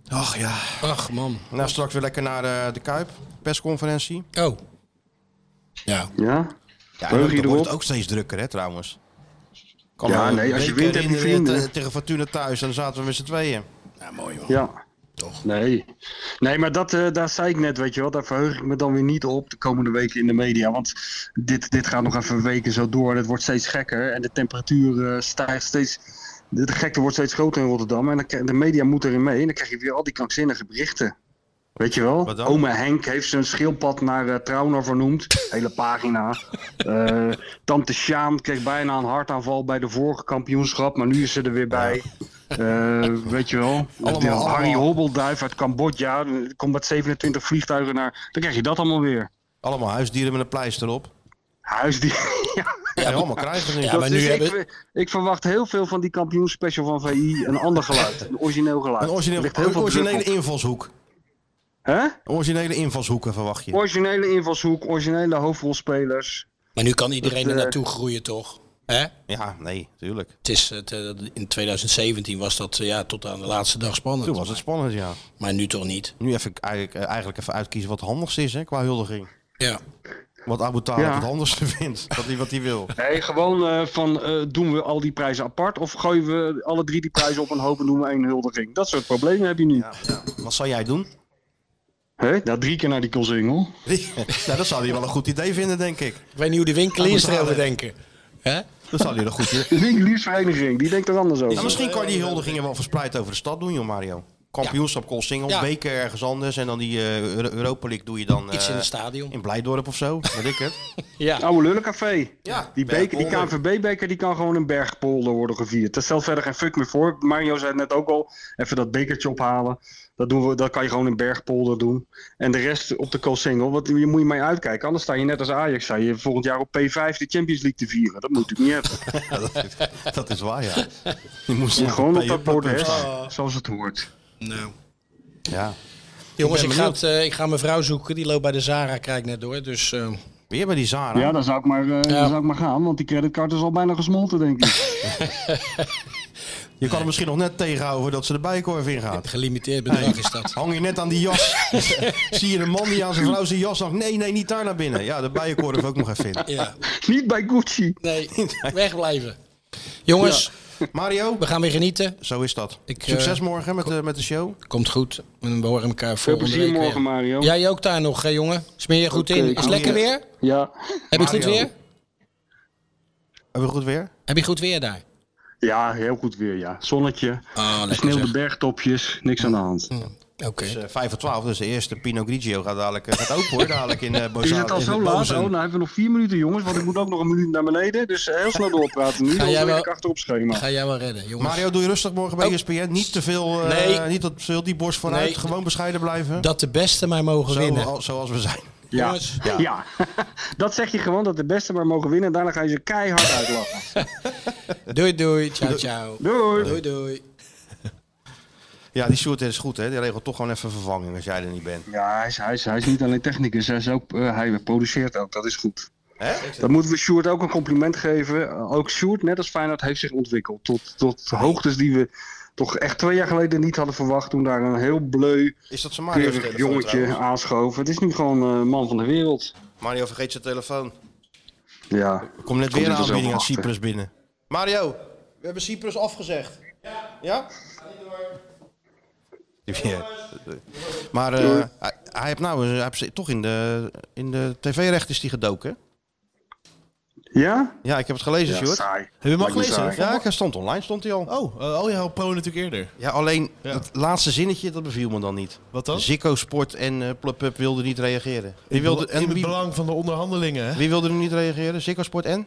[SPEAKER 5] Ach ja.
[SPEAKER 10] Ach, man.
[SPEAKER 5] Nou, straks weer lekker naar eh, de Kuip, persconferentie.
[SPEAKER 10] Oh. Ja.
[SPEAKER 7] Ja?
[SPEAKER 5] Ja, en
[SPEAKER 7] Heug
[SPEAKER 5] ook,
[SPEAKER 7] je
[SPEAKER 5] dan wordt het
[SPEAKER 7] erop?
[SPEAKER 5] ook steeds drukker, hè, trouwens. Kan
[SPEAKER 7] Ja,
[SPEAKER 5] me
[SPEAKER 7] nee, als je
[SPEAKER 5] een
[SPEAKER 7] wint,
[SPEAKER 5] keer
[SPEAKER 7] heb je
[SPEAKER 5] herinneren
[SPEAKER 7] vrienden.
[SPEAKER 5] eh, te- Tegen Fortuna thuis, en dan zaten we met z'n tweeën.
[SPEAKER 10] Nou, mooi, man.
[SPEAKER 7] Ja.
[SPEAKER 10] Toch.
[SPEAKER 7] Nee. Nee, maar dat, eh, daar zei ik net, weet je wel. Daar verheug ik me dan weer niet op de komende weken in de media. Want dit, dit gaat nog even weken zo door. En het wordt steeds gekker. En de temperatuur eh, stijgt steeds... De de gekte wordt steeds groter in Rotterdam. En dan krijg- de media moet erin mee. En dan krijg je weer al die krankzinnige berichten. Weet je wel?
[SPEAKER 5] Wat dan?
[SPEAKER 7] Oma Henk heeft zijn schildpad naar eh Trauner vernoemd. Hele pagina. Eh, Tante Sjaan kreeg bijna een hartaanval bij de vorige kampioenschap. Maar nu is ze er weer bij. Eh, weet je wel?
[SPEAKER 5] Allemaal,
[SPEAKER 7] Harry
[SPEAKER 5] allemaal.
[SPEAKER 7] Hobbelduif uit Cambodja. Er komt met 27 vliegtuigen naar. Dan krijg je dat allemaal weer.
[SPEAKER 5] Allemaal huisdieren met een pleister op.
[SPEAKER 7] Huisdier. Ja,
[SPEAKER 5] Ja, allemaal krijgen nu.
[SPEAKER 10] Ja, maar
[SPEAKER 7] dat
[SPEAKER 10] nu
[SPEAKER 7] is- ik,
[SPEAKER 10] hebben...
[SPEAKER 7] ver- ik verwacht heel veel van die kampioensspecial van VI. Een ander geluid. Een origineel geluid.
[SPEAKER 5] Een
[SPEAKER 7] Er
[SPEAKER 5] originele,
[SPEAKER 7] ligt heel veel
[SPEAKER 5] originele
[SPEAKER 7] druk op.
[SPEAKER 5] invalshoek.
[SPEAKER 7] Hè?
[SPEAKER 5] Originele invalshoeken verwacht je.
[SPEAKER 7] Originele invalshoek, originele hoofdrolspelers.
[SPEAKER 10] Maar nu kan iedereen
[SPEAKER 7] Dat,
[SPEAKER 10] er
[SPEAKER 7] eh,
[SPEAKER 10] naartoe groeien, toch? Hè?
[SPEAKER 5] Ja, nee, tuurlijk.
[SPEAKER 10] Het is, het, eh, in 2017 was dat eh, ja, tot aan de laatste dag spannend.
[SPEAKER 5] Toen was het spannend, ja.
[SPEAKER 10] Maar nu toch niet.
[SPEAKER 5] Nu even, eigenlijk, eh, eigenlijk even uitkiezen wat het handigste is hè, qua huldiging.
[SPEAKER 10] Ja.
[SPEAKER 5] Wat Abu Talib
[SPEAKER 7] Ja.
[SPEAKER 5] het handigste vindt. Wat hij, wat hij wil.
[SPEAKER 7] Nee, gewoon eh, van eh, doen we al die prijzen apart of gooien we alle drie die prijzen op een hoop en doen we één huldiging. Dat soort problemen heb je nu.
[SPEAKER 5] Wat zou jij doen?
[SPEAKER 7] Hè? Nou, drie keer naar die Kolsingel.
[SPEAKER 5] nou, dat zou hij wel een goed idee vinden, denk ik.
[SPEAKER 10] Ik weet niet hoe de winkeliers
[SPEAKER 5] Moet
[SPEAKER 10] erover
[SPEAKER 5] halen.
[SPEAKER 10] denken. Hè?
[SPEAKER 7] Eh,
[SPEAKER 5] Dat zou hij wel een goed idee
[SPEAKER 7] De winkeliersvereniging, die denkt er anders over.
[SPEAKER 5] Nou, misschien kan je die huldigingen wel verspreid over de stad doen, joh Mario. Kampioenschap, call single,
[SPEAKER 10] Ja.
[SPEAKER 5] beker ergens anders. En dan die eh, Euro- Europa League doe je dan
[SPEAKER 10] Iets in
[SPEAKER 5] eh,
[SPEAKER 10] het stadion.
[SPEAKER 5] in Blijdorp of zo. Weet ik het.
[SPEAKER 7] Het oude lullencafé.
[SPEAKER 5] Ja,
[SPEAKER 7] Die, beker, die
[SPEAKER 5] Bergpolder.
[SPEAKER 7] KNVB-beker die kan gewoon een bergpolder worden gevierd. Dat stelt verder geen fuck meer voor. Mario zei het net ook al, even dat bekertje ophalen. Dat, doen we, dat kan je gewoon een bergpolder doen. En de rest op de Kolsingel, wat, je moet je mee uitkijken. Anders sta je net als Ajax, sta je volgend jaar op P5 de Champions League te vieren. Dat moet ik niet hebben.
[SPEAKER 5] Ja, dat, is- dat is waar, ja. Die moest
[SPEAKER 7] Ja,
[SPEAKER 5] nog
[SPEAKER 7] gewoon
[SPEAKER 5] bij
[SPEAKER 7] op
[SPEAKER 5] je
[SPEAKER 7] dat bord,
[SPEAKER 5] staan.
[SPEAKER 7] hè, zoals het hoort.
[SPEAKER 10] Nou.
[SPEAKER 5] Ja.
[SPEAKER 10] Jongens,
[SPEAKER 5] ben
[SPEAKER 10] ik, ga
[SPEAKER 5] benieuwd.
[SPEAKER 10] het, eh, ik ga mijn vrouw zoeken. Die loopt bij de Zara, krijg ik net door. Dus eh,
[SPEAKER 5] Weer bij die Zara.
[SPEAKER 7] Ja, dan zou, ik maar, eh, dan zou ik maar gaan, want die creditcard is al bijna gesmolten, denk ik.
[SPEAKER 5] Je kan hem misschien nog net tegenhouden dat ze de bijkorf ingaat.
[SPEAKER 10] gelimiteerd bedrag is dat.
[SPEAKER 5] Hang je net aan die jas. Zie je een man die aan zijn vrouw zijn jas hangt. Nee, nee, niet daar naar binnen. Ja, de bijenkorf ook nog even in.
[SPEAKER 10] Ja.
[SPEAKER 7] Niet bij Gucci.
[SPEAKER 10] Nee, wegblijven. Jongens,
[SPEAKER 5] Mario,
[SPEAKER 10] we gaan weer genieten.
[SPEAKER 5] zo is dat.
[SPEAKER 10] Ik,
[SPEAKER 5] Succes
[SPEAKER 10] eh,
[SPEAKER 5] morgen met, de, met de show.
[SPEAKER 10] Komt goed. En we horen elkaar
[SPEAKER 7] Veel
[SPEAKER 10] volgende
[SPEAKER 7] plezier
[SPEAKER 10] week
[SPEAKER 7] morgen,
[SPEAKER 10] weer.
[SPEAKER 7] Mario. Ja.
[SPEAKER 10] Jij ook daar nog, hè, jongen? Smeer je goed
[SPEAKER 7] Oké,
[SPEAKER 10] in? Is
[SPEAKER 7] goeie.
[SPEAKER 10] lekker weer?
[SPEAKER 7] Ja.
[SPEAKER 10] Heb je goed
[SPEAKER 5] Mario.
[SPEAKER 10] weer?
[SPEAKER 5] Hebben we goed weer?
[SPEAKER 10] Heb je goed weer daar?
[SPEAKER 7] heel goed weer, ja. Zonnetje,
[SPEAKER 10] Ah, Mm.
[SPEAKER 7] sneeuw de bergtopjes, niks aan de hand.
[SPEAKER 10] Oké.
[SPEAKER 5] Dus, eh, 5 voor 12, dus de eerste Pino Grigio gaat dadelijk, eh, gaat open hoor, dadelijk in eh
[SPEAKER 7] Is
[SPEAKER 5] Bozaan-
[SPEAKER 7] het al
[SPEAKER 5] in
[SPEAKER 7] zo laat?
[SPEAKER 5] Bozen.
[SPEAKER 7] Oh, nou hebben we nog vier minuten, jongens. Want ik moet ook nog een minuut naar beneden. Dus heel snel doorpraten nu. Dan
[SPEAKER 10] jij
[SPEAKER 7] ben
[SPEAKER 10] wel-
[SPEAKER 7] ik achter op schema.
[SPEAKER 10] Ga jij wel redden, jongens.
[SPEAKER 5] Mario, doe je rustig morgen bij E ESPN. Niet te veel, eh,
[SPEAKER 10] Oh. Nee.
[SPEAKER 5] niet op veel die borst vooruit.
[SPEAKER 10] Nee.
[SPEAKER 5] Gewoon bescheiden blijven.
[SPEAKER 10] Dat de beste mij mogen
[SPEAKER 5] Zo,
[SPEAKER 10] winnen.
[SPEAKER 5] al- zoals we zijn.
[SPEAKER 7] Ja.
[SPEAKER 10] Jongens,
[SPEAKER 7] Ja, dat zeg je gewoon dat de beste maar mogen winnen. En daarna ga je ze keihard uitlachen.
[SPEAKER 10] doei doei. Ciao ciao.
[SPEAKER 7] Doei!
[SPEAKER 10] Doei doei.
[SPEAKER 5] Ja, die Sjoerd is goed hè. Die regelt toch gewoon even vervanging als jij er niet bent.
[SPEAKER 7] Ja, hij is, hij, is, hij is niet alleen technicus, hij, is ook, eh, hij produceert ook, dat is goed.
[SPEAKER 5] Hè?
[SPEAKER 7] Dan moeten we Sjoerd ook een compliment geven. Eh, ook Sjoerd, net als Feyenoord, heeft zich ontwikkeld tot, tot hoogtes die we toch echt twee jaar geleden niet hadden verwacht. Toen daar een heel bleu,
[SPEAKER 5] Is dat zijn Mario's
[SPEAKER 7] keurig
[SPEAKER 5] telefoon
[SPEAKER 7] jongetje
[SPEAKER 5] trouwens?
[SPEAKER 7] aanschoven. Het is nu gewoon eh, man van de wereld.
[SPEAKER 5] Mario vergeet zijn telefoon.
[SPEAKER 7] Ja,
[SPEAKER 5] Komt net
[SPEAKER 7] Komt
[SPEAKER 5] weer een
[SPEAKER 7] er zo
[SPEAKER 5] aanbieding uit
[SPEAKER 7] achter.
[SPEAKER 5] Cyprus binnen. Mario, we hebben Cyprus afgezegd. Ja. Ja? Ja. Maar eh, hij, hij heeft nou hij heeft toch in de, in de tv-recht is die gedoken. hè?
[SPEAKER 7] ja?
[SPEAKER 5] Ja, ik heb het gelezen,
[SPEAKER 7] ja
[SPEAKER 5] Sjoerd.
[SPEAKER 7] saai.
[SPEAKER 6] Heb je hem al
[SPEAKER 7] Lijkt me
[SPEAKER 6] gelezen?
[SPEAKER 7] saai.
[SPEAKER 6] hè?
[SPEAKER 5] Ja, hij stond online, stond hij al.
[SPEAKER 6] Oh, eh, oh ja, Pro natuurlijk eerder.
[SPEAKER 5] Ja, alleen dat laatste zinnetje, dat beviel me dan niet.
[SPEAKER 6] Wat dan?
[SPEAKER 5] Zikko Sport en eh Plupup wilden niet reageren. Wie wilde,
[SPEAKER 6] in
[SPEAKER 5] en
[SPEAKER 6] het
[SPEAKER 5] wie,
[SPEAKER 6] belang van de onderhandelingen, hè?
[SPEAKER 5] wie wilde er niet reageren? Zikko Sport en?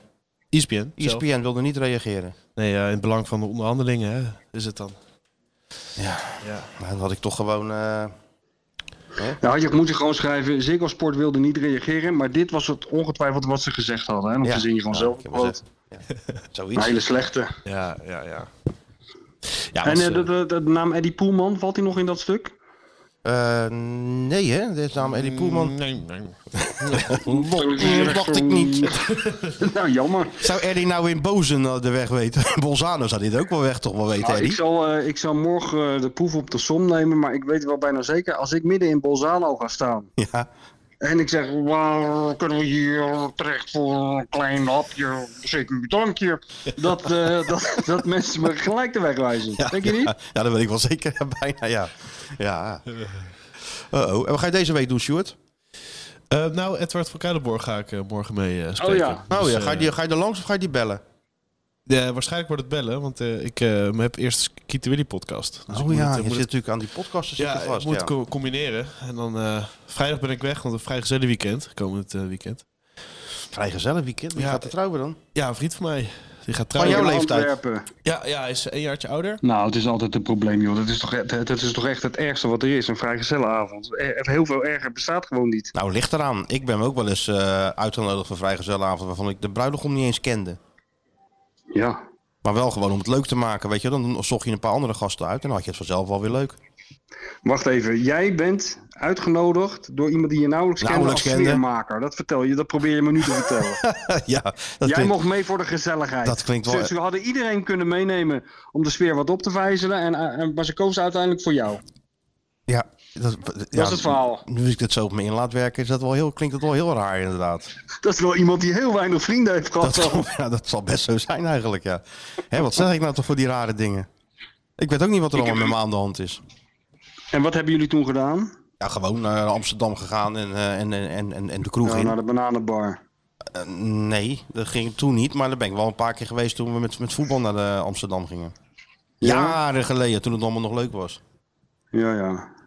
[SPEAKER 5] E
[SPEAKER 6] ESPN. zelf.
[SPEAKER 5] ESPN wilde niet reageren.
[SPEAKER 6] Nee, ja, in het belang van de onderhandelingen, hè, is het dan.
[SPEAKER 5] Nou, dan had ik toch gewoon... eh,
[SPEAKER 7] Ja, had je moeten gewoon schrijven, Ziggo Sport wilde niet reageren, maar dit was het ongetwijfeld wat ze gezegd hadden. Hè? Dan
[SPEAKER 5] Ja.
[SPEAKER 7] verzin je gewoon
[SPEAKER 5] Ja,
[SPEAKER 7] zelf
[SPEAKER 5] ik
[SPEAKER 7] een
[SPEAKER 5] heb wel
[SPEAKER 7] quote. Een
[SPEAKER 5] zoiets.
[SPEAKER 7] hele slechte.
[SPEAKER 6] Ja, ja, ja. Ja,
[SPEAKER 7] en
[SPEAKER 6] was,
[SPEAKER 7] eh,
[SPEAKER 6] eh,
[SPEAKER 7] de, de, de naam Eddie Poelman, valt hij nog in dat stuk?
[SPEAKER 5] Eh, nee, hè? Dit is naam Eddie Poelman.
[SPEAKER 6] Mm, Nee, nee.
[SPEAKER 5] Dat dacht ik niet.
[SPEAKER 7] nou, jammer.
[SPEAKER 5] Zou Eddie nou in Bozen eh, de weg weten? Bolzano zou dit ook wel weg toch wel weten,
[SPEAKER 7] Nou, ik,
[SPEAKER 5] Eddie?
[SPEAKER 7] zal, eh, ik zal morgen eh, de proef op de som nemen, maar ik weet wel bijna zeker, als ik midden in Bolzano ga staan
[SPEAKER 5] Ja.
[SPEAKER 7] en ik zeg, waar kunnen we hier terecht voor een klein hapje, zeker bedankje, dat, eh, dat, dat mensen me gelijk de weg wijzen. Denk je niet?
[SPEAKER 5] Ja, ja, dat weet ik wel zeker. Ja, Bijna, ja. Ja. Uh-oh. En wat ga je deze week doen, Stuart?
[SPEAKER 6] Eh, nou, Edward van Kuilenborg ga ik eh, morgen mee eh, spreken.
[SPEAKER 7] ja.
[SPEAKER 5] Nou
[SPEAKER 6] Dus,
[SPEAKER 5] ja,
[SPEAKER 6] eh, Oh
[SPEAKER 5] ga je, die- ga je er langs of ga je die bellen?
[SPEAKER 6] eh, waarschijnlijk wordt het bellen, want eh, ik eh, heb eerst de Kiet de Willy podcast. Dus ik
[SPEAKER 5] oh
[SPEAKER 6] moet
[SPEAKER 5] ja,
[SPEAKER 6] het, eh,
[SPEAKER 5] je
[SPEAKER 6] moet
[SPEAKER 5] zit
[SPEAKER 6] het-
[SPEAKER 5] natuurlijk aan die podcasten zit
[SPEAKER 6] ja,
[SPEAKER 5] je vast.
[SPEAKER 6] ik moet
[SPEAKER 5] ja.
[SPEAKER 6] het co- combineren. En dan eh, vrijdag ben ik weg, want een vrijgezellig weekend, komend eh, weekend.
[SPEAKER 5] Vrijgezellig weekend. Wie
[SPEAKER 6] Ja.
[SPEAKER 5] gaat er trouwen dan?
[SPEAKER 6] Ja, een vriend van mij, die gaat
[SPEAKER 5] Van
[SPEAKER 6] trouwen.
[SPEAKER 5] jouw
[SPEAKER 7] In
[SPEAKER 5] leeftijd.
[SPEAKER 7] Antwerpen.
[SPEAKER 6] Ja, ja, hij is een jaartje ouder.
[SPEAKER 7] Nou, het is altijd een probleem, joh. Dat is toch, dat, dat is toch echt het ergste wat er is, een vrijgezellenavond. Er- er- Heel veel erger bestaat gewoon niet.
[SPEAKER 5] Nou, ligt eraan. Ik ben ook wel eens eh, uitgenodigd voor vrijgezellenavond waarvan ik de bruidegom niet eens kende.
[SPEAKER 7] Ja.
[SPEAKER 5] Maar wel gewoon om het leuk te maken, weet je. Dan zocht je een paar andere gasten uit en dan had je het vanzelf wel weer leuk.
[SPEAKER 7] Wacht even, jij bent uitgenodigd door iemand die je nauwelijks,
[SPEAKER 5] Nauwelijks
[SPEAKER 7] kende als
[SPEAKER 5] kende.
[SPEAKER 7] sfeermaker. Dat vertel je, dat probeer je me nu te vertellen.
[SPEAKER 5] ja, dat
[SPEAKER 7] jij
[SPEAKER 5] klinkt-
[SPEAKER 7] mocht mee voor de gezelligheid.
[SPEAKER 5] Dat klinkt wel-
[SPEAKER 7] Ze, ze hadden iedereen kunnen meenemen om de sfeer wat op te vijzelen, en, eh, en, maar ze kozen uiteindelijk voor jou.
[SPEAKER 5] Ja, dat, ja,
[SPEAKER 7] is het verhaal.
[SPEAKER 5] Nu ik het zo op me in laat werken, is dat wel heel, klinkt het wel heel raar inderdaad.
[SPEAKER 7] Dat is wel iemand die heel weinig vrienden heeft gehad.
[SPEAKER 5] Dat, ja, dat zal best zo zijn eigenlijk, ja. Hè, wat zeg ik nou toch voor die rare dingen? Ik weet ook niet wat er allemaal met me aan de hand is.
[SPEAKER 7] En wat hebben jullie toen gedaan?
[SPEAKER 5] Ja, gewoon naar Amsterdam gegaan en, eh, en, en- en, en, en de kroeg
[SPEAKER 7] Nou,
[SPEAKER 5] in.
[SPEAKER 7] naar de bananenbar.
[SPEAKER 5] Eh, nee, dat ging toen niet, maar daar ben ik wel een paar keer geweest toen we met, met voetbal naar eh, Amsterdam gingen.
[SPEAKER 7] Ja?
[SPEAKER 5] Jaren geleden, toen het allemaal nog leuk was.
[SPEAKER 7] Ja, ja.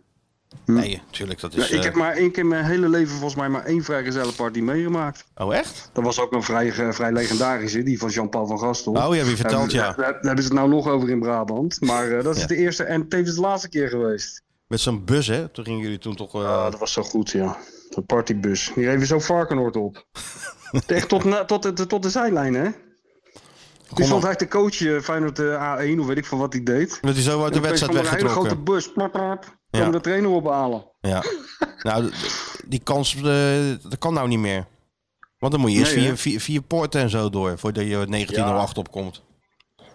[SPEAKER 5] Nee, tuurlijk, dat is...
[SPEAKER 7] ja ik
[SPEAKER 5] eh,
[SPEAKER 7] heb maar één keer in mijn hele leven volgens mij maar één vrijgezellenparty meegemaakt.
[SPEAKER 5] Oh, echt?
[SPEAKER 7] Dat was ook een vrij, eh, vrij legendarische, die van Jean-Paul van Gastel.
[SPEAKER 5] Oh, je hebt je verteld,
[SPEAKER 7] Daar-
[SPEAKER 5] ja.
[SPEAKER 7] Daar, daar hebben ze het nou nog over in Brabant. Maar eh, dat is
[SPEAKER 5] Ja.
[SPEAKER 7] de eerste en tevens de laatste keer geweest.
[SPEAKER 5] Met zo'n bus, hè? Toen gingen jullie toen toch... eh,
[SPEAKER 7] Ah, dat was zo goed, ja. De partybus. Die reden we zo Varkenoord op. Echt tot, na, tot, de- tot de zijlijn, hè? Die
[SPEAKER 5] Kom op.
[SPEAKER 7] stond hij te coachen, eh, Feyenoord eh, A1, of weet ik van wat hij deed.
[SPEAKER 5] dat hij zo uit de
[SPEAKER 7] En opeens
[SPEAKER 5] wedstrijd
[SPEAKER 7] kwam er Een hele
[SPEAKER 5] weggetrokken.
[SPEAKER 7] grote bus. Plop, plop.
[SPEAKER 5] Ja.
[SPEAKER 7] Kwam de trainer ophalen.
[SPEAKER 5] Ja. nou, d- d- die kans eh, dat kan nou niet meer. Want dan moet je eerst
[SPEAKER 7] Nee, hè?
[SPEAKER 5] vier, vier, vier poorten en zo door voordat je 1908 opkomt.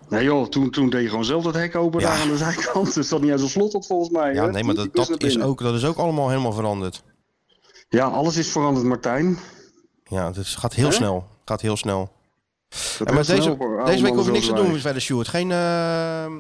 [SPEAKER 7] Nee joh, toen, toen deed je gewoon zelf dat hek open
[SPEAKER 5] Ja.
[SPEAKER 7] daar aan de zijkant. Er zat niet eens een slot op volgens mij.
[SPEAKER 5] Ja,
[SPEAKER 7] hè?
[SPEAKER 5] nee, maar
[SPEAKER 7] Die
[SPEAKER 5] dat,
[SPEAKER 7] bus
[SPEAKER 5] dat,
[SPEAKER 7] naar
[SPEAKER 5] is
[SPEAKER 7] binnen.
[SPEAKER 5] ook, dat is ook allemaal helemaal veranderd.
[SPEAKER 7] Ja, alles is veranderd, Martijn.
[SPEAKER 5] Ja, het is- gaat heel
[SPEAKER 7] Hè?
[SPEAKER 5] snel. Gaat heel snel.
[SPEAKER 7] Dat
[SPEAKER 5] En maar
[SPEAKER 7] is wel
[SPEAKER 5] deze,
[SPEAKER 7] heel-
[SPEAKER 5] deze week hoef je
[SPEAKER 7] allemaal
[SPEAKER 5] niks
[SPEAKER 7] zo
[SPEAKER 5] te doen
[SPEAKER 7] zwaar.
[SPEAKER 5] verder, Sjoerd. Geen, eh, eh,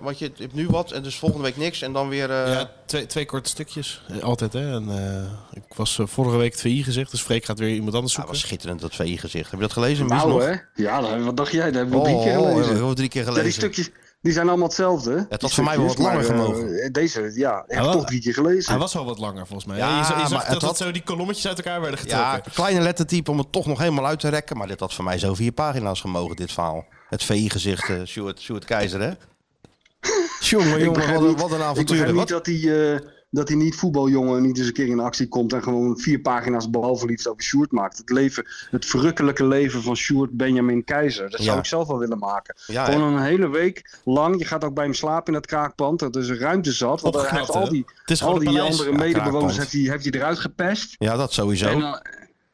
[SPEAKER 5] wat je, je hebt nu wat en dus volgende week niks en dan weer... eh,
[SPEAKER 6] Ja, twee, twee korte stukjes, eh, altijd hè. En, eh, ik was eh, vorige week het VI gezegd, dus Freek gaat weer iemand anders
[SPEAKER 5] ja,
[SPEAKER 6] zoeken.
[SPEAKER 5] wat schitterend dat VI gezicht. Heb je dat gelezen? Wie is
[SPEAKER 7] Nou
[SPEAKER 5] nog?
[SPEAKER 7] hè? Ja, dat- wat dacht jij? Dat hebben we
[SPEAKER 5] Oh,
[SPEAKER 7] drie keer
[SPEAKER 5] oh,
[SPEAKER 7] gelezen.
[SPEAKER 5] oh, drie keer
[SPEAKER 7] ja, die
[SPEAKER 5] gelezen.
[SPEAKER 7] stukjes, Die zijn allemaal hetzelfde.
[SPEAKER 5] had
[SPEAKER 7] Die
[SPEAKER 5] voor mij wel wat
[SPEAKER 7] stukjes,
[SPEAKER 5] langer
[SPEAKER 7] maar,
[SPEAKER 5] gemogen.
[SPEAKER 7] eh, deze, ja, heb
[SPEAKER 6] Hij
[SPEAKER 7] ik
[SPEAKER 6] wa-
[SPEAKER 7] toch drie keer gelezen.
[SPEAKER 6] Hij was wel wat langer volgens mij.
[SPEAKER 5] Ja,
[SPEAKER 6] Ja, je, zag- je
[SPEAKER 5] maar
[SPEAKER 6] zag
[SPEAKER 5] het
[SPEAKER 6] dat, dat
[SPEAKER 5] had-
[SPEAKER 6] zo die kolommetjes uit elkaar werden getrokken.
[SPEAKER 5] Ja, kleine lettertype om het toch nog helemaal uit te rekken. Maar dit had voor mij zo vier pagina's gemogen, dit verhaal. Het VI-gezicht, eh Sjoerd, Sjoerd Keizer, hè? Jongen,
[SPEAKER 7] Ik
[SPEAKER 5] jongen,
[SPEAKER 7] begrijp
[SPEAKER 5] wat, een-
[SPEAKER 7] niet-
[SPEAKER 5] wat een
[SPEAKER 7] Ik begrijp
[SPEAKER 5] avontuur.
[SPEAKER 7] niet
[SPEAKER 5] Wat?
[SPEAKER 7] dat die, eh, dat die niet voetbaljongen niet eens een keer in actie komt en gewoon vier pagina's balverliefd over Sjoerd maakt. Het, leven, het verrukkelijke leven van Sjoerd Benjamin Keizer. Dat zou
[SPEAKER 5] Ja.
[SPEAKER 7] ik zelf wel willen maken.
[SPEAKER 5] Ja,
[SPEAKER 7] gewoon
[SPEAKER 5] hè?
[SPEAKER 7] een hele week lang. Je gaat ook bij hem slapen in dat kraakpand. Dat is een ruimte zat. Want hij
[SPEAKER 6] Opgeknapt,
[SPEAKER 7] heeft
[SPEAKER 6] hè?
[SPEAKER 7] al die,
[SPEAKER 6] Het is gewoon
[SPEAKER 7] al
[SPEAKER 6] een
[SPEAKER 7] die
[SPEAKER 6] paleis.
[SPEAKER 7] andere
[SPEAKER 5] Ja,
[SPEAKER 7] medebewoners
[SPEAKER 5] kraakpand.
[SPEAKER 7] heeft hij, heeft hij eruit gepest.
[SPEAKER 5] ja, dat sowieso.
[SPEAKER 7] En, eh,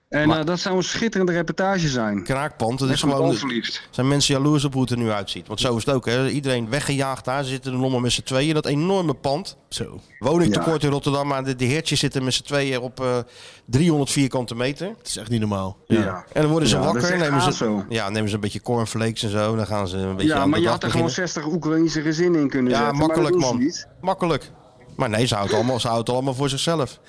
[SPEAKER 7] en
[SPEAKER 5] Maar-
[SPEAKER 7] eh, dat zou een schitterende reportage zijn.
[SPEAKER 5] Kraakpand, dat is
[SPEAKER 7] Echt een
[SPEAKER 5] gewoon...
[SPEAKER 7] balverliefd.
[SPEAKER 5] Zijn mensen jaloers op hoe het er nu uitziet? Want zo is het ook, hè? Iedereen weggejaagd daar. Ze zitten er nog maar met z'n tweeën. in Dat enorme pand.
[SPEAKER 6] Zo.
[SPEAKER 5] Woningtekort in Rotterdam. Maar de, de heertjes zitten met z'n tweeën op eh 300 vierkante meter.
[SPEAKER 6] Het is echt niet normaal.
[SPEAKER 7] Ja.
[SPEAKER 5] En dan worden ze
[SPEAKER 7] Ja, dat is
[SPEAKER 5] wakker,
[SPEAKER 7] echt
[SPEAKER 5] nemen ze,
[SPEAKER 7] gaaf zo.
[SPEAKER 5] ja, nemen ze een beetje cornflakes en zo. Dan gaan ze een beetje
[SPEAKER 7] Ja,
[SPEAKER 5] aan de
[SPEAKER 7] maar je
[SPEAKER 5] dag
[SPEAKER 7] had er gewoon
[SPEAKER 5] beginnen.
[SPEAKER 7] 60 Oekraïnse gezinnen in kunnen
[SPEAKER 5] Ja,
[SPEAKER 7] zetten. maar dat
[SPEAKER 5] makkelijk
[SPEAKER 7] doen ze
[SPEAKER 5] man.
[SPEAKER 7] niet.
[SPEAKER 5] Makkelijk. Maar nee, ze houdt allemaal, ze houdt allemaal voor zichzelf.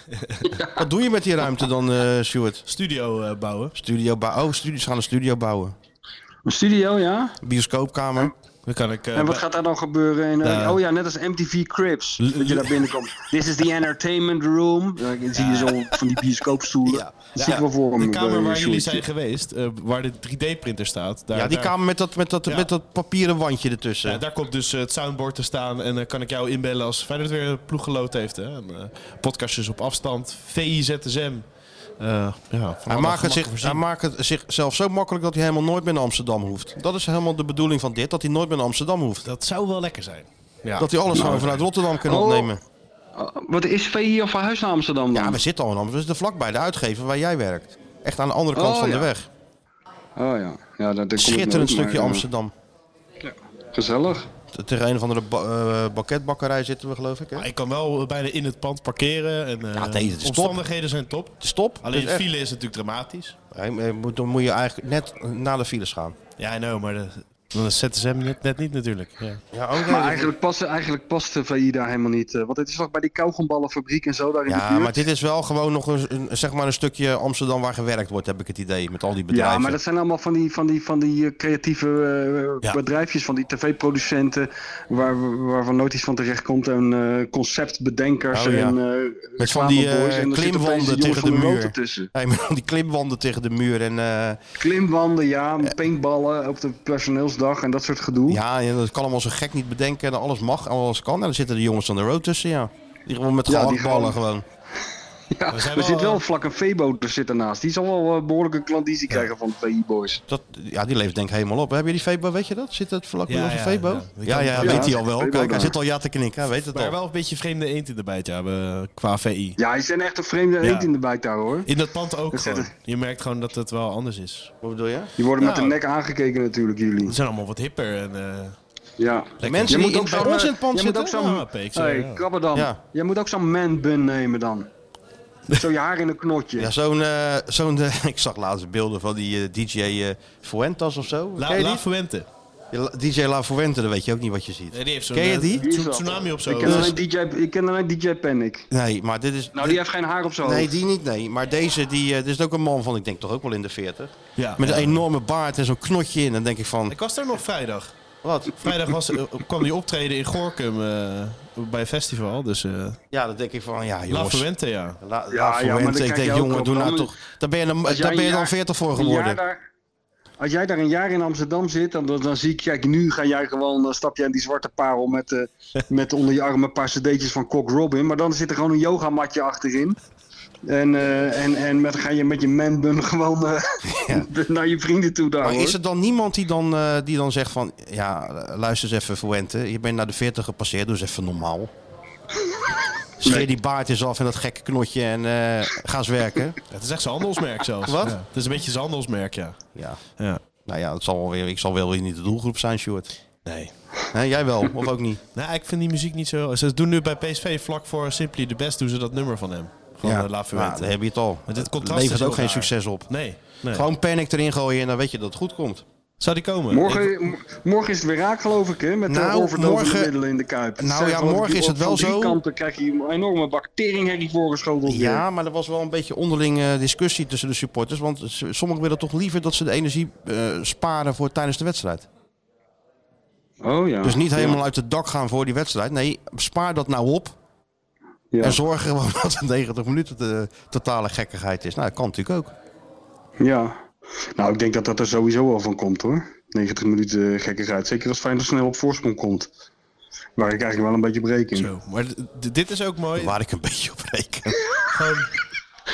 [SPEAKER 5] Wat doe je met die ruimte dan, eh Stuart?
[SPEAKER 6] Studio eh, bouwen.
[SPEAKER 5] Studio bouwen. Oh, studie, ze gaan een studio bouwen.
[SPEAKER 7] Een studio, ja?
[SPEAKER 5] Bioscoopkamer.
[SPEAKER 6] Dan kan ik... eh,
[SPEAKER 7] En wat gaat daar dan gebeuren? In, eh,
[SPEAKER 6] Nou.
[SPEAKER 7] oh ja, net als MTV Cribs. Dat je daar binnenkomt. This is the entertainment room. Dan zie je zo van die bioscoopstoelen.
[SPEAKER 5] Ja.
[SPEAKER 7] Dat zie ik wel voor
[SPEAKER 6] de
[SPEAKER 7] hem.
[SPEAKER 6] kamer waar
[SPEAKER 7] eh,
[SPEAKER 6] jullie
[SPEAKER 7] Sjoerd.
[SPEAKER 6] zijn geweest, eh, waar de 3D-printer staat. Daar,
[SPEAKER 5] Ja, die
[SPEAKER 6] daar-
[SPEAKER 5] kamer met dat, met dat,
[SPEAKER 6] Ja.
[SPEAKER 5] met dat papieren wandje ertussen.
[SPEAKER 6] Ja, daar komt dus eh, het soundboard te staan en dan kan ik jou inbellen als Feyenoord weer een ploeg geloot heeft. Hè? En, eh, podcastjes op afstand, VIZSM. Eh ja,
[SPEAKER 5] hij, maakt het zich, hij maakt het zichzelf zo makkelijk dat hij helemaal nooit meer naar Amsterdam hoeft. Dat is helemaal de bedoeling van dit, dat hij nooit meer naar Amsterdam hoeft.
[SPEAKER 6] Dat zou wel lekker zijn. Ja.
[SPEAKER 5] Dat hij alles gewoon vanuit Rotterdam kan opnemen.
[SPEAKER 7] Oh, Wat is VI al van huis naar Amsterdam dan?
[SPEAKER 5] Ja, we zitten al in Amsterdam. Dus de vlakbij de uitgever waar jij werkt. Echt aan de andere kant
[SPEAKER 7] Oh,
[SPEAKER 5] van
[SPEAKER 7] ja.
[SPEAKER 5] de weg.
[SPEAKER 7] Oh ja. ja dat, dat
[SPEAKER 5] Schitterend stukje Amsterdam.
[SPEAKER 7] eh, Gezellig.
[SPEAKER 5] Tegen een of andere ba eh, bakketbakkerij zitten we, geloof ik. Hè?
[SPEAKER 6] Maar ik kan wel eh, bijna in het pand parkeren en eh,
[SPEAKER 5] Ja, nee, dat is top.
[SPEAKER 6] omstandigheden zijn top.
[SPEAKER 5] Stop.
[SPEAKER 6] Alleen
[SPEAKER 5] Dus
[SPEAKER 6] de
[SPEAKER 5] echt-
[SPEAKER 6] file is natuurlijk dramatisch.
[SPEAKER 5] Hij, eh, moet, dan moet je eigenlijk net na de files gaan.
[SPEAKER 6] Ja, I know, maar de- dan zetten ze hem net, net niet natuurlijk. Ja.
[SPEAKER 5] Ja, ook
[SPEAKER 7] Maar eigenlijk past, eigenlijk past de VI daar helemaal niet. eh, Want het is toch bij die kauwgomballenfabriek en zo daar in de
[SPEAKER 5] ja,
[SPEAKER 7] buurt?
[SPEAKER 5] maar dit is wel gewoon nog een, een- zeg maar een stukje Amsterdam waar gewerkt wordt, heb ik het idee. Met al die bedrijven.
[SPEAKER 7] Ja, maar dat zijn allemaal van die, van die, van die eh, creatieve eh,
[SPEAKER 5] Ja.
[SPEAKER 7] bedrijfjes, van die tv-producenten, waar, waarvan nooit iets van terecht komt. En eh, conceptbedenkers
[SPEAKER 5] Oh, ja.
[SPEAKER 7] en eh
[SPEAKER 5] Met van die eh,
[SPEAKER 7] reclameboys. En er zitten opeens
[SPEAKER 5] klimwanden
[SPEAKER 7] die jongens
[SPEAKER 5] tegen de
[SPEAKER 7] van
[SPEAKER 5] muur.
[SPEAKER 7] Rood ertussen.
[SPEAKER 5] Nee, maar die klimwanden tegen de muur. En, eh,
[SPEAKER 7] Klimwanden, ja, paintballen op de personeelsdag en dat soort gedoe.
[SPEAKER 5] ja, en dat kan allemaal zo gek niet bedenken. En alles mag en alles kan. En dan zitten de jongens van de road tussen, ja. Die gewoon met
[SPEAKER 7] Ja, die
[SPEAKER 5] gehaktballen gewoon.
[SPEAKER 7] Ja,
[SPEAKER 6] We zijn
[SPEAKER 7] er
[SPEAKER 6] wel,
[SPEAKER 7] zit wel
[SPEAKER 6] eh,
[SPEAKER 7] vlak een Febo er zit ernaast. Die zal wel eh, behoorlijke klandizie krijgen van de VI-boys.
[SPEAKER 5] Dat, ja, die leeft denk ik helemaal op. Heb je die Febo, weet je dat? Zit dat vlak bij
[SPEAKER 6] Ja,
[SPEAKER 5] onze
[SPEAKER 6] ja,
[SPEAKER 5] Febo?
[SPEAKER 6] ja.
[SPEAKER 5] Ja,
[SPEAKER 6] Ik
[SPEAKER 5] ja,
[SPEAKER 6] kan-
[SPEAKER 7] Ja,
[SPEAKER 5] weet hij
[SPEAKER 7] zit
[SPEAKER 5] al wel.
[SPEAKER 7] Febo
[SPEAKER 5] Kijk, hij
[SPEAKER 7] daar.
[SPEAKER 5] zit al ja te knikken. Hij weet het
[SPEAKER 6] Maar
[SPEAKER 5] al.
[SPEAKER 6] wel een beetje vreemde eend in de bijt, ja, we- eh, qua VI.
[SPEAKER 7] Ja, hij zijn echt een vreemde eend in de bijt daar hoor.
[SPEAKER 6] In dat pand ook
[SPEAKER 7] Dat zit
[SPEAKER 6] gewoon. Je merkt gewoon dat het wel anders is.
[SPEAKER 5] Wat bedoel je?
[SPEAKER 7] Die worden met
[SPEAKER 6] Nou.
[SPEAKER 7] de nek aangekeken natuurlijk, jullie.
[SPEAKER 6] Ze zijn allemaal wat hipper en... eh,
[SPEAKER 7] Ja.
[SPEAKER 5] mensen
[SPEAKER 7] Jij
[SPEAKER 5] die in- bij
[SPEAKER 7] zo'n,
[SPEAKER 5] ons in
[SPEAKER 7] eh,
[SPEAKER 5] het pand
[SPEAKER 7] jij moet
[SPEAKER 5] zitten?
[SPEAKER 7] ook zo'n-
[SPEAKER 6] Ja, Peek, zo,
[SPEAKER 7] Hey,
[SPEAKER 6] ja.
[SPEAKER 7] Krabberdam.
[SPEAKER 5] Ja.
[SPEAKER 7] Jij moet ook zo'n man-bun nemen dan. Zo je haar in een knotje.
[SPEAKER 5] Ja, zo'n... eh, zo'n eh, ik zag laatst beelden van die eh, DJ eh, Fuentes of zo.
[SPEAKER 6] La,
[SPEAKER 5] Ken je die?
[SPEAKER 6] La Fuente.
[SPEAKER 5] Ja, La- DJ La Fuente, dan weet je ook niet wat je ziet.
[SPEAKER 6] Nee, die heeft zo'n
[SPEAKER 5] Ken je
[SPEAKER 6] eh,
[SPEAKER 5] die?
[SPEAKER 6] tsu- tsunami op
[SPEAKER 7] Ik
[SPEAKER 6] zo.
[SPEAKER 7] ken, alleen DJ, ik ken alleen DJ Panic.
[SPEAKER 5] Nee, maar dit is...
[SPEAKER 7] Nou, die heeft geen haar op zijn
[SPEAKER 5] Nee,
[SPEAKER 7] hoofd.
[SPEAKER 5] die niet, nee. Maar deze, die, eh, dit is ook een man van, ik denk toch ook wel in de 40.
[SPEAKER 6] Ja.
[SPEAKER 5] Met een enorme baard en zo'n knotje in. Dan denk ik van,
[SPEAKER 6] Ik was daar nog vrijdag.
[SPEAKER 5] wat?
[SPEAKER 6] Vrijdag was, eh, kwam die optreden in Gorkum eh, bij een festival. Dus eh
[SPEAKER 5] Ja, dan denk ik van, ja
[SPEAKER 6] La
[SPEAKER 5] jongens.
[SPEAKER 6] Fuente, ja.
[SPEAKER 5] La, La
[SPEAKER 7] Ja, ja, maar dan
[SPEAKER 5] Fuente,
[SPEAKER 7] krijg
[SPEAKER 5] ik denk,
[SPEAKER 7] je ook
[SPEAKER 5] jongen, doe nou
[SPEAKER 7] programma-
[SPEAKER 5] toch... Daar ben je dan,
[SPEAKER 7] Als jij
[SPEAKER 5] daar ben je
[SPEAKER 7] een
[SPEAKER 5] dan
[SPEAKER 7] jaar-
[SPEAKER 5] 40 voor
[SPEAKER 7] Een jaar
[SPEAKER 5] geworden.
[SPEAKER 7] daar- als jij daar een jaar in Amsterdam zit, dan, dan, dan zie ik, kijk, nu ga jij gewoon, dan stap jij in die zwarte parel met, eh, met onder je arm een paar cd'tjes van Cock Robin. Maar dan zit er gewoon een yogamatje achterin. En, eh, en, en met, ga je met je man-bun gewoon eh, naar je vrienden toe daar.
[SPEAKER 5] Maar
[SPEAKER 7] hoor.
[SPEAKER 5] is er dan niemand die dan, eh, die dan zegt van... Ja, eh, luister eens even, Fuente. Je bent naar de 40 gepasseerd, doe eens even normaal. Scheer die baard eens af en dat gekke knotje en eh, ga eens werken.
[SPEAKER 6] Ja, Het is echt zijn handelsmerk zelfs.
[SPEAKER 5] Wat?
[SPEAKER 6] Ja. Het is een beetje zijn handelsmerk, ja.
[SPEAKER 5] Ja,
[SPEAKER 6] ja.
[SPEAKER 5] nou ja, het zal wel weer, ik zal wel weer niet de doelgroep zijn, Sjoerd.
[SPEAKER 6] Nee.
[SPEAKER 5] Hè, jij wel, of ook niet?
[SPEAKER 6] Nou, ik vind die muziek niet zo... Ze doen nu bij PSV vlak voor Simply the Best doen ze dat nummer van hem. Van eh, La
[SPEAKER 5] nou,
[SPEAKER 6] Fuente.
[SPEAKER 5] daar heb je het al.
[SPEAKER 6] Maar dit contrast
[SPEAKER 5] levert
[SPEAKER 6] is
[SPEAKER 5] ook
[SPEAKER 6] heel
[SPEAKER 5] geen
[SPEAKER 6] raar.
[SPEAKER 5] succes op.
[SPEAKER 6] nee. nee.
[SPEAKER 5] Gewoon panic erin gooien en dan weet je dat het goed komt.
[SPEAKER 6] Zou die komen? Ik-
[SPEAKER 7] Morgen, mo- morgen is het weer raak, geloof ik, hè? Met de
[SPEAKER 5] Nou,
[SPEAKER 7] overdovende
[SPEAKER 5] morgen-
[SPEAKER 7] middelen in de kuip.
[SPEAKER 5] Nou
[SPEAKER 7] Zijn
[SPEAKER 5] ja,
[SPEAKER 7] gewoon-
[SPEAKER 5] morgen is het wel
[SPEAKER 7] van drie
[SPEAKER 5] zo.
[SPEAKER 7] kanten krijg je een enorme bacteringherrie voorgeschoteld.
[SPEAKER 5] Ja, maar er was wel een beetje onderling eh, discussie tussen de supporters. Want s- sommigen willen toch liever dat ze de energie eh, sparen voor tijdens de wedstrijd.
[SPEAKER 7] weer. Oh ja.
[SPEAKER 5] Dus niet helemaal
[SPEAKER 7] Ja.
[SPEAKER 5] uit het dak gaan voor die wedstrijd. Nee, spaar dat nou op.
[SPEAKER 7] Ja.
[SPEAKER 5] En zorg gewoon dat het 90 minuten de totale gekkigheid is. Nou, dat kan natuurlijk ook.
[SPEAKER 7] Ja. Nou, ik denk dat dat er sowieso wel van komt hoor. 90 minuten gekkigheid. Zeker als Feyenoord snel op voorsprong komt. Waar ik eigenlijk wel een beetje breek in.
[SPEAKER 1] Zo, maar d- d- dit is ook mooi.
[SPEAKER 5] Waar ik een beetje op reken.
[SPEAKER 1] Gewoon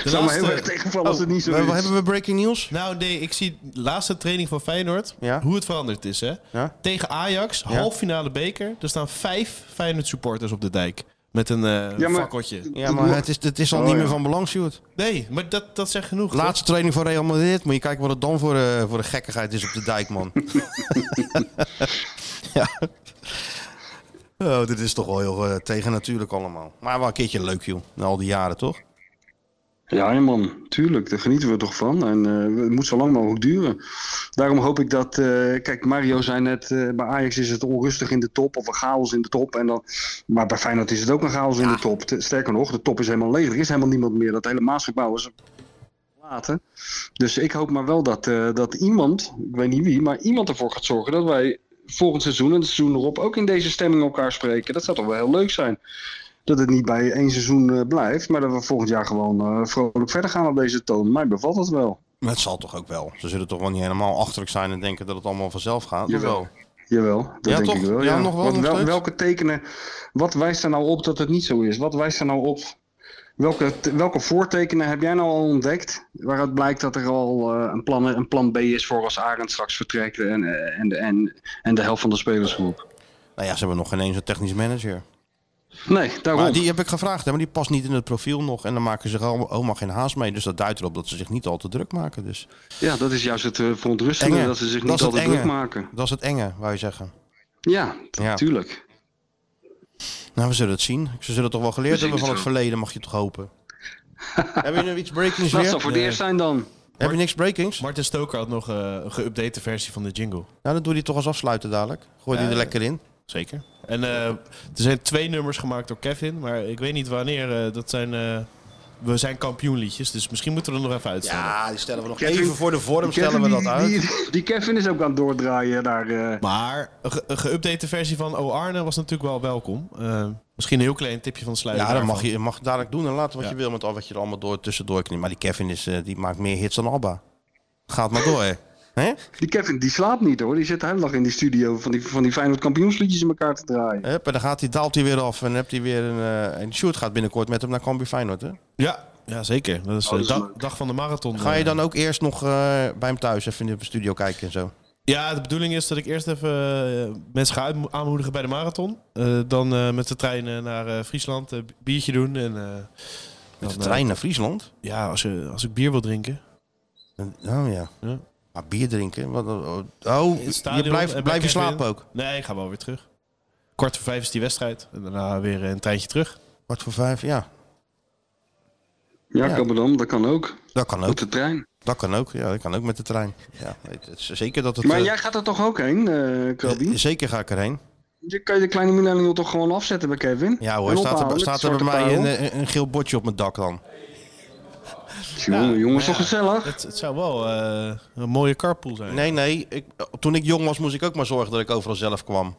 [SPEAKER 1] de
[SPEAKER 7] Zou me
[SPEAKER 1] laatste-
[SPEAKER 7] Nou, heel erg tegenvallen als
[SPEAKER 1] Oh,
[SPEAKER 7] het niet zo
[SPEAKER 5] We- we-
[SPEAKER 7] is.
[SPEAKER 5] hebben we breaking news?
[SPEAKER 1] Nou nee, ik zie de laatste training van Feyenoord,
[SPEAKER 5] Ja.
[SPEAKER 1] hoe het veranderd is. Hè?
[SPEAKER 5] Ja.
[SPEAKER 1] Tegen Ajax,
[SPEAKER 5] Ja.
[SPEAKER 1] halffinale beker. Er staan vijf Feyenoord supporters op de dijk. Met een eh
[SPEAKER 7] Ja, maar-
[SPEAKER 1] fakkeltje.
[SPEAKER 5] Ja, maar het is, het is al niet
[SPEAKER 7] ja.
[SPEAKER 5] meer van belang, Sjoerd.
[SPEAKER 1] Nee, maar dat, dat zegt genoeg. toch?
[SPEAKER 5] Laatste training van Real Madrid. Moet je kijken wat het dan voor, eh, voor een gekkigheid is op de dijk, man. ja. Oh, dit is toch wel heel eh, tegennatuurlijk allemaal. Maar wel een keertje leuk, joh. Na al die jaren, toch?
[SPEAKER 7] Ja, ja, man, tuurlijk, daar genieten we toch van. En eh, het moet zo lang mogelijk duren. Daarom hoop ik dat. eh, kijk, Mario zei net: eh, bij Ajax is het onrustig in de top of een chaos in de top. En dan, maar bij Feyenoord is het ook een chaos in de top. Te- Sterker nog, de top is helemaal leeg. Er is helemaal niemand meer. Dat hele Maatschappij is laten. Dus ik hoop maar wel dat, eh, dat iemand, ik weet niet wie, maar iemand ervoor gaat zorgen dat wij volgend seizoen en het seizoen erop ook in deze stemming elkaar spreken. Dat zou toch wel heel leuk zijn dat het niet bij één seizoen eh, blijft, maar dat we volgend jaar gewoon eh, vrolijk verder gaan op deze toon. Mij bevalt het wel.
[SPEAKER 5] Maar het zal toch ook wel. Ze zullen toch wel niet helemaal achterlijk zijn en denken dat het allemaal vanzelf gaat.
[SPEAKER 7] Jawel. Jawel, dat
[SPEAKER 5] Ja,
[SPEAKER 7] denk
[SPEAKER 5] toch?
[SPEAKER 7] ik wel.
[SPEAKER 5] Ja,
[SPEAKER 7] Ja,
[SPEAKER 5] nog wel,
[SPEAKER 7] Want
[SPEAKER 5] nog steeds?
[SPEAKER 7] welke tekenen, wat wijst er nou op dat het niet zo is? Wat wijst er nou op? Welke, t- welke voortekenen heb jij nou al ontdekt? Waaruit blijkt dat er al eh, een, plan, een plan B is voor als Arend straks vertrekt en, eh, en, en, en de helft van de spelersgroep.
[SPEAKER 5] Nou ja, ze hebben nog geen eens een technisch manager.
[SPEAKER 7] Nee, daarom.
[SPEAKER 5] Maar die heb ik gevraagd, hè, maar die past niet in het profiel nog. En dan maken ze zich allemaal- helemaal geen haast mee. Dus dat duidt erop dat ze zich niet al te druk maken. Dus.
[SPEAKER 7] Ja, dat is juist het eh, verontrustende,
[SPEAKER 5] Enge.
[SPEAKER 7] dat ze zich
[SPEAKER 5] Dat
[SPEAKER 7] niet
[SPEAKER 5] is het
[SPEAKER 7] altijd
[SPEAKER 5] enge.
[SPEAKER 7] druk maken.
[SPEAKER 5] Dat is het enge, wou je zeggen.
[SPEAKER 7] Ja,
[SPEAKER 5] Ja.
[SPEAKER 7] tuurlijk.
[SPEAKER 5] Nou, we zullen het zien. Ze zullen toch wel
[SPEAKER 7] We
[SPEAKER 5] geleerd
[SPEAKER 7] zien
[SPEAKER 5] hebben van
[SPEAKER 7] het
[SPEAKER 5] het verleden, mag je toch hopen. heb je nu iets breakings
[SPEAKER 7] Dat
[SPEAKER 5] weer?
[SPEAKER 7] Nou, zou voor de eerst zijn dan.
[SPEAKER 5] Heb je niks breakings?
[SPEAKER 6] Martin Stoker had nog eh, een geüpdate versie van de jingle.
[SPEAKER 5] Nou, dat doe je toch als afsluiten dadelijk. Gooi
[SPEAKER 7] Eh.
[SPEAKER 5] die er lekker in.
[SPEAKER 6] Zeker. En eh, er zijn twee nummers gemaakt door Kevin, maar ik weet niet wanneer. eh, dat zijn eh, we zijn kampioenliedjes, dus misschien moeten we er nog even uitstellen.
[SPEAKER 5] Ja, die stellen we nog
[SPEAKER 7] Kevin-
[SPEAKER 5] even voor de vorm
[SPEAKER 7] Die
[SPEAKER 5] stellen we
[SPEAKER 7] Kevin,
[SPEAKER 5] dat
[SPEAKER 7] die-
[SPEAKER 5] uit.
[SPEAKER 7] Die, die Kevin is ook aan het doordraaien daar. eh.
[SPEAKER 6] Maar een, ge- een geüpdate versie van O Arne was natuurlijk wel welkom. Eh, misschien een heel klein tipje van de sluier.
[SPEAKER 5] Ja, dat
[SPEAKER 6] daarvan.
[SPEAKER 5] mag je, mag je dadelijk doen en laten wat
[SPEAKER 6] Ja.
[SPEAKER 5] je wil met al wat je er allemaal door tussendoor knipt. Maar die Kevin is, eh, die maakt meer hits dan Abba. Gaat maar door, hè. Hè?
[SPEAKER 7] Die Kevin die slaapt niet hoor. Die zit de hele dag in die studio van die, van die Feyenoord kampioensliedjes in elkaar te draaien.
[SPEAKER 5] Hup, en dan gaat hij, daalt hij weer af en dan hebt hij weer een... eh, en Sjoerd gaat binnenkort met hem naar Cambuur Feyenoord, hè?
[SPEAKER 6] Ja, ja zeker. Dat is
[SPEAKER 5] Oh,
[SPEAKER 6] de
[SPEAKER 7] dat is leuk.
[SPEAKER 6] dag van de marathon.
[SPEAKER 5] Ga je
[SPEAKER 6] eh.
[SPEAKER 5] dan ook eerst nog eh, bij hem thuis even in de studio kijken en zo?
[SPEAKER 6] Ja, de bedoeling is dat ik eerst even eh, mensen ga uitmo- aanmoedigen bij de marathon. Eh, dan eh, met de trein eh, naar eh, Friesland, eh, b- biertje doen. En, eh, dan,
[SPEAKER 5] Met de
[SPEAKER 6] eh,
[SPEAKER 5] trein naar Friesland?
[SPEAKER 6] ja, als, je, als ik bier wil drinken.
[SPEAKER 5] En- Oh ja.
[SPEAKER 6] Ja.
[SPEAKER 5] Maar bier drinken? Wat, oh,
[SPEAKER 6] In het
[SPEAKER 5] je
[SPEAKER 6] stadion
[SPEAKER 5] blijft,
[SPEAKER 6] en bij
[SPEAKER 5] blijf je
[SPEAKER 6] Kevin.
[SPEAKER 5] slapen ook?
[SPEAKER 6] Nee, ik ga wel weer terug. Kwart voor vijf is die wedstrijd. En daarna weer eh, een treintje terug.
[SPEAKER 5] Kwart voor vijf, ja.
[SPEAKER 7] Ja,
[SPEAKER 5] Ja.
[SPEAKER 7] Kabberdam, dat kan ook.
[SPEAKER 5] Dat kan
[SPEAKER 7] Op
[SPEAKER 5] ook.
[SPEAKER 7] de trein.
[SPEAKER 5] Dat kan ook. Ja, dat kan ook met de trein. Ja, het is zeker dat het...
[SPEAKER 7] Maar
[SPEAKER 5] eh,
[SPEAKER 7] jij gaat er toch ook heen, eh Krabi?
[SPEAKER 5] eh, zeker ga ik erheen.
[SPEAKER 7] Je kan je de kleine millennial toch gewoon afzetten bij Kevin?
[SPEAKER 5] Ja
[SPEAKER 7] En
[SPEAKER 5] hoor, staat er,
[SPEAKER 7] ophalen,
[SPEAKER 5] staat er
[SPEAKER 7] zwarte
[SPEAKER 5] bij mij eh,
[SPEAKER 7] parel.
[SPEAKER 5] een, een, een geel bordje op mijn dak dan.
[SPEAKER 7] Jongen, jongens, toch gezellig?
[SPEAKER 6] Het, het zou wel eh, een mooie carpool zijn.
[SPEAKER 5] Nee, nee. Ik, toen ik jong was, moest ik ook maar zorgen dat ik overal zelf kwam.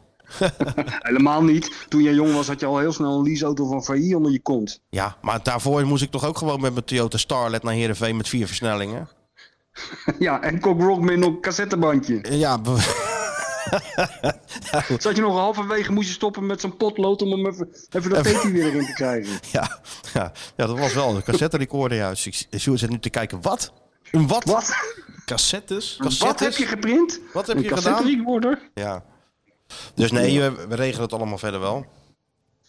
[SPEAKER 7] Helemaal niet. Toen jij jong was had je al heel snel een leaseauto van Failli onder je kont.
[SPEAKER 5] Ja, maar daarvoor moest ik toch ook gewoon met mijn Toyota Starlet naar Heerenveen met vier versnellingen?
[SPEAKER 7] ja, en Cock Rock met een cassettebandje.
[SPEAKER 5] Eh, Ja, be-
[SPEAKER 7] Zat je nog halverwege, moest je stoppen met zo'n potlood om hem even, even dat tape weer erin te krijgen.
[SPEAKER 5] ja, ja, ja, dat was wel een cassette recorder. Ja. Dus ik- Sjoerd zit nu te kijken, wat? Een wat?
[SPEAKER 7] Wat?
[SPEAKER 6] Cassettes?
[SPEAKER 7] Wat heb je geprint?
[SPEAKER 5] Wat heb
[SPEAKER 7] een
[SPEAKER 5] je gedaan?
[SPEAKER 7] cassetterecorder?
[SPEAKER 5] Ja. Dus nee, we, we regelen het allemaal verder wel.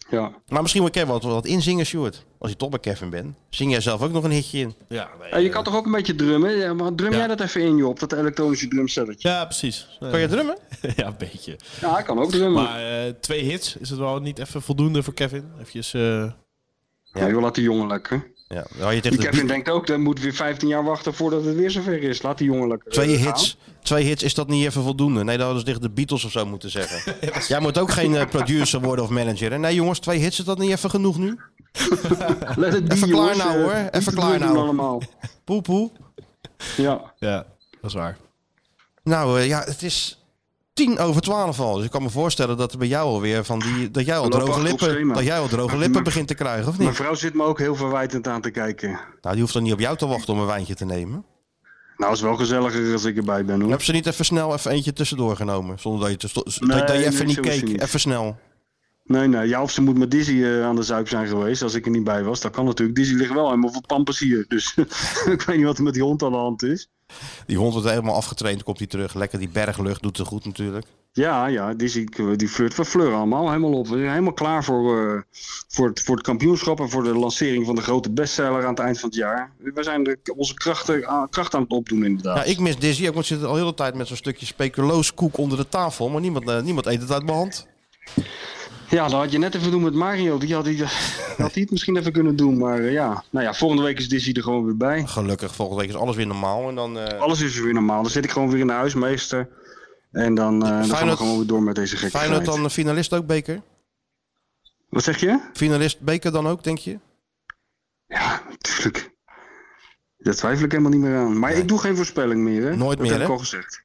[SPEAKER 7] Ja.
[SPEAKER 5] Maar misschien wil Kevin wat, wat inzingen, Sjoerd. Als je toch bij Kevin bent, zing jij zelf ook nog een hitje in.
[SPEAKER 6] Ja, nee.
[SPEAKER 7] En
[SPEAKER 5] eh.
[SPEAKER 7] je kan toch ook een beetje drummen? Ja, maar drum jij dat even in, joh, op dat elektronische drumstelletje?
[SPEAKER 6] ja precies.
[SPEAKER 5] Kan je drummen?
[SPEAKER 6] ja, een beetje.
[SPEAKER 7] Ja, ik kan ook drummen.
[SPEAKER 6] Maar eh, twee hits, is het wel niet even voldoende voor Kevin? Even, eh
[SPEAKER 7] Ja, joh, laat die jongen lekker.
[SPEAKER 5] Ja, dan had je tegen
[SPEAKER 7] Die
[SPEAKER 5] de
[SPEAKER 7] Kevin denkt ook, dan moet weer 15 jaar wachten voordat het weer zover is. Laat die jongen lekker.
[SPEAKER 5] Twee
[SPEAKER 7] eh,
[SPEAKER 5] hits, twee hits, is dat niet even voldoende? Nee, dat hadden ze tegen de Beatles of zo moeten zeggen. Jij moet ook geen eh, producer worden of manager. hè? Nee jongens, twee hits, is dat niet even genoeg nu?
[SPEAKER 7] gaan. Let het die
[SPEAKER 5] Even klaar
[SPEAKER 7] jongens,
[SPEAKER 5] nou,
[SPEAKER 7] eh,
[SPEAKER 5] hoor.
[SPEAKER 7] niet
[SPEAKER 5] Even
[SPEAKER 7] te
[SPEAKER 5] klaar
[SPEAKER 7] druk doen
[SPEAKER 5] nou.
[SPEAKER 7] allemaal.
[SPEAKER 5] Poe poe.
[SPEAKER 7] Ja.
[SPEAKER 6] ja, dat is waar.
[SPEAKER 5] Nou eh, ja, het is tien over twaalf al. Dus ik kan me voorstellen dat er bij jou alweer van die. dat jij al
[SPEAKER 7] We lopen
[SPEAKER 5] droge
[SPEAKER 7] achter op
[SPEAKER 5] lippen.
[SPEAKER 7] schema.
[SPEAKER 5] dat jij al droge
[SPEAKER 7] Maar-
[SPEAKER 5] lippen
[SPEAKER 7] maar-
[SPEAKER 5] begint te krijgen, of
[SPEAKER 7] Mijn
[SPEAKER 5] niet?
[SPEAKER 7] vrouw zit me ook heel verwijtend aan te kijken.
[SPEAKER 5] Nou, die hoeft dan niet op jou te wachten om een wijntje te nemen.
[SPEAKER 7] Nou, is wel gezelliger als ik erbij ben hoor.
[SPEAKER 5] Heb ze niet even snel even eentje tussendoor genomen? Zonder dat je, te sto- dat, dat je
[SPEAKER 7] nee,
[SPEAKER 5] even niet
[SPEAKER 7] zo is ze
[SPEAKER 5] keek.
[SPEAKER 7] niet.
[SPEAKER 5] Even snel.
[SPEAKER 7] Nee, nee. Ja, of ze moet met Dizzy eh, aan de zuip zijn geweest als ik er niet bij was. Dat kan natuurlijk. Dizzy ligt wel helemaal voor pampers hier. Dus ik weet niet wat er met die hond aan de hand is.
[SPEAKER 5] Die hond wordt helemaal afgetraind, komt hij terug. Lekker die berglucht doet ze goed natuurlijk.
[SPEAKER 7] Ja, ja. Dizzy eh, die flirt van Fleur allemaal helemaal op. We zijn helemaal klaar voor, eh, voor, het, voor het kampioenschap en voor de lancering van de grote bestseller aan het eind van het jaar. We zijn de, onze krachten, aan- kracht aan het opdoen inderdaad.
[SPEAKER 5] Ja, Nou, ik mis Dizzy ook, want ze zit al heel de hele tijd met zo'n stukje speculoos koek onder de tafel. Maar niemand, eh, niemand eet het uit mijn hand.
[SPEAKER 7] Ja, dat had je net even doen met Mario. Die had, die, had die het misschien even kunnen doen. Maar eh, ja, nou ja, volgende week is Dizzy er gewoon weer bij.
[SPEAKER 5] Gelukkig, volgende week is alles weer normaal. En dan, eh
[SPEAKER 7] Alles is weer normaal. Dan zit ik gewoon weer in de huismeester. En dan, eh, dan gaan we
[SPEAKER 5] Feyenoord-
[SPEAKER 7] gewoon weer door met deze gekke
[SPEAKER 5] Feyenoord dan de finalist ook, Beker?
[SPEAKER 7] Wat zeg je?
[SPEAKER 5] Finalist Beker dan ook, denk je?
[SPEAKER 7] Ja, natuurlijk. Daar twijfel ik helemaal niet meer aan. Maar ik doe geen voorspelling meer. Hè?
[SPEAKER 5] Nooit
[SPEAKER 7] dat
[SPEAKER 5] meer,
[SPEAKER 7] heb ik
[SPEAKER 5] hè?
[SPEAKER 7] al gezegd.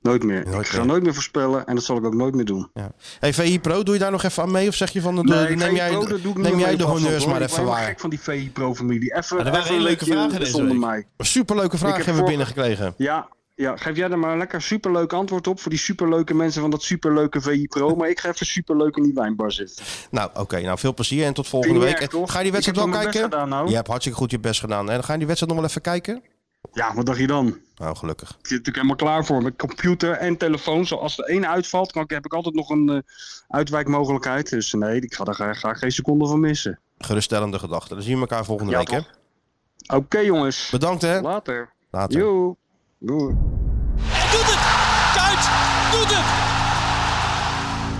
[SPEAKER 7] Nooit meer.
[SPEAKER 5] Nooit
[SPEAKER 7] ik ga
[SPEAKER 5] meer.
[SPEAKER 7] nooit meer voorspellen en dat zal ik ook nooit meer doen.
[SPEAKER 5] Ja. Hey, VI Pro, doe je daar nog even aan mee? Of zeg je van, doe-
[SPEAKER 7] ik ga
[SPEAKER 5] eh, neem
[SPEAKER 7] je
[SPEAKER 5] jij,
[SPEAKER 7] pro, dat doe ik niet
[SPEAKER 5] neem
[SPEAKER 7] meer
[SPEAKER 5] jij
[SPEAKER 7] op
[SPEAKER 5] de
[SPEAKER 7] afstand,
[SPEAKER 5] honneurs
[SPEAKER 7] hoor.
[SPEAKER 5] maar
[SPEAKER 7] Ik ben
[SPEAKER 5] even
[SPEAKER 7] helemaal
[SPEAKER 5] waar?
[SPEAKER 7] gek van die VI Pro-familie. Even,
[SPEAKER 1] Maar er waren
[SPEAKER 7] even een
[SPEAKER 1] hele leuke
[SPEAKER 7] leukje
[SPEAKER 1] vragen deze
[SPEAKER 7] zonder
[SPEAKER 1] week.
[SPEAKER 7] mij.
[SPEAKER 5] Superleuke vraag
[SPEAKER 7] heb
[SPEAKER 5] hebben we
[SPEAKER 7] voor-
[SPEAKER 5] binnengekregen.
[SPEAKER 7] Ja, ja, geef jij er maar een lekker superleuk antwoord op voor die superleuke mensen van dat superleuke VI Pro. maar ik ga even superleuk in die wijnbar zitten.
[SPEAKER 5] Nou, oké. nou, veel plezier en tot volgende
[SPEAKER 7] Vind je
[SPEAKER 5] week.
[SPEAKER 7] erg, toch?
[SPEAKER 5] Ga je die
[SPEAKER 7] Ik heb
[SPEAKER 5] wedstrijd wel
[SPEAKER 7] mijn best
[SPEAKER 5] kijken?
[SPEAKER 7] gedaan, nou.
[SPEAKER 5] Je hebt hartstikke goed je best gedaan. En ga je die wedstrijd nog wel even kijken?
[SPEAKER 7] Ja, wat dacht je dan?
[SPEAKER 5] Nou, gelukkig.
[SPEAKER 7] Ik zit natuurlijk helemaal klaar voor. Met computer en telefoon. Zoals de ene uitvalt, kan ik, heb ik altijd nog een eh, uitwijkmogelijkheid. Dus nee, ik ga daar graag, graag geen seconde van missen.
[SPEAKER 5] Geruststellende gedachten. Dan zien we elkaar volgende
[SPEAKER 7] Ja,
[SPEAKER 5] week, hè?
[SPEAKER 7] toch? Oké jongens,
[SPEAKER 5] Bedankt, hè?
[SPEAKER 7] later.
[SPEAKER 5] Later.
[SPEAKER 7] Joe. Doei.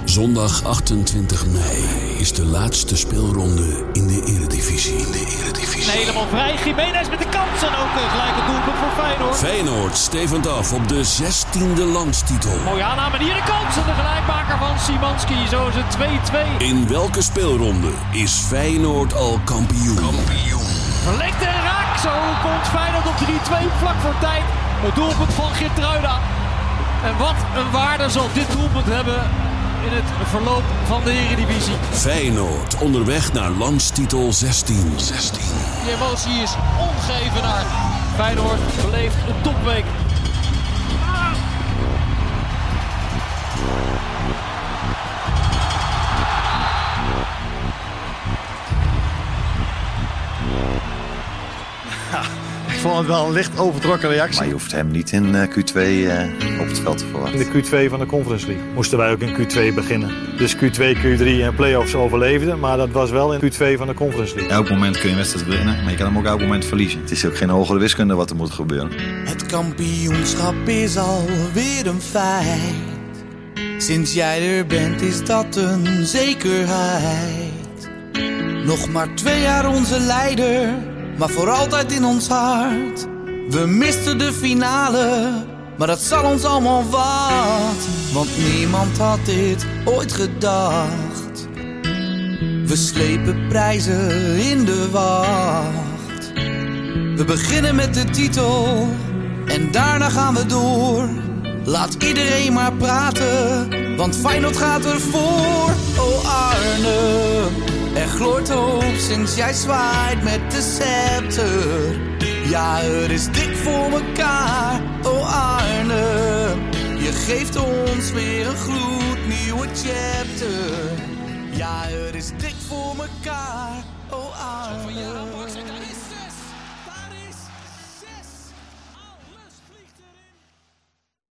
[SPEAKER 3] Zondag 28 mei is de laatste speelronde in de Eredivisie. In de Eredivisie.
[SPEAKER 2] Helemaal vrij. Jiménez met de kans en ook eh, gelijk het doelpunt voor Feyenoord.
[SPEAKER 3] Feyenoord stevend af op de 16e landstitel.
[SPEAKER 2] Mooie aanname en hier de kans en de gelijkmaker van Simanski. Zo is het 2-2.
[SPEAKER 3] In welke speelronde is Feyenoord al kampioen?
[SPEAKER 2] Verlengd en raak. Zo komt Feyenoord op 3-2 vlak voor tijd. Het doelpunt van Geertruida. En wat een waarde zal dit doelpunt hebben in het verloop van de Eredivisie.
[SPEAKER 3] Feyenoord onderweg naar landstitel 16. 16.
[SPEAKER 2] Die emotie is ongevenaard. Feyenoord beleeft een topweek.
[SPEAKER 11] Ik vond het wel een licht overtrokken reactie.
[SPEAKER 12] Maar je hoeft hem niet in eh, Q2 eh, op het veld te verwachten.
[SPEAKER 11] In de Q2 van de Conference League moesten wij ook in Q2 beginnen. Dus Q2, Q3 en playoffs overleefden, maar dat was wel in Q2 van de Conference League.
[SPEAKER 12] Elk moment kun je een wedstrijd winnen, maar je kan hem ook elk moment verliezen. Het is ook geen hogere wiskunde wat er moet gebeuren.
[SPEAKER 4] Het kampioenschap is alweer een feit. Sinds jij er bent is dat een zekerheid. Nog maar twee jaar onze leider, maar voor altijd in ons hart. We misten de finale, maar dat zal ons allemaal wat. Want niemand had dit ooit gedacht. We slepen prijzen in de wacht. We beginnen met de titel en daarna gaan we door. Laat iedereen maar praten, want Feyenoord gaat ervoor. Oh Arne, er gloort hoop sinds jij zwaait met de scepter. Ja, er is dik voor mekaar. Oh Arne, je geeft ons weer een gloednieuwe chapter. Ja, er is dik voor mekaar. Oh Arne.